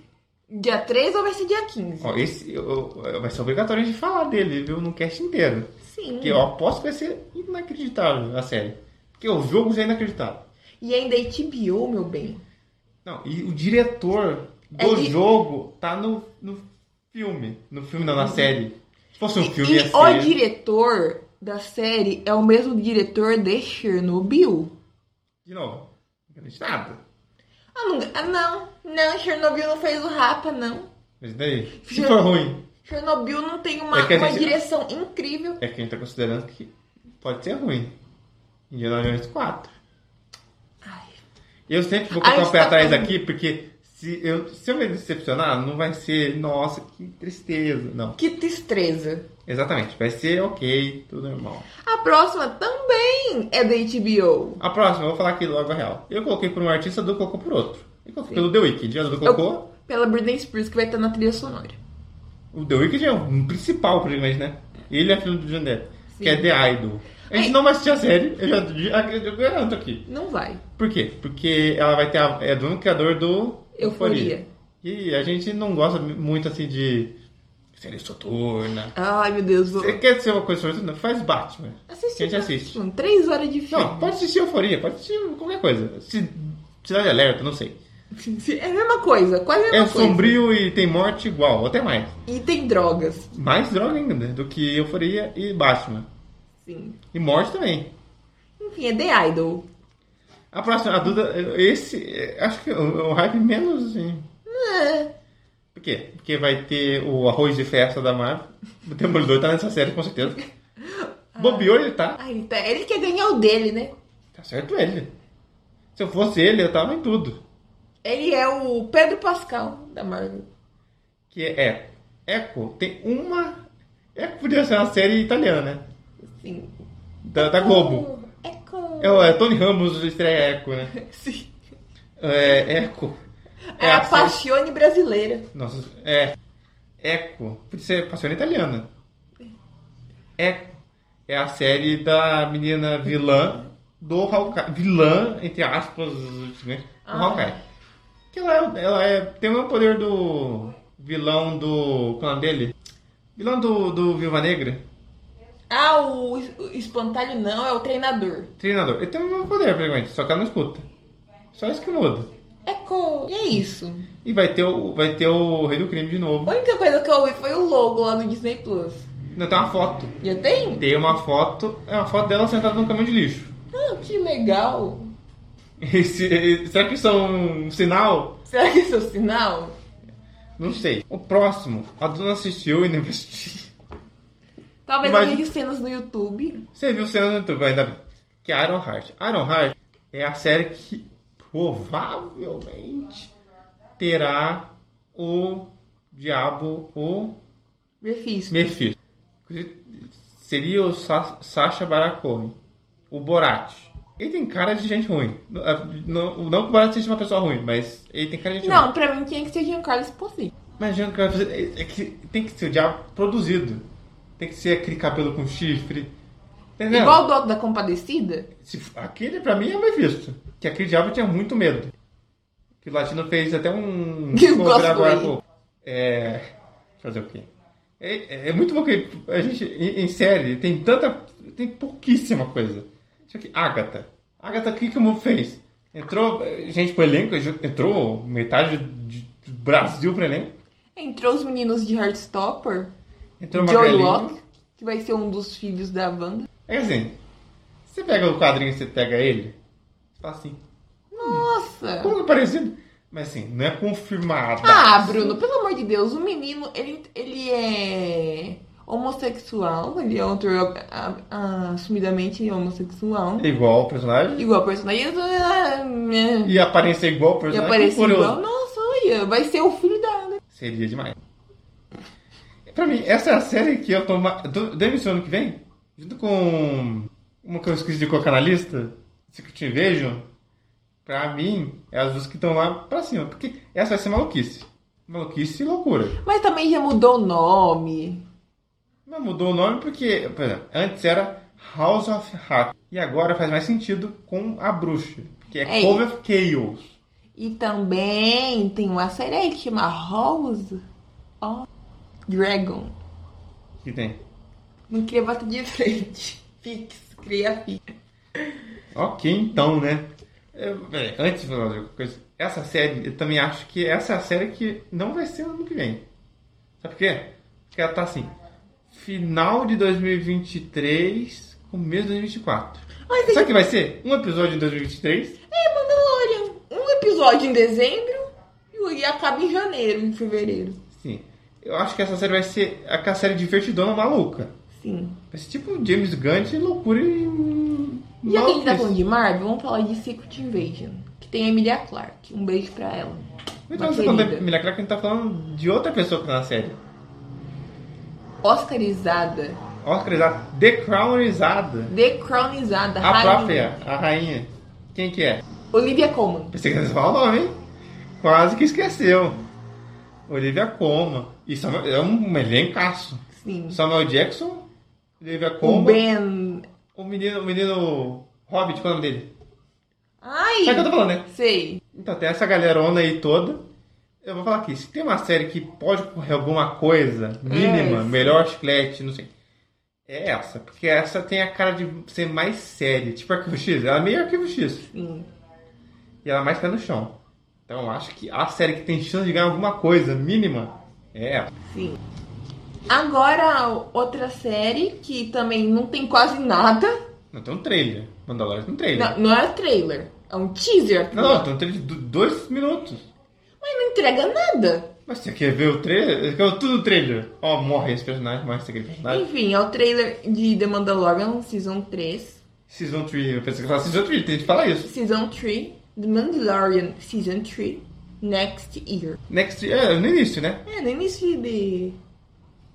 S2: dia 3 ou vai ser dia 15.
S1: Ó, esse eu- eu- vai ser obrigatório a gente falar dele, viu? No cast inteiro.
S2: Sim.
S1: Porque eu aposto que vai ser inacreditável a série. Porque o jogo já é inacreditável.
S2: E ainda é HBO, meu bem.
S1: Não, e o diretor do
S2: É de-
S1: jogo tá no, no filme. No filme, não, na série. Se fosse um filme, ia
S2: Uhum. e é o
S1: ser.
S2: diretor da série é o mesmo diretor de Chernobyl.
S1: De novo, inacreditável.
S2: Ah, não, ah, não. Não, Chernobyl não fez o Rapa, não.
S1: Mas daí, se
S2: Já-
S1: for ruim,
S2: Chernobyl não tem uma,
S1: É que a
S2: uma
S1: gente-
S2: direção incrível.
S1: é que a gente tá considerando que pode ser ruim. Indiana Jones 4.
S2: Ai,
S1: Eu sempre vou
S2: Ai,
S1: colocar o pé
S2: está
S1: atrás
S2: tá falando.
S1: aqui, porque se eu, se eu me decepcionar, não vai ser, nossa, que tristeza. Não,
S2: que tristeza.
S1: exatamente. Vai ser ok, tudo normal.
S2: A próxima também é da HBO.
S1: A próxima, eu vou falar aqui logo a real. Eu coloquei por um artista, Du colocou por outro. E qual- Pelo The Wicked, ela do Cocô.
S2: Pela Britney Spears, que vai estar na trilha sonora.
S1: O The Wicked é o principal, praticamente, né? Ele é filho do John Depp,
S3: Sim.
S1: que é The Idol. A gente
S2: Ai.
S1: não vai assistir a série, eu já já- eu garanto aqui.
S2: Não vai.
S1: Por quê? Porque ela vai ter a, é do mesmo criador do
S2: Euforia.
S1: E a gente não gosta muito assim de série soturna.
S2: Ai, meu Deus. Vou...
S1: Você quer ser uma coisa soturna? Faz Batman.
S2: Assistir.
S1: A gente assiste.
S2: Batman, Três horas de filme.
S1: Não, pode assistir Euforia, pode assistir qualquer coisa. Se- Cidade Alerta, não sei.
S2: É a mesma coisa. Quase a
S1: É
S2: mesma coisa.
S1: sombrio e tem morte igual, até mais.
S2: E tem drogas.
S1: Mais droga ainda né, do que Euforia e Batman.
S2: Sim.
S1: E morte também.
S2: Enfim, é The Idol.
S1: A próxima, a Duda, esse, é, acho que é o o hype menos, assim.
S2: É.
S1: Por quê? Porque vai ter o arroz de festa da Marvel. O Demolidor tá nessa série, com certeza. Bobeou ele tá.
S2: Ai, ele, tá- ele quer ganhar o dele, né?
S1: Tá certo ele. Se eu fosse ele, eu tava em tudo.
S2: Ele é o Pedro Pascal da Marvel.
S1: Que é Echo. Tem uma... Echo podia ser uma série italiana, né?
S2: Sim.
S1: Da, da Globo.
S2: É com...
S1: É, o- é Tony Ramos estreia Echo, né?
S2: Sim.
S1: É, Echo.
S2: É,
S1: a
S2: a
S1: série-
S2: Passione brasileira.
S1: Nossa, é. Echo. Podia ser pastora italiana. Echo. É a série da menina vilã do Hawkeye. Vilã, entre aspas, né? do
S2: Ah.
S1: Hawkeye. Que ela, é- ela é, tem o mesmo poder do vilão do. Qual é o nome dele? Vilão do, do Viúva Negra.
S2: Ah, o, o espantalho não, é o treinador.
S1: Treinador. Ele tem o mesmo poder, praticamente, só que ela não escuta. Só isso que muda.
S2: É com... E é isso.
S1: E vai ter o, vai ter o Rei do Crime de
S2: A
S1: novo.
S2: única coisa que eu ouvi foi o logo lá no Disney Plus.
S1: Não tem uma foto.
S2: Já tem?
S1: Tem uma foto. É uma foto dela sentada num caminhão de lixo.
S2: Ah, que legal.
S1: Esse- eh, será que isso é um sinal?
S2: Será que isso é um sinal?
S1: Não sei. O próximo, a Duna assistiu e não assistiu.
S3: Talvez
S1: Mas-
S3: Mas... cenas no YouTube.
S1: Você viu o cena no YouTube, ainda bem. Que é Iron Heart. Iron Heart é a série que provavelmente terá o Diabo, o
S3: Mephisto.
S1: Mephisto. Inclusive, Seria o Sa Sacha Baracomi, o Borat. Ele tem cara de gente ruim. Não, eh, não- não que o Borat seja uma pessoa ruim, mas ele tem cara de gente ruim.
S3: Não, pra mim tinha que ser Giancarlo Esposito.
S1: Imagina o que vai fazer. É, é que tem que ser o diabo produzido. Tem que ser aquele cabelo com chifre. Entendeu?
S3: Igual o Doto da Compadecida.
S1: Se- aquele pra mim é o Mephisto. Que aquele diabo tinha muito medo. Que o Latino fez até um.
S3: Que eu
S1: cover
S3: gosto dele.
S1: com- É. Fazer o quê? É, é muito bom que a gente, em, em série, tem tanta. Tem pouquíssima coisa. Só que Agatha. Agatha, o que que o mundo fez? Entrou eh, gente pro elenco, entrou metade de- do Brasil pro elenco.
S3: Entrou os meninos de Heartstopper.
S1: Entrou uma
S3: Joey
S1: galinha.
S3: Locke, que vai ser um dos filhos da Wanda.
S1: É que assim, você pega o quadrinho e você pega ele, você fala assim,
S3: Nossa!
S1: como que é parecido? Mas assim, não é confirmado.
S3: Ah, Bruno, pelo amor de Deus, o menino, ele, ele é homossexual, ele é um ator ah, ah, assumidamente homossexual.
S1: É Igual o personagem.
S3: Igual a personagem. ah, né?
S1: E a aparência é igual ao
S3: E
S1: personagem.
S3: aparece
S1: curioso.
S3: igual. Nossa, olha, vai ser o filho da Ana.
S1: Seria demais. Pra mim, essa é a série que eu tô... ma- do- Demi ano que vem, junto com uma que eu esqueci de colocar na lista, se que te vejam, pra mim, é as duas que estão lá pra cima. Porque essa vai ser maluquice. Maluquice e loucura.
S3: Mas também já mudou o nome.
S1: Não, mudou o nome porque, por exemplo, antes era House of Hack. E agora faz mais sentido com a bruxa, que é
S3: É
S1: Cove of Chaos.
S3: E também tem uma série aí que chama House of Dragon.
S1: Que tem.
S3: Não queria bater de frente. Fix, cria fix.
S1: Ok, então, né? Eu, peraí, antes de falar de alguma coisa, essa série, eu também acho que essa é a série que não vai ser ano que vem. Sabe por quê? Porque ela tá assim, final de 2023, começo de 2024. Sabe o que vai ser? Um episódio em 2023
S2: Mandalorian. Um episódio em dezembro e acaba em janeiro, em fevereiro.
S1: Sim. Eu acho que essa série vai ser aquela série divertidona maluca.
S3: Sim.
S1: Vai ser tipo um James Gunn de loucura e.
S3: E Já que a gente tá
S1: maluquice.
S3: falando de Marvel, vamos falar de Secret Invasion. Que tem a Emilia Clarke. Um beijo pra ela.
S1: Muito
S3: uma
S1: mais falando da
S3: querida.
S1: Emilia Clarke, Então, a gente tá falando de outra pessoa que tá na série.
S3: Oscarizada.
S1: Oscarizada. The Crownizada.
S3: Decronizada.
S1: A
S3: rainha.
S1: própria, a rainha. Quem que é?
S3: Olivia Colman.
S1: Pensei que você falar o nome, hein? quase que esqueceu. Olivia Colman. E Samuel- é um elencaço.
S2: Sim.
S1: Samuel Jackson, Olivia
S3: Um
S2: O
S1: Colman,
S2: Ben.
S1: o menino, o menino Hobbit, qual é o nome dele?
S2: Ai!
S1: Sabe o que eu tô falando, né?
S2: Sei.
S1: Então, tem essa galerona aí toda. Eu vou falar aqui, se tem uma série que pode correr alguma coisa mínima,
S2: sim.
S1: melhor chiclete, não sei. É essa, porque essa tem a cara de ser mais séria, tipo Arquivo X. Ela é meio Arquivo X.
S2: Sim.
S1: E ela é mais pé no chão. Então, eu acho que a série que tem chance de ganhar alguma coisa mínima é essa.
S2: Sim. Agora, outra série que também não tem quase nada.
S1: Não tem um trailer. Mandalorian tem um trailer.
S2: Não, não é trailer. É um teaser.
S1: Não, não, tem um trailer de do- dois minutos.
S2: Mas não entrega nada.
S1: Mas você quer ver o trailer? Você quer ver tudo o trailer? Ó, morre esse personagem, morre esse aquele personagem.
S2: Enfim, é o trailer de The Mandalorian Season 3.
S1: Season 3, eu pensei que falava Season 3, tem gente que fala isso.
S2: Season 3. The Mandalorian Season 3. Next year.
S1: Next, é, no início, né?
S2: É, no início de.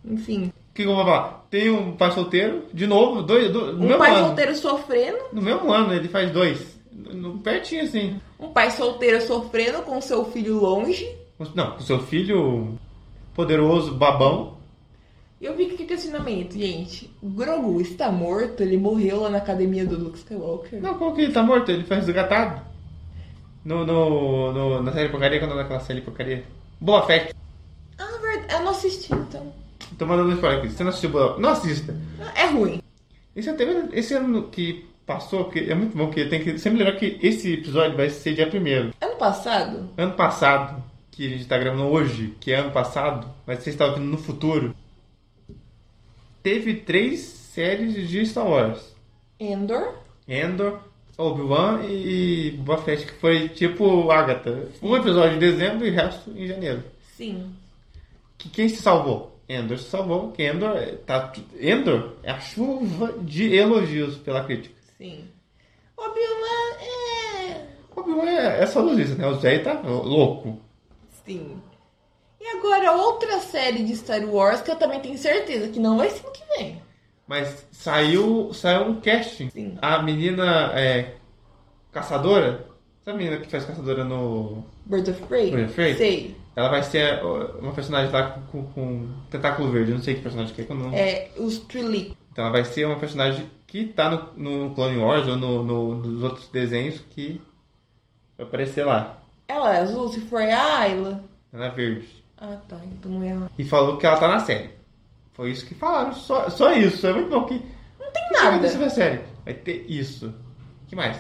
S2: Enfim.
S1: O que que eu vou falar? Tem um pai solteiro, de novo, dois, do- no,
S2: Um
S1: mesmo
S2: pai
S1: ano,
S2: solteiro sofrendo.
S1: no mesmo ano, ele faz dois. No, pertinho, assim.
S2: Um pai solteiro sofrendo com seu filho longe.
S1: Com- Não, com seu filho poderoso, babão.
S2: E eu vi que que questionamento, gente. Grogu está morto? Ele morreu lá na academia do Luke Skywalker.
S1: Não, como que ele tá morto? Ele faz resgatado. No, no, no, na série porcaria, quando é aquela série porcaria? Boa Fett.
S2: Ah, verdade. Eu não assisti, então.
S1: Tô mandando um spoiler aqui. Se você não assistiu Boa Fett, não assista.
S2: Ah, É ruim.
S1: Esse, até, esse ano que passou, porque é muito bom, porque tem que sempre lembrar que esse episódio vai ser dia primeiro.
S2: Ano passado,
S1: Ano passado, que a gente tá gravando hoje, que é ano passado, mas você está ouvindo no futuro, teve três séries de Star Wars.
S2: Endor.
S1: Endor, Obi-Wan e Boba Fett, que foi tipo Agatha. Um episódio em dezembro e o resto em janeiro.
S2: Sim.
S1: Que quem se salvou? Endor se salvou, que Endor é- tá... tu- Endor é a chuva de elogios pela crítica.
S2: Sim. Obi-Wan é.
S1: Obi-Wan é, é só elogista, né? O Zé tá louco.
S2: Sim. E agora, outra série de Star Wars que eu também tenho certeza que não vai ser no que vem.
S1: Mas saiu, saiu um casting.
S2: Sim.
S1: A menina é caçadora? Sabe a menina que faz caçadora no.
S2: Birds of Prey?
S1: Birds of Prey?
S2: Sei.
S1: Ela vai ser ó, uma personagem lá com, com tentáculo verde, eu não sei que personagem que é, que eu não.
S2: É, os Trilly.
S1: Então ela vai ser uma personagem que tá no, no Clone Wars ou no, no- nos outros desenhos que vai aparecer lá.
S2: Ela é azul, se for é a Ayla.
S1: Ela é verde.
S2: Ah, tá. Então não é ela.
S1: E falou que ela tá na série. Foi isso que falaram, só, só isso. É muito bom que. Não tem Vai
S2: nada.
S1: ter sobre a série. Vai ter isso. O que mais?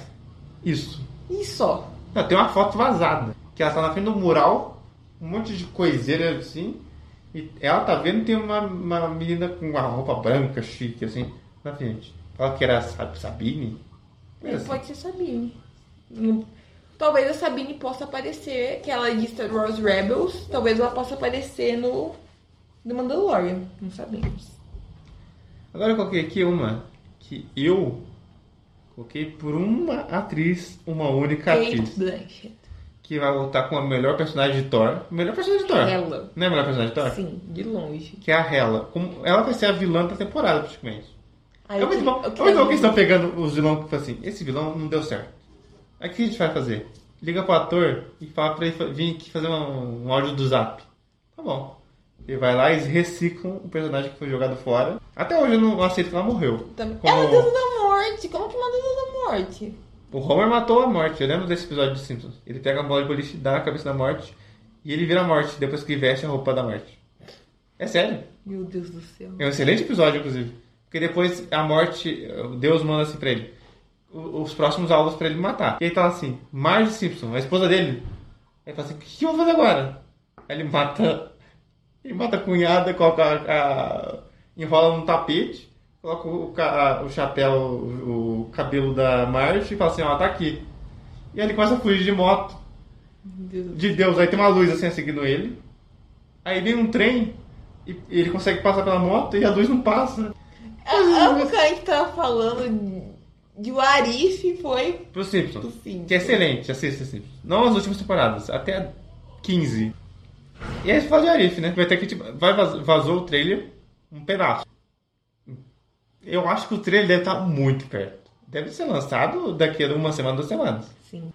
S1: Isso.
S2: E só.
S1: Não, tem uma foto vazada. Que ela tá na frente do mural, um monte de coiseira assim. E ela tá vendo tem uma, uma menina com uma roupa branca, chique, assim, na frente. Fala que era a Sa- Sabine. Coisa assim.
S2: Pode ser Sabine. Não- Talvez a Sabine possa aparecer, que ela é de Star Wars Rebels. Talvez ela possa aparecer no The Mandalorian. Não sabemos.
S1: Agora eu coloquei aqui uma que eu coloquei por uma atriz, uma única
S2: Kate
S1: atriz.
S2: Blanchett.
S1: Que vai voltar com a melhor personagem de Thor. Melhor personagem de Thor.
S2: Ela.
S1: Não é a melhor personagem de Thor?
S2: Sim, de longe.
S1: Que é a Hela. Como- Ela vai ser a vilã da temporada, praticamente.
S2: Aí
S1: É
S2: eu
S1: muito
S2: queria-
S1: bom. É
S2: eu
S1: muito
S2: queria-
S1: bom que eles estão pegando os vilões que falam assim, esse vilão não deu certo. Aí o que a gente vai fazer? Liga pro ator e fala pra ele fa- vir aqui fazer um, um áudio do zap. Tá bom. Ele vai lá e eles reciclam o personagem que foi jogado fora. Até hoje eu não aceito que ela morreu.
S2: Também-
S1: Como-
S2: Ela é deusa da morte. Como que é uma deusa da morte?
S1: O Homer matou a morte, eu lembro desse episódio de Simpsons. Ele pega a bola de boliche, dá na cabeça da morte e ele vira a morte depois que ele veste a roupa da morte. É sério?
S2: Meu Deus do céu.
S1: É um excelente episódio, inclusive. Porque depois a morte, Deus manda assim pra ele. o- Os próximos alvos pra ele matar. E ele tá lá assim, Marge Simpson, a esposa dele. Aí ele fala assim, o que eu vou fazer agora? Aí ele mata. Ele mata a cunhada, coloca a. a- enrola num tapete, coloca o, ca- o chapéu, o, o cabelo da Marge e fala assim, ó, tá aqui. E aí ele começa a fugir de moto
S2: Meu Deus do
S1: de Deus, aí tem uma luz assim seguindo ele. Aí vem um trem e e ele consegue passar pela moto e a luz não passa.
S2: A, a É, que a gente tava falando de, de o Arif foi
S1: Pro
S2: do
S1: Simpsons.
S2: fim.
S1: Que é excelente, assista Simpsons. Não as últimas temporadas, até a 15. E aí você fala de Arif, né? Vai ter que tipo, vai vaz- vazou o trailer um pedaço. Eu acho tá que o trailer deve estar muito perto. Deve ser lançado daqui a uma semana, duas semanas.
S2: Sim.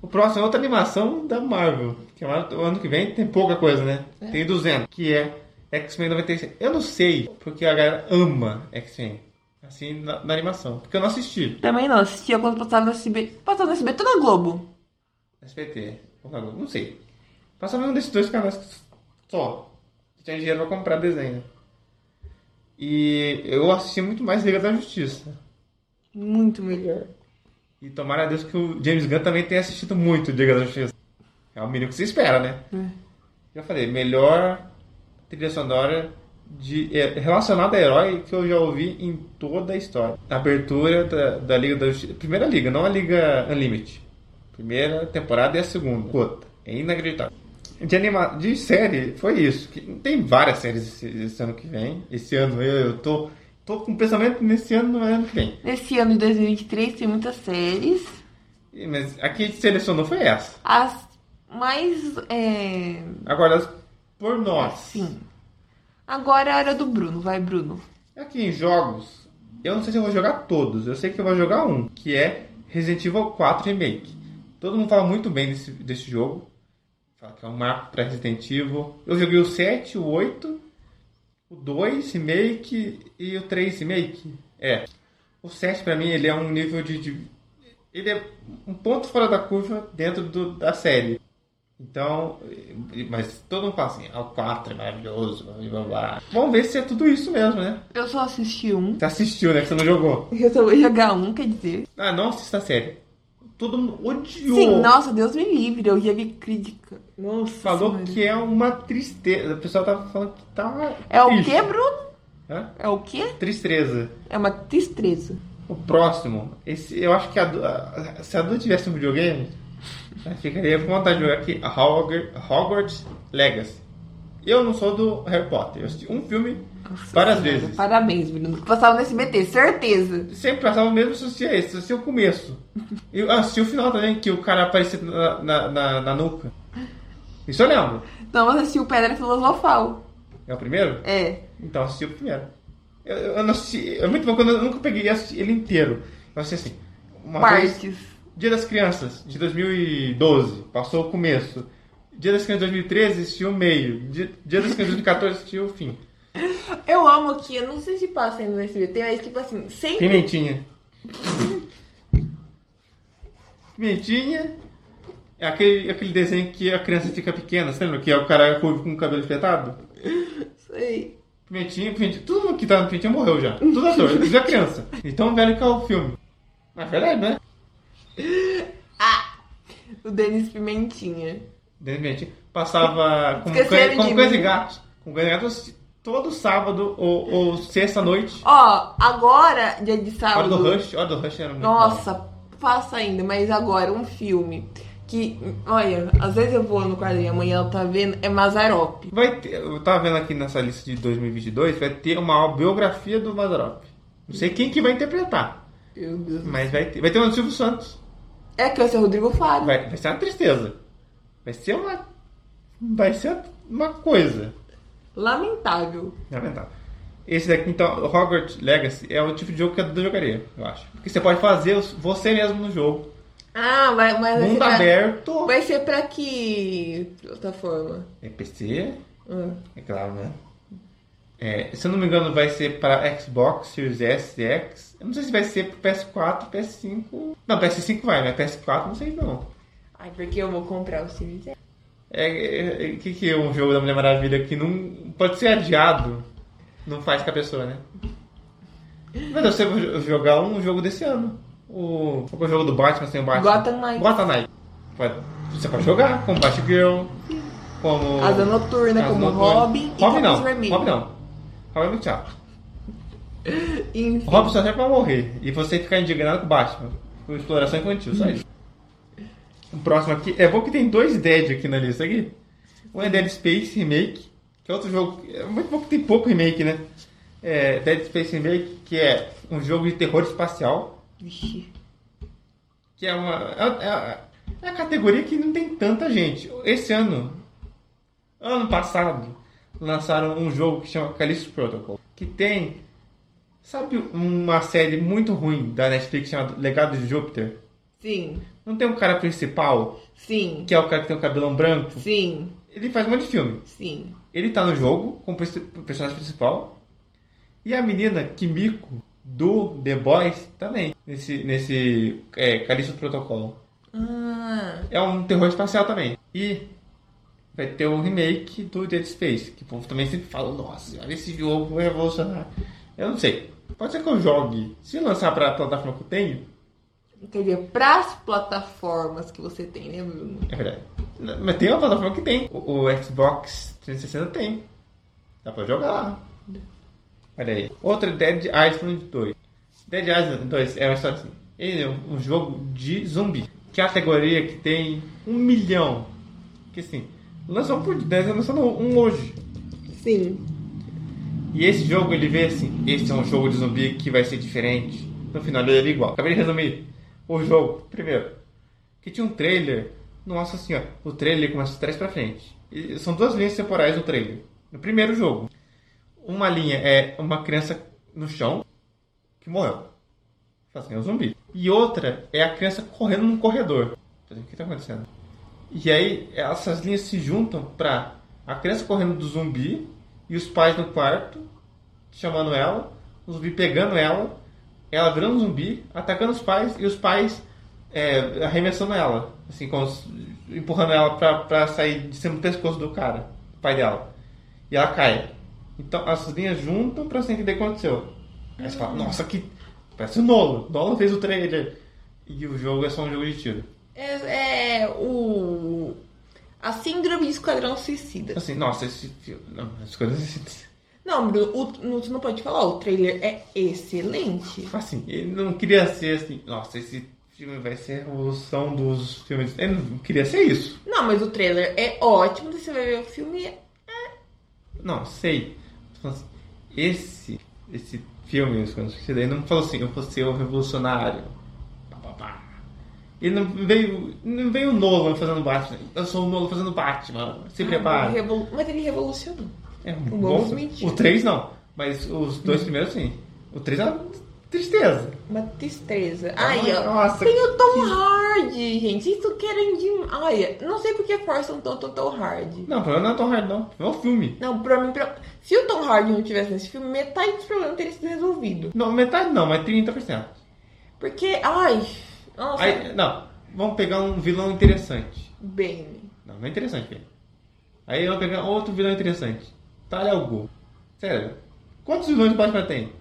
S1: O próximo é outra animação da Marvel. Que a Marvel, ano que vem tem pouca coisa, né? Tem 200, que é X-Men 96. Eu não sei porque a galera ama X-Men. Assim, na, na animação. Porque eu não assisti.
S2: Também não, assistia quando passava no SBT. Passava no SBT na Globo.
S1: SBT. ou na Globo, Não sei. Passava num desses dois canais só. Que tinha dinheiro pra comprar desenho. E eu assisti muito mais Liga da Justiça.
S2: Muito melhor.
S1: E tomara a Deus que o James Gunn também tenha assistido muito Liga da Justiça. É o mínimo que se espera, né?
S2: É.
S1: Já falei, melhor trilha sonora de, é, relacionada a herói que eu já ouvi em toda a história. A abertura da, da Liga da Justiça. Primeira Liga, não a Liga Unlimited. Primeira temporada e a segunda. Puta, é inacreditável. De, anima, de série, foi isso. Que- Tem várias séries esse, esse ano que vem. Esse ano eu, eu tô, tô com pensamento nesse ano, no ano que vem.
S2: Nesse ano de 2023 tem muitas séries.
S1: E- Mas a que a gente selecionou foi essa.
S2: As mais. É...
S1: Agora, as- por nós.
S2: Sim. Agora é a hora do Bruno, vai, Bruno.
S1: Aqui É em jogos, eu não sei se eu vou jogar todos. Eu sei que eu vou jogar um, que é Resident Evil 4 Remake. Todo mundo fala muito bem desse, desse jogo. Fala que é um marco pra Resident Evil. Eu joguei o 7, o 8, o 2 Remake e o 3 Remake. É. O 7 pra mim ele é um nível de, de- Ele é um ponto fora da curva dentro do- da série. Então, e- mas todo mundo fala assim, ah, o 4 é maravilhoso, blá, blá, blá. Vamos ver se é tudo isso mesmo, né?
S2: Eu só assisti um.
S1: Você assistiu, né? Que você não jogou.
S2: Eu só vou jogar um, quer dizer.
S1: Ah, não assista a série. Todo mundo odiou.
S2: Sim, nossa, Deus me livre, eu já vi crítica. Nossa.
S1: Falou
S2: senhora.
S1: que é uma tristeza. O pessoal tava falando que tá.
S2: É o
S1: triste.
S2: que, Bruno?
S1: Hã?
S2: É o que?
S1: Tristeza.
S2: É uma tristeza.
S1: O próximo. Esse, eu acho que a, Du- a- se a Du tivesse um videogame, ela ficaria com vontade de jogar aqui Hogwarts, Hogwarts Legacy. Eu não sou do Harry Potter. Eu assisti um filme
S2: Nossa
S1: várias
S2: senhora,
S1: vezes.
S2: Parabéns, Bruno. que Passava no SBT, certeza.
S1: Sempre passava o mesmo assistia esse, assistia o começo. E eu assisti o final também, que o cara aparecia na, na, na, na nuca. Isso eu lembro.
S2: Não, mas assisti o Pedra Filosofal.
S1: É o primeiro?
S2: É.
S1: Então assisti o primeiro. Eu, eu, eu não assisti. É muito bom quando eu nunca peguei e assisti ele inteiro. Eu assisti assim. Uma vez.
S2: partes.
S1: Dia das Crianças, de 2012, passou o começo. Dia das Crianças de 2013, assisti o meio. Dia, Dia das Crianças de 2014, assisti o fim.
S4: Eu amo que, eu não sei se passa ainda no SBT, mas tipo assim, sempre.
S1: Pimentinha. Pimentinha é aquele, aquele desenho que a criança fica pequena, você lembra? Que é o cara ruivo com o cabelo espetado?
S4: Sei.
S1: Pimentinha, Pimentinha. Todo mundo que tá no Pimentinha morreu já. Tudo ator, inclusive a criança. Então, velho, que é o filme. Na verdade, né?
S2: O Denis Pimentinha.
S1: Desenho Pimentinha passava com
S2: Esqueceram
S1: cães
S2: de
S1: com
S2: mim.
S1: cães e gatos. Com cães e gatos eu assisti todo sábado ou, ou sexta-noite.
S2: Ó, agora, dia de
S1: Hora
S2: sábado.
S1: do Rush. né? Hora do Rush era muito bom.
S2: Ah, Nossa, faça ainda, mas agora um filme que, olha, às vezes eu vou no quarto da minha mãe e ela tá vendo, é Mazarop.
S1: Vai ter, eu tava vendo aqui nessa lista de 2022, vai ter uma biografia do Mazarop. Não sei quem que vai interpretar,
S2: Meu Deus.
S1: mas vai ter. Vai ter uma do Silvio Santos.
S2: É que vai ser Rodrigo Faro.
S1: Vai, vai ser uma tristeza. Vai ser uma. Vai ser uma coisa.
S2: Lamentável.
S1: Lamentável. É Esse daqui, então, o Hogwarts Legacy é o tipo de jogo que eu jogaria, eu acho. Porque você pode fazer os- você mesmo no jogo.
S2: Ah, vai, mas vai ser,
S1: Mundo
S2: pra,
S1: aberto.
S2: vai ser pra que plataforma?
S1: É PC,
S2: Ah,
S1: é claro, né? É, se eu não me engano, vai ser para Xbox Series S e X. Eu não sei se vai ser pro PS4, PS5. Não, PS5 vai, né? mas PS4 não sei não.
S2: Ai, porque eu vou comprar o Series X.
S1: É, é, é, que que é um jogo da Mulher Maravilha que não pode ser adiado? Não faz com a pessoa, né? Mas eu sei que eu vou jogar um jogo desse ano. O, qual que é o jogo do Batman sem o Batman?
S2: Gotham Knights.
S1: Gotham Knights. Vai- Você pode jogar como Batgirl, como...
S2: Asa Noturna,
S1: Casa
S2: como
S1: Noturna.
S2: Robin e
S1: Robin não.
S2: Capuz Vermelho.
S1: Robin não. Robin é muito chato.
S2: Enfim,
S1: Robin só serve pra morrer. E você ficar indignado com o Batman. Com exploração infantil, só isso. O próximo aqui. É bom que tem dois Dead aqui na lista aqui. Um é Dead Space Remake, que é outro jogo. É muito bom que tem pouco remake, né? É Dead Space Remake, que é um jogo de terror espacial.
S2: Vixe.
S1: Que é uma. É, é- é a categoria que não tem tanta gente. Esse ano, ano passado, lançaram um jogo que chama Callisto Protocol. Que tem. Sabe uma série muito ruim da Netflix chamada Legado de Júpiter?
S2: Sim.
S1: Não tem um cara principal,
S2: Sim,
S1: que é o cara que tem o cabelão branco?
S2: sim,
S1: Ele faz um monte de filme.
S2: sim.
S1: Ele tá no jogo, como perso- personagem principal. E a menina, Kimiko, do The Boys, também. Nesse, nesse é, Calixto Protocolo.
S2: Ah,
S1: É um terror espacial também. E vai ter um remake do Dead Space, que o povo também sempre fala, nossa, olha esse jogo vai revolucionar. Eu não sei. Pode ser que eu jogue. Se lançar pra plataforma que eu tenho,
S2: quer dizer, pras plataformas que você tem, né, Bruno?
S1: é verdade. Não, Mas tem uma plataforma que tem. O, o Xbox 360 tem. Dá pra jogar lá. Olha aí. Outra Dead Island 2. Dead Island 2 é uma história assim. Ele é um um jogo de zumbi. Categoria que tem um milhão. Que assim, lançou um por 10, lançou um hoje.
S2: Sim.
S1: E esse jogo ele vê assim: esse é um jogo de zumbi que vai ser diferente. No final ele era igual. Acabei de resumir o jogo, primeiro. Que tinha um trailer. Nossa senhora, o trailer começa de trás pra frente. E são duas linhas temporais no trailer. No primeiro jogo, uma linha é uma criança no chão que morreu. Fala Assim, é um zumbi. E outra é a criança correndo num corredor. Fala assim, O que tá acontecendo? E aí essas linhas se juntam pra a criança correndo do zumbi e os pais no quarto chamando ela, o zumbi pegando ela, ela virando um zumbi, atacando os pais e os pais é, arremessando ela, assim, como se- empurrando ela pra, pra sair de cima do pescoço do cara, do pai dela. E ela cai. Então as linhas juntam pra você entender o que aconteceu. Aí você fala, nossa, que. Parece o Nolo. Nolo fez o trailer. E o jogo é só um jogo de tiro.
S2: É, é o. A síndrome de esquadrão suicida.
S1: Assim, nossa, esse filme. Não, as coisas.
S2: Não, Bruno, o, não, tu não pode falar, o trailer é excelente.
S1: Assim, ele não queria ser assim, nossa, esse filme vai ser a revolução dos filmes. Ele não queria ser isso.
S2: Não, mas o trailer é ótimo, você vai ver o filme.
S1: Não, sei. Tô falando assim, Esse, esse filme, Os Quando Suicida, ele não falou assim, eu vou ser o revolucionário. Pá, pá, pá. Ele não veio, não veio o Nolan fazendo Batman. Eu sou o Nolan fazendo Batman. Se
S2: Ah,
S1: prepara.
S2: revolu- Mas ele revolucionou.
S1: É um
S2: o
S1: bom-
S2: movimento.
S1: O 3 não, mas os dois primeiros sim. O 3 é uma tristeza.
S2: Uma tristeza. Ai, ó.
S1: nossa,
S2: Tem o Tom Hardy, gente. Vocês estão querendo de. um- Ai, não sei porque forçam tanto o Tom Hardy.
S1: Não, o problema não é Tom Hardy, não. O problema é o filme.
S2: Não, pra mim, pra- se o Tom Hardy não tivesse nesse filme, metade dos problemas teria sido resolvido.
S1: Não, metade não, mas 30%.
S2: Porque, ai, nossa,
S1: Aí, não, vamos pegar um vilão interessante.
S2: bem.
S1: Não, não é interessante, velho. Aí vamos pegar outro vilão interessante. Talha o gol. Sério. Quantos vilões o Batman tem?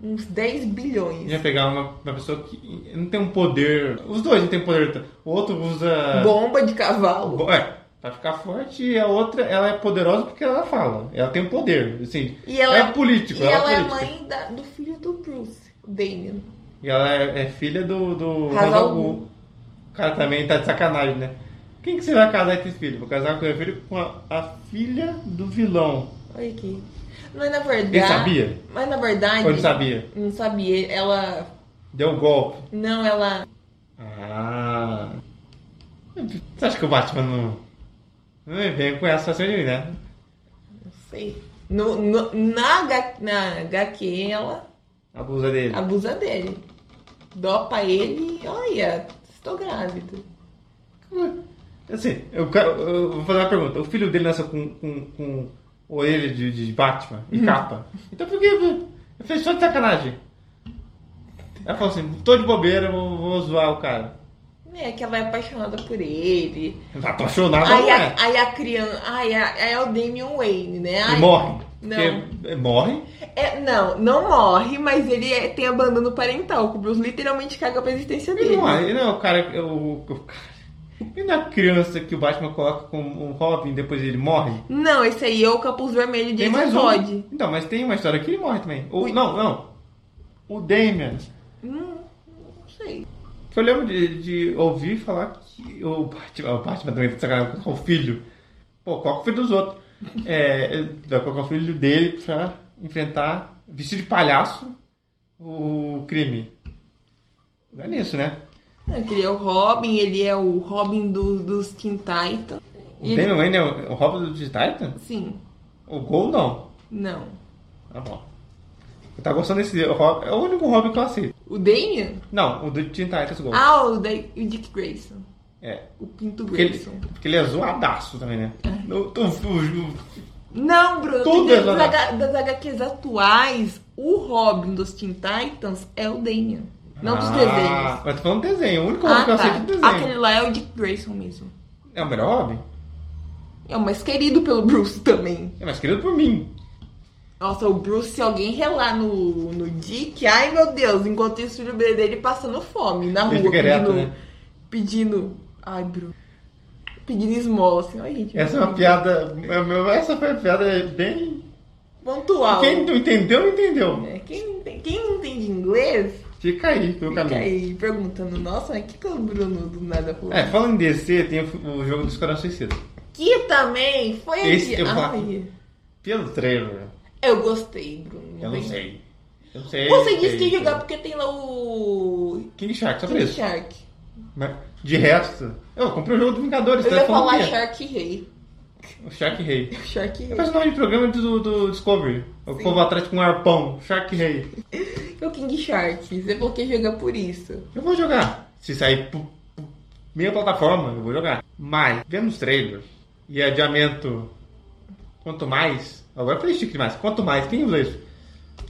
S2: Uns 10 bilhões.
S1: Já pegar uma, uma pessoa que não tem um poder. Os dois não tem poder. tanto. O outro usa.
S2: Bomba de cavalo.
S1: Bo- É, pra ficar forte e a outra, ela é poderosa porque ela fala. Ela tem um poder. Assim,
S2: E ela-
S1: é político.
S2: E ela é
S1: política.
S2: mãe da- do filho do Bruce, o Damien.
S1: E ela é, é filha do, do
S2: Ra's al
S1: Ra's al Ghul. O cara também tá de sacanagem, né? Quem que você vai casar com esse filho? Vou casar com meu filho com a, a filha do vilão.
S2: Olha aqui. Mas na verdade.
S1: Ele sabia?
S2: Mas na
S1: Ou
S2: verdade.
S1: ele sabia?
S2: Não sabia. Ela.
S1: Deu um golpe.
S2: Não, ela.
S1: Ah. Você acha que o Batman não. Não vem com essa situação de mim, né?
S2: Não sei. No, no- na, H- na HQ, ela
S1: Abusa dele.
S2: abusa dele. Dopa ele e olha, estou grávida.
S1: Assim, eu, quero- eu vou fazer uma pergunta. O filho dele nasceu com, com, com orelha de, de Batman
S2: Uhum.
S1: e capa. Então por que fez só de sacanagem? Ela falou assim, tô de bobeira, vou, vou zoar o cara. "Ah,
S2: É que ela é apaixonada por ele.
S1: Apaixonado não
S2: Aí
S1: é.
S2: a, aí a criança. Aí, a, aí é o Damian Wayne, né?
S1: E
S2: Ai,
S1: morre.
S2: Não.
S1: Porque é, morre.
S2: É, não, não morre, mas ele é- tem abandono parental. que O Bruce literalmente caga pra existência
S1: Ele
S2: dele.
S1: não é, ele não é o cara. O, o cara. E na criança que o Batman coloca como um Robin depois ele morre?
S2: Não, esse aí é o capuz vermelho de
S1: Tem mais um.
S2: pode.
S1: Então, mas tem uma história que ele morre também. O,
S2: Ui.
S1: não, não. O Damien.
S2: Hum, não sei.
S1: Que Eu lembro de, de ouvir falar que o Batman, o Batman também tá de sacanagem colocar o filho. Pô, coloca o filho dos outros. É, ele vai colocar o filho dele pra enfrentar, vestido de palhaço, o crime. Não é nisso, né?
S2: Ele é o Robin, ele é o Robin do- dos Teen Titans.
S1: O
S2: E-
S1: Damian Wayne é o, o Robin do Teen Titans?
S2: Sim,
S1: O Gol não.
S2: não.
S1: Tá bom. Eu tava gostando desse Robin. É o único Robin que eu aceito.
S2: O Damien?
S1: Não, o do Teen Titans Go.
S2: Ah, o, da... o Dick Grayson.
S1: É.
S2: O Pinto
S1: Porque ele,
S2: Grayson.
S1: porque ele é zoadaço também, né?
S2: É.
S1: No- tu- tu-
S2: Não, Bruno,
S1: Tudo
S2: tem
S1: é
S2: das,
S1: zoadaço.
S2: H- das HQs atuais, o Robin dos Teen Titans é o Damien. Não dos
S1: Ah,
S2: desenhos.
S1: Mas tô falando desenho. O único Robin
S2: Ah,
S1: que eu aceito
S2: tá.
S1: é o desenho.
S2: Aquele lá é o Dick Grayson mesmo.
S1: É o melhor Robin?
S2: É o mais querido pelo Bruce também.
S1: É mais querido por mim.
S2: Nossa, o Bruce, se alguém relar no, no Dick, ai meu Deus, enquanto isso o bebê dele passando fome na rua,
S1: Ele fica ereto,
S2: pedindo,
S1: né?
S2: pedindo. Ai, Bruce. Pedindo esmola, assim, ai, gente.
S1: Essa é uma piada. é meu- Essa foi uma piada bem.
S2: Pontual.
S1: Quem não entendeu, não entendeu.
S2: É, quem, não tem- quem não entende inglês,
S1: Fica aí pelo
S2: fica
S1: caminho.
S2: aí perguntando, nossa, mas que que o Bruno do nada falou?
S1: É, falando em DC, tem o o jogo dos corações suicidas.
S2: Que também foi
S1: Esse
S2: aqui.
S1: eu vou-
S2: Ai,
S1: Pelo trailer,
S2: eu gostei, Bruno.
S1: eu não sei. Eu não sei.
S2: Você
S1: não sei,
S2: disse que jogar
S1: sei.
S2: porque tem lá o.
S1: King Shark, só por
S2: King
S1: isso.
S2: Shark.
S1: Mas, de resto, eu comprei o jogo do Vingadores,
S2: Eu
S1: tá
S2: ia
S1: falando
S2: falar
S1: que é.
S2: Shark Rei.
S1: O Shark Rei.
S2: Shark
S1: É o
S2: Rei.
S1: personagem de programa do, do Discovery. O
S2: Sim.
S1: povo atrás com um arpão. Shark Rei.
S2: O King Shark. Você falou que ia jogar por isso.
S1: Eu vou jogar. Se sair pro, pro minha plataforma, eu vou jogar. Mas, vendo os trailers e adiamento. Quanto mais. Agora eu falei chique demais. Quanto mais, quem inglês?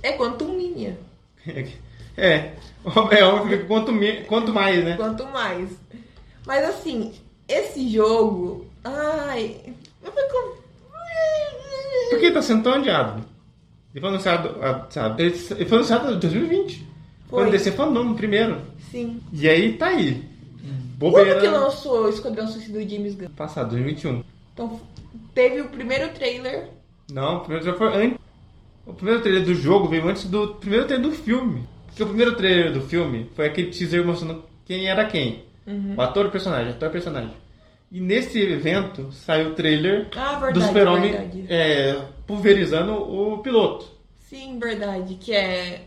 S2: É quanto minha.
S1: É. É óbvio que quanto, me- quanto mais, né?
S2: Quanto mais. Mas assim, esse jogo. Ai. Eu fico.
S1: Porque tá sendo tão adiado. Ele foi anunciado, ah, sabe? Ele ele foi anunciado em 2020.
S2: Foi.
S1: Quando descer fandom primeiro.
S2: Sim.
S1: E aí tá aí.
S2: Quando que
S1: Bobeira.
S2: lançou o Esquadrão Suicida do James Gunn?
S1: Passado, 2021.
S2: Então, teve o primeiro trailer.
S1: Não, o primeiro já foi antes. O primeiro trailer do jogo veio antes do primeiro trailer do filme. Porque o primeiro trailer do filme foi aquele teaser mostrando quem era quem. O ator e o personagem, ator e personagem. E nesse evento saiu o trailer
S2: Ah,
S1: do
S2: verdade.
S1: super-homem
S2: verdade.
S1: é, pulverizando o piloto.
S2: Sim, verdade. Que é.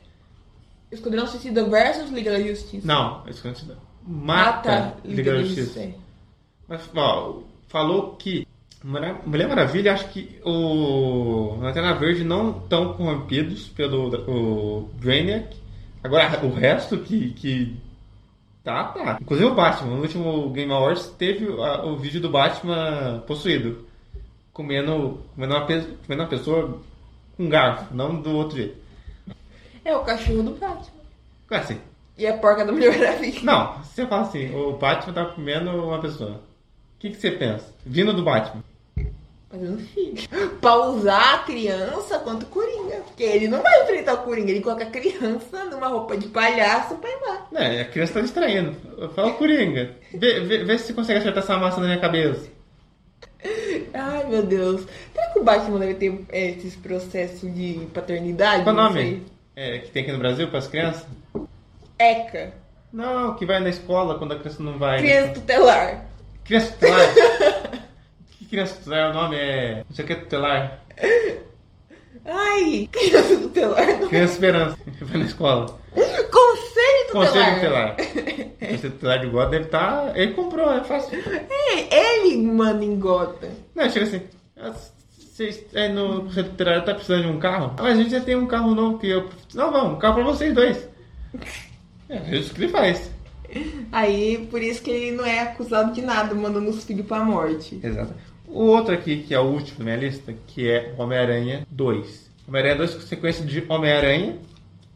S2: Esquadrão Suicida versus Liga da Justiça. Ah, tá.
S1: Não, isso que eu não sei. Mata Liga da Justiça. Mas, ó, falou que Mara- Mulher Maravilha, acho que o Lanterna Verde não estão corrompidos pelo o Brainiac. Agora, o resto que, que tá, tá. Inclusive o Batman, no último Game Awards, teve a- o vídeo do Batman possuído. Comendo, comendo, uma, pe- comendo uma pessoa com um garfo, não do outro jeito.
S2: É o cachorro do Batman.
S1: É assim,
S2: E a porca da Mulher Maravilha.
S1: não, você fala assim, o Batman tá comendo uma pessoa. O que, que você pensa? Vindo do Batman.
S2: Fazendo filho. Pra usar a criança quanto Coringa. Porque ele não vai enfrentar o Coringa. Ele coloca a criança numa roupa de palhaço pra ir lá.
S1: É, a criança tá distraindo. Fala, Coringa, vê, vê, vê se você consegue acertar essa massa na minha cabeça.
S2: Ai, meu Deus. Será que o Batman deve ter é, esses processos de paternidade?
S1: Qual o
S2: Não
S1: nome?
S2: sei.
S1: É, que tem aqui no Brasil para as crianças?
S2: Eca.
S1: Não, não, que vai na escola quando a criança não vai. né?
S2: Criança tutelar.
S1: Criança tutelar. que criança tutelar? O nome é. Não sei o que é tutelar.
S2: Ai, criança tutelar.
S1: Criança esperança. Vai na escola.
S2: Conselho tutelar.
S1: Conselho tutelar. Conselho tutelar de God deve estar. Tá... Ele comprou, é fácil.
S2: É, ele manda em gota.
S1: Não, chega assim. "Ah, Vocês é, no conselho tutelar tá precisando de um carro? Ah, mas a gente já tem um carro novo que eu. Não, vamos, um carro pra vocês dois. É, é isso que ele faz.
S2: Aí, por isso que ele não é acusado de nada, mandando os filhos pra morte.
S1: Exato. O outro aqui, que é o último da minha lista, que é Homem-Aranha 2. Homem-Aranha 2 com sequência de Homem-Aranha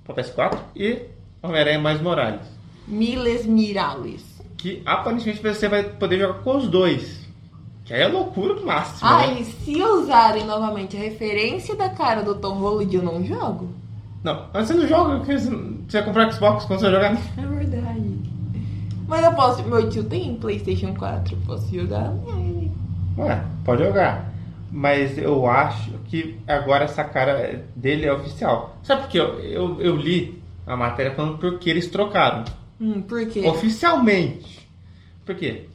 S1: pra PS4 e Homem-Aranha mais Morales.
S2: Miles Mirales.
S1: Que aparentemente você vai poder jogar com os dois. Que aí é loucura máxima. né?
S2: Ai, se usarem novamente a referência da cara do Tom Holland, eu não jogo.
S1: Não, mas você não joga, porque você não- você vai comprar Xbox quando você vai jogar.
S2: É verdade. Mas eu posso. Meu tio tem Playstation 4, eu posso jogar.
S1: Ué, é, pode jogar. Mas eu acho que agora essa cara dele é oficial. Sabe por quê? Eu, eu, eu li a matéria falando por que eles trocaram.
S2: Hum, por quê?
S1: Oficialmente. Por quê?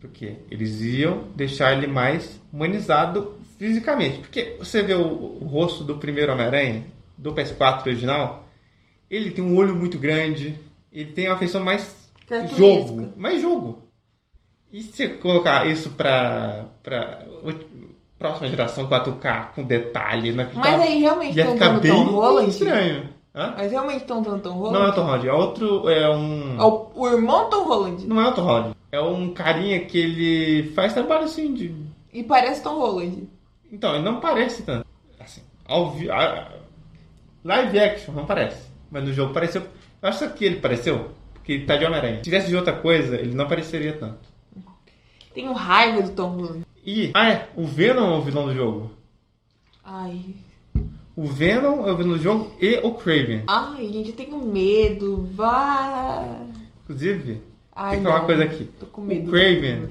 S1: Porque eles iam deixar ele mais humanizado fisicamente. Porque você vê o, o rosto do primeiro Homem-Aranha, do PS4 original, ele tem um olho muito grande, ele tem uma feição mais
S2: Cartunesca.
S1: jogo. Mais jogo. E se colocar isso pra, pra o- próxima geração 4K com detalhe, né?
S2: Mas aí então, realmente
S1: ia
S2: tem
S1: ficar
S2: o Tom
S1: bem
S2: Holland.
S1: estranho. Hã?
S2: Mas realmente Tom Tom Tom
S1: Não é o
S2: Holland?
S1: Tom Holland, é outro. É um.
S2: Ah, o, o irmão Tom Holland.
S1: Não é o Tom Holland. É um carinha que ele faz trabalho assim de.
S2: E parece Tom Holland.
S1: Então, ele não parece tanto. Assim, ao vi... a- Live action, não parece. Mas no jogo pareceu. Eu acho que ele pareceu. Porque ele tá de Homem-Aranha. Se tivesse de outra coisa, ele não pareceria tanto.
S2: Tenho raiva do Tom Holland.
S1: E. Ah, é. O Venom é o vilão do jogo.
S2: Ai.
S1: O Venom é o vilão do jogo e o Craven.
S2: Ai, gente, eu tenho medo. Vá.
S1: Inclusive,
S2: Ai,
S1: Tem que falar
S2: não.
S1: uma coisa aqui.
S2: Tô com medo.
S1: O Craven.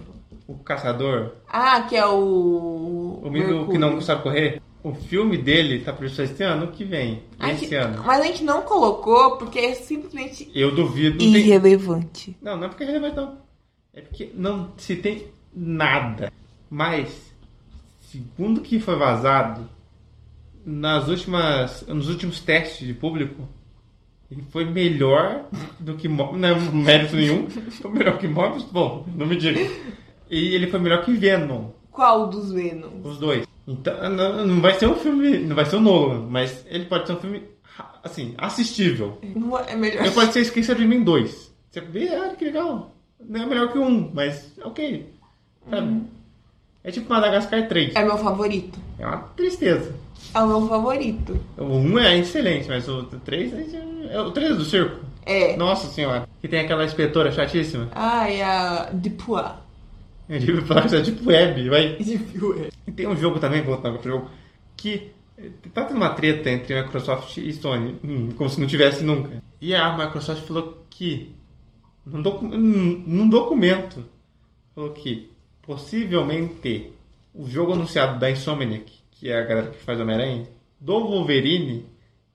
S1: o Caçador,
S2: Ah, que é o.
S1: o menino que não sabe correr, o filme dele tá previsto pra esse ano que vem.
S2: A
S1: esse
S2: gente-
S1: ano.
S2: Mas a gente não colocou porque é simplesmente
S1: Eu duvido. não tem-
S2: irrelevante.
S1: Não, não é porque é relevante, não. É porque não se tem nada. Mas, segundo que foi vazado, nas últimas, nos últimos testes de público, ele foi melhor do que Morbius. Não é mérito nenhum. Foi melhor que Morbius? Bom, não me diga. E ele foi melhor que Venom,
S2: Qual dos Venom?
S1: os dois. Então, não, não vai ser um filme. Não vai ser o Nolan, mas ele pode ser um filme, assim, assistível.
S2: Não é melhor.
S1: Eu pode ser Esqueça de Mim 2. Você vê, ah, que legal. Não é melhor que um, mas ok. Sabe? É tipo Madagascar 3.
S2: É meu favorito.
S1: É uma tristeza.
S2: É o meu favorito.
S1: O 1 é excelente, mas o 3 é... é O 3 é do circo.
S2: É.
S1: Nossa senhora. Que tem aquela inspetora chatíssima.
S2: Ai, a de Pois.
S1: Eu digo, falar que isso é tipo web, vai.
S2: De Pois.
S1: E tem um jogo também, voltando pro jogo, que tá tendo uma treta entre Microsoft e Sony, hum, como se não tivesse nunca. E a Microsoft falou que, num, docu- num- num documento, falou que possivelmente o jogo anunciado da Insomniac, que é a galera que faz Homem-Aranha, do Wolverine,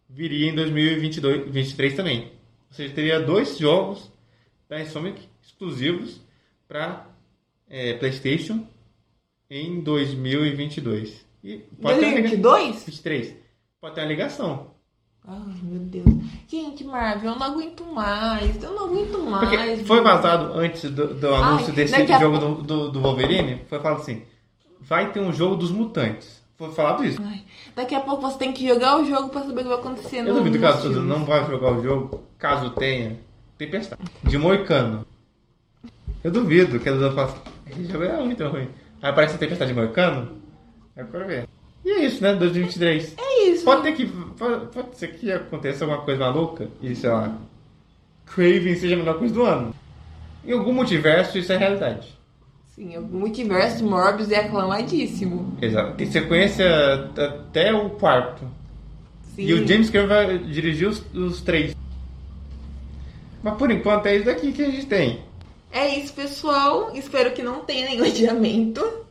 S1: viria em 2023 também. Ou seja, teria dois jogos da Insomniac exclusivos para PlayStation em 2022. E pode ter uma ligação.
S2: 2022?
S1: 23. Pode ter uma ligação.
S2: Ai, Ah, meu Deus. Gente, Marvel, eu não aguento mais. Eu não aguento mais.
S1: Porque foi vazado antes do, do anúncio desse
S2: daqui a
S1: jogo do, do, do Wolverine. Foi falado assim: vai ter um jogo dos mutantes. Foi falado isso.
S2: Ai, daqui a pouco você tem que jogar o jogo pra saber o que vai acontecer
S1: Eu
S2: no-
S1: duvido que
S2: nos
S1: a Suda
S2: filmes.
S1: não vai jogar o jogo, caso tenha tempestade. De Moicano. Eu duvido que a Duda faça. Esse jogo é muito ruim. Aí aparece a tempestade de Moicano. Aí eu quero ver. E é isso, né? 2023.
S2: É isso.
S1: Pode ter que. Pode, pode ser que aconteça alguma coisa maluca e, sei lá. Craven seja a melhor coisa do ano. Em algum multiverso, isso é realidade.
S2: Sim, o multiverso de Morbius é aclamadíssimo.
S1: Exato. Tem sequência t- até o quarto.
S2: Sim.
S1: E o James Cameron vai dirigir os, os três. Mas por enquanto é isso daqui que a gente tem.
S2: É isso, pessoal. Espero que não tenha nenhum adiamento.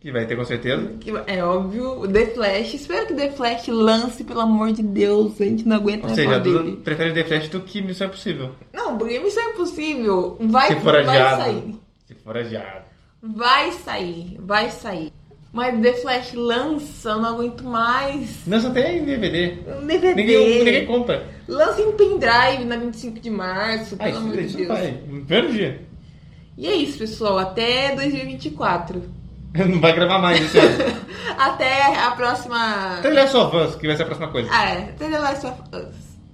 S1: Que vai ter com certeza.
S2: Que é óbvio, o The Flash. Espero que o The Flash lance, pelo amor de Deus. A gente não aguenta
S1: Ou
S2: mais
S1: seja,
S2: falar
S1: a
S2: É dele.
S1: Duda prefere The Flash do que Missão Impossível.
S2: Não, porque Missão Impossível vai,
S1: Se for
S2: vai
S1: adiado.
S2: sair.
S1: Se for adiado.
S2: Vai sair, vai sair. Mas The Flash lança, eu não aguento mais.
S1: Não, só tem DVD.
S2: Um DVD.
S1: Ninguém, ninguém compra.
S2: Lança em pendrive na 25 de março,
S1: Ah,
S2: pelo
S1: isso,
S2: amor de
S1: isso
S2: Deus.
S1: vai. No primeiro dia.
S2: E é isso, pessoal. Até 2024.
S1: Não vai gravar mais Então, esse ano.
S2: Até a próxima.
S1: Até Last of Us, é que vai ser a próxima coisa.
S2: Ah, é. Até The Last of Us.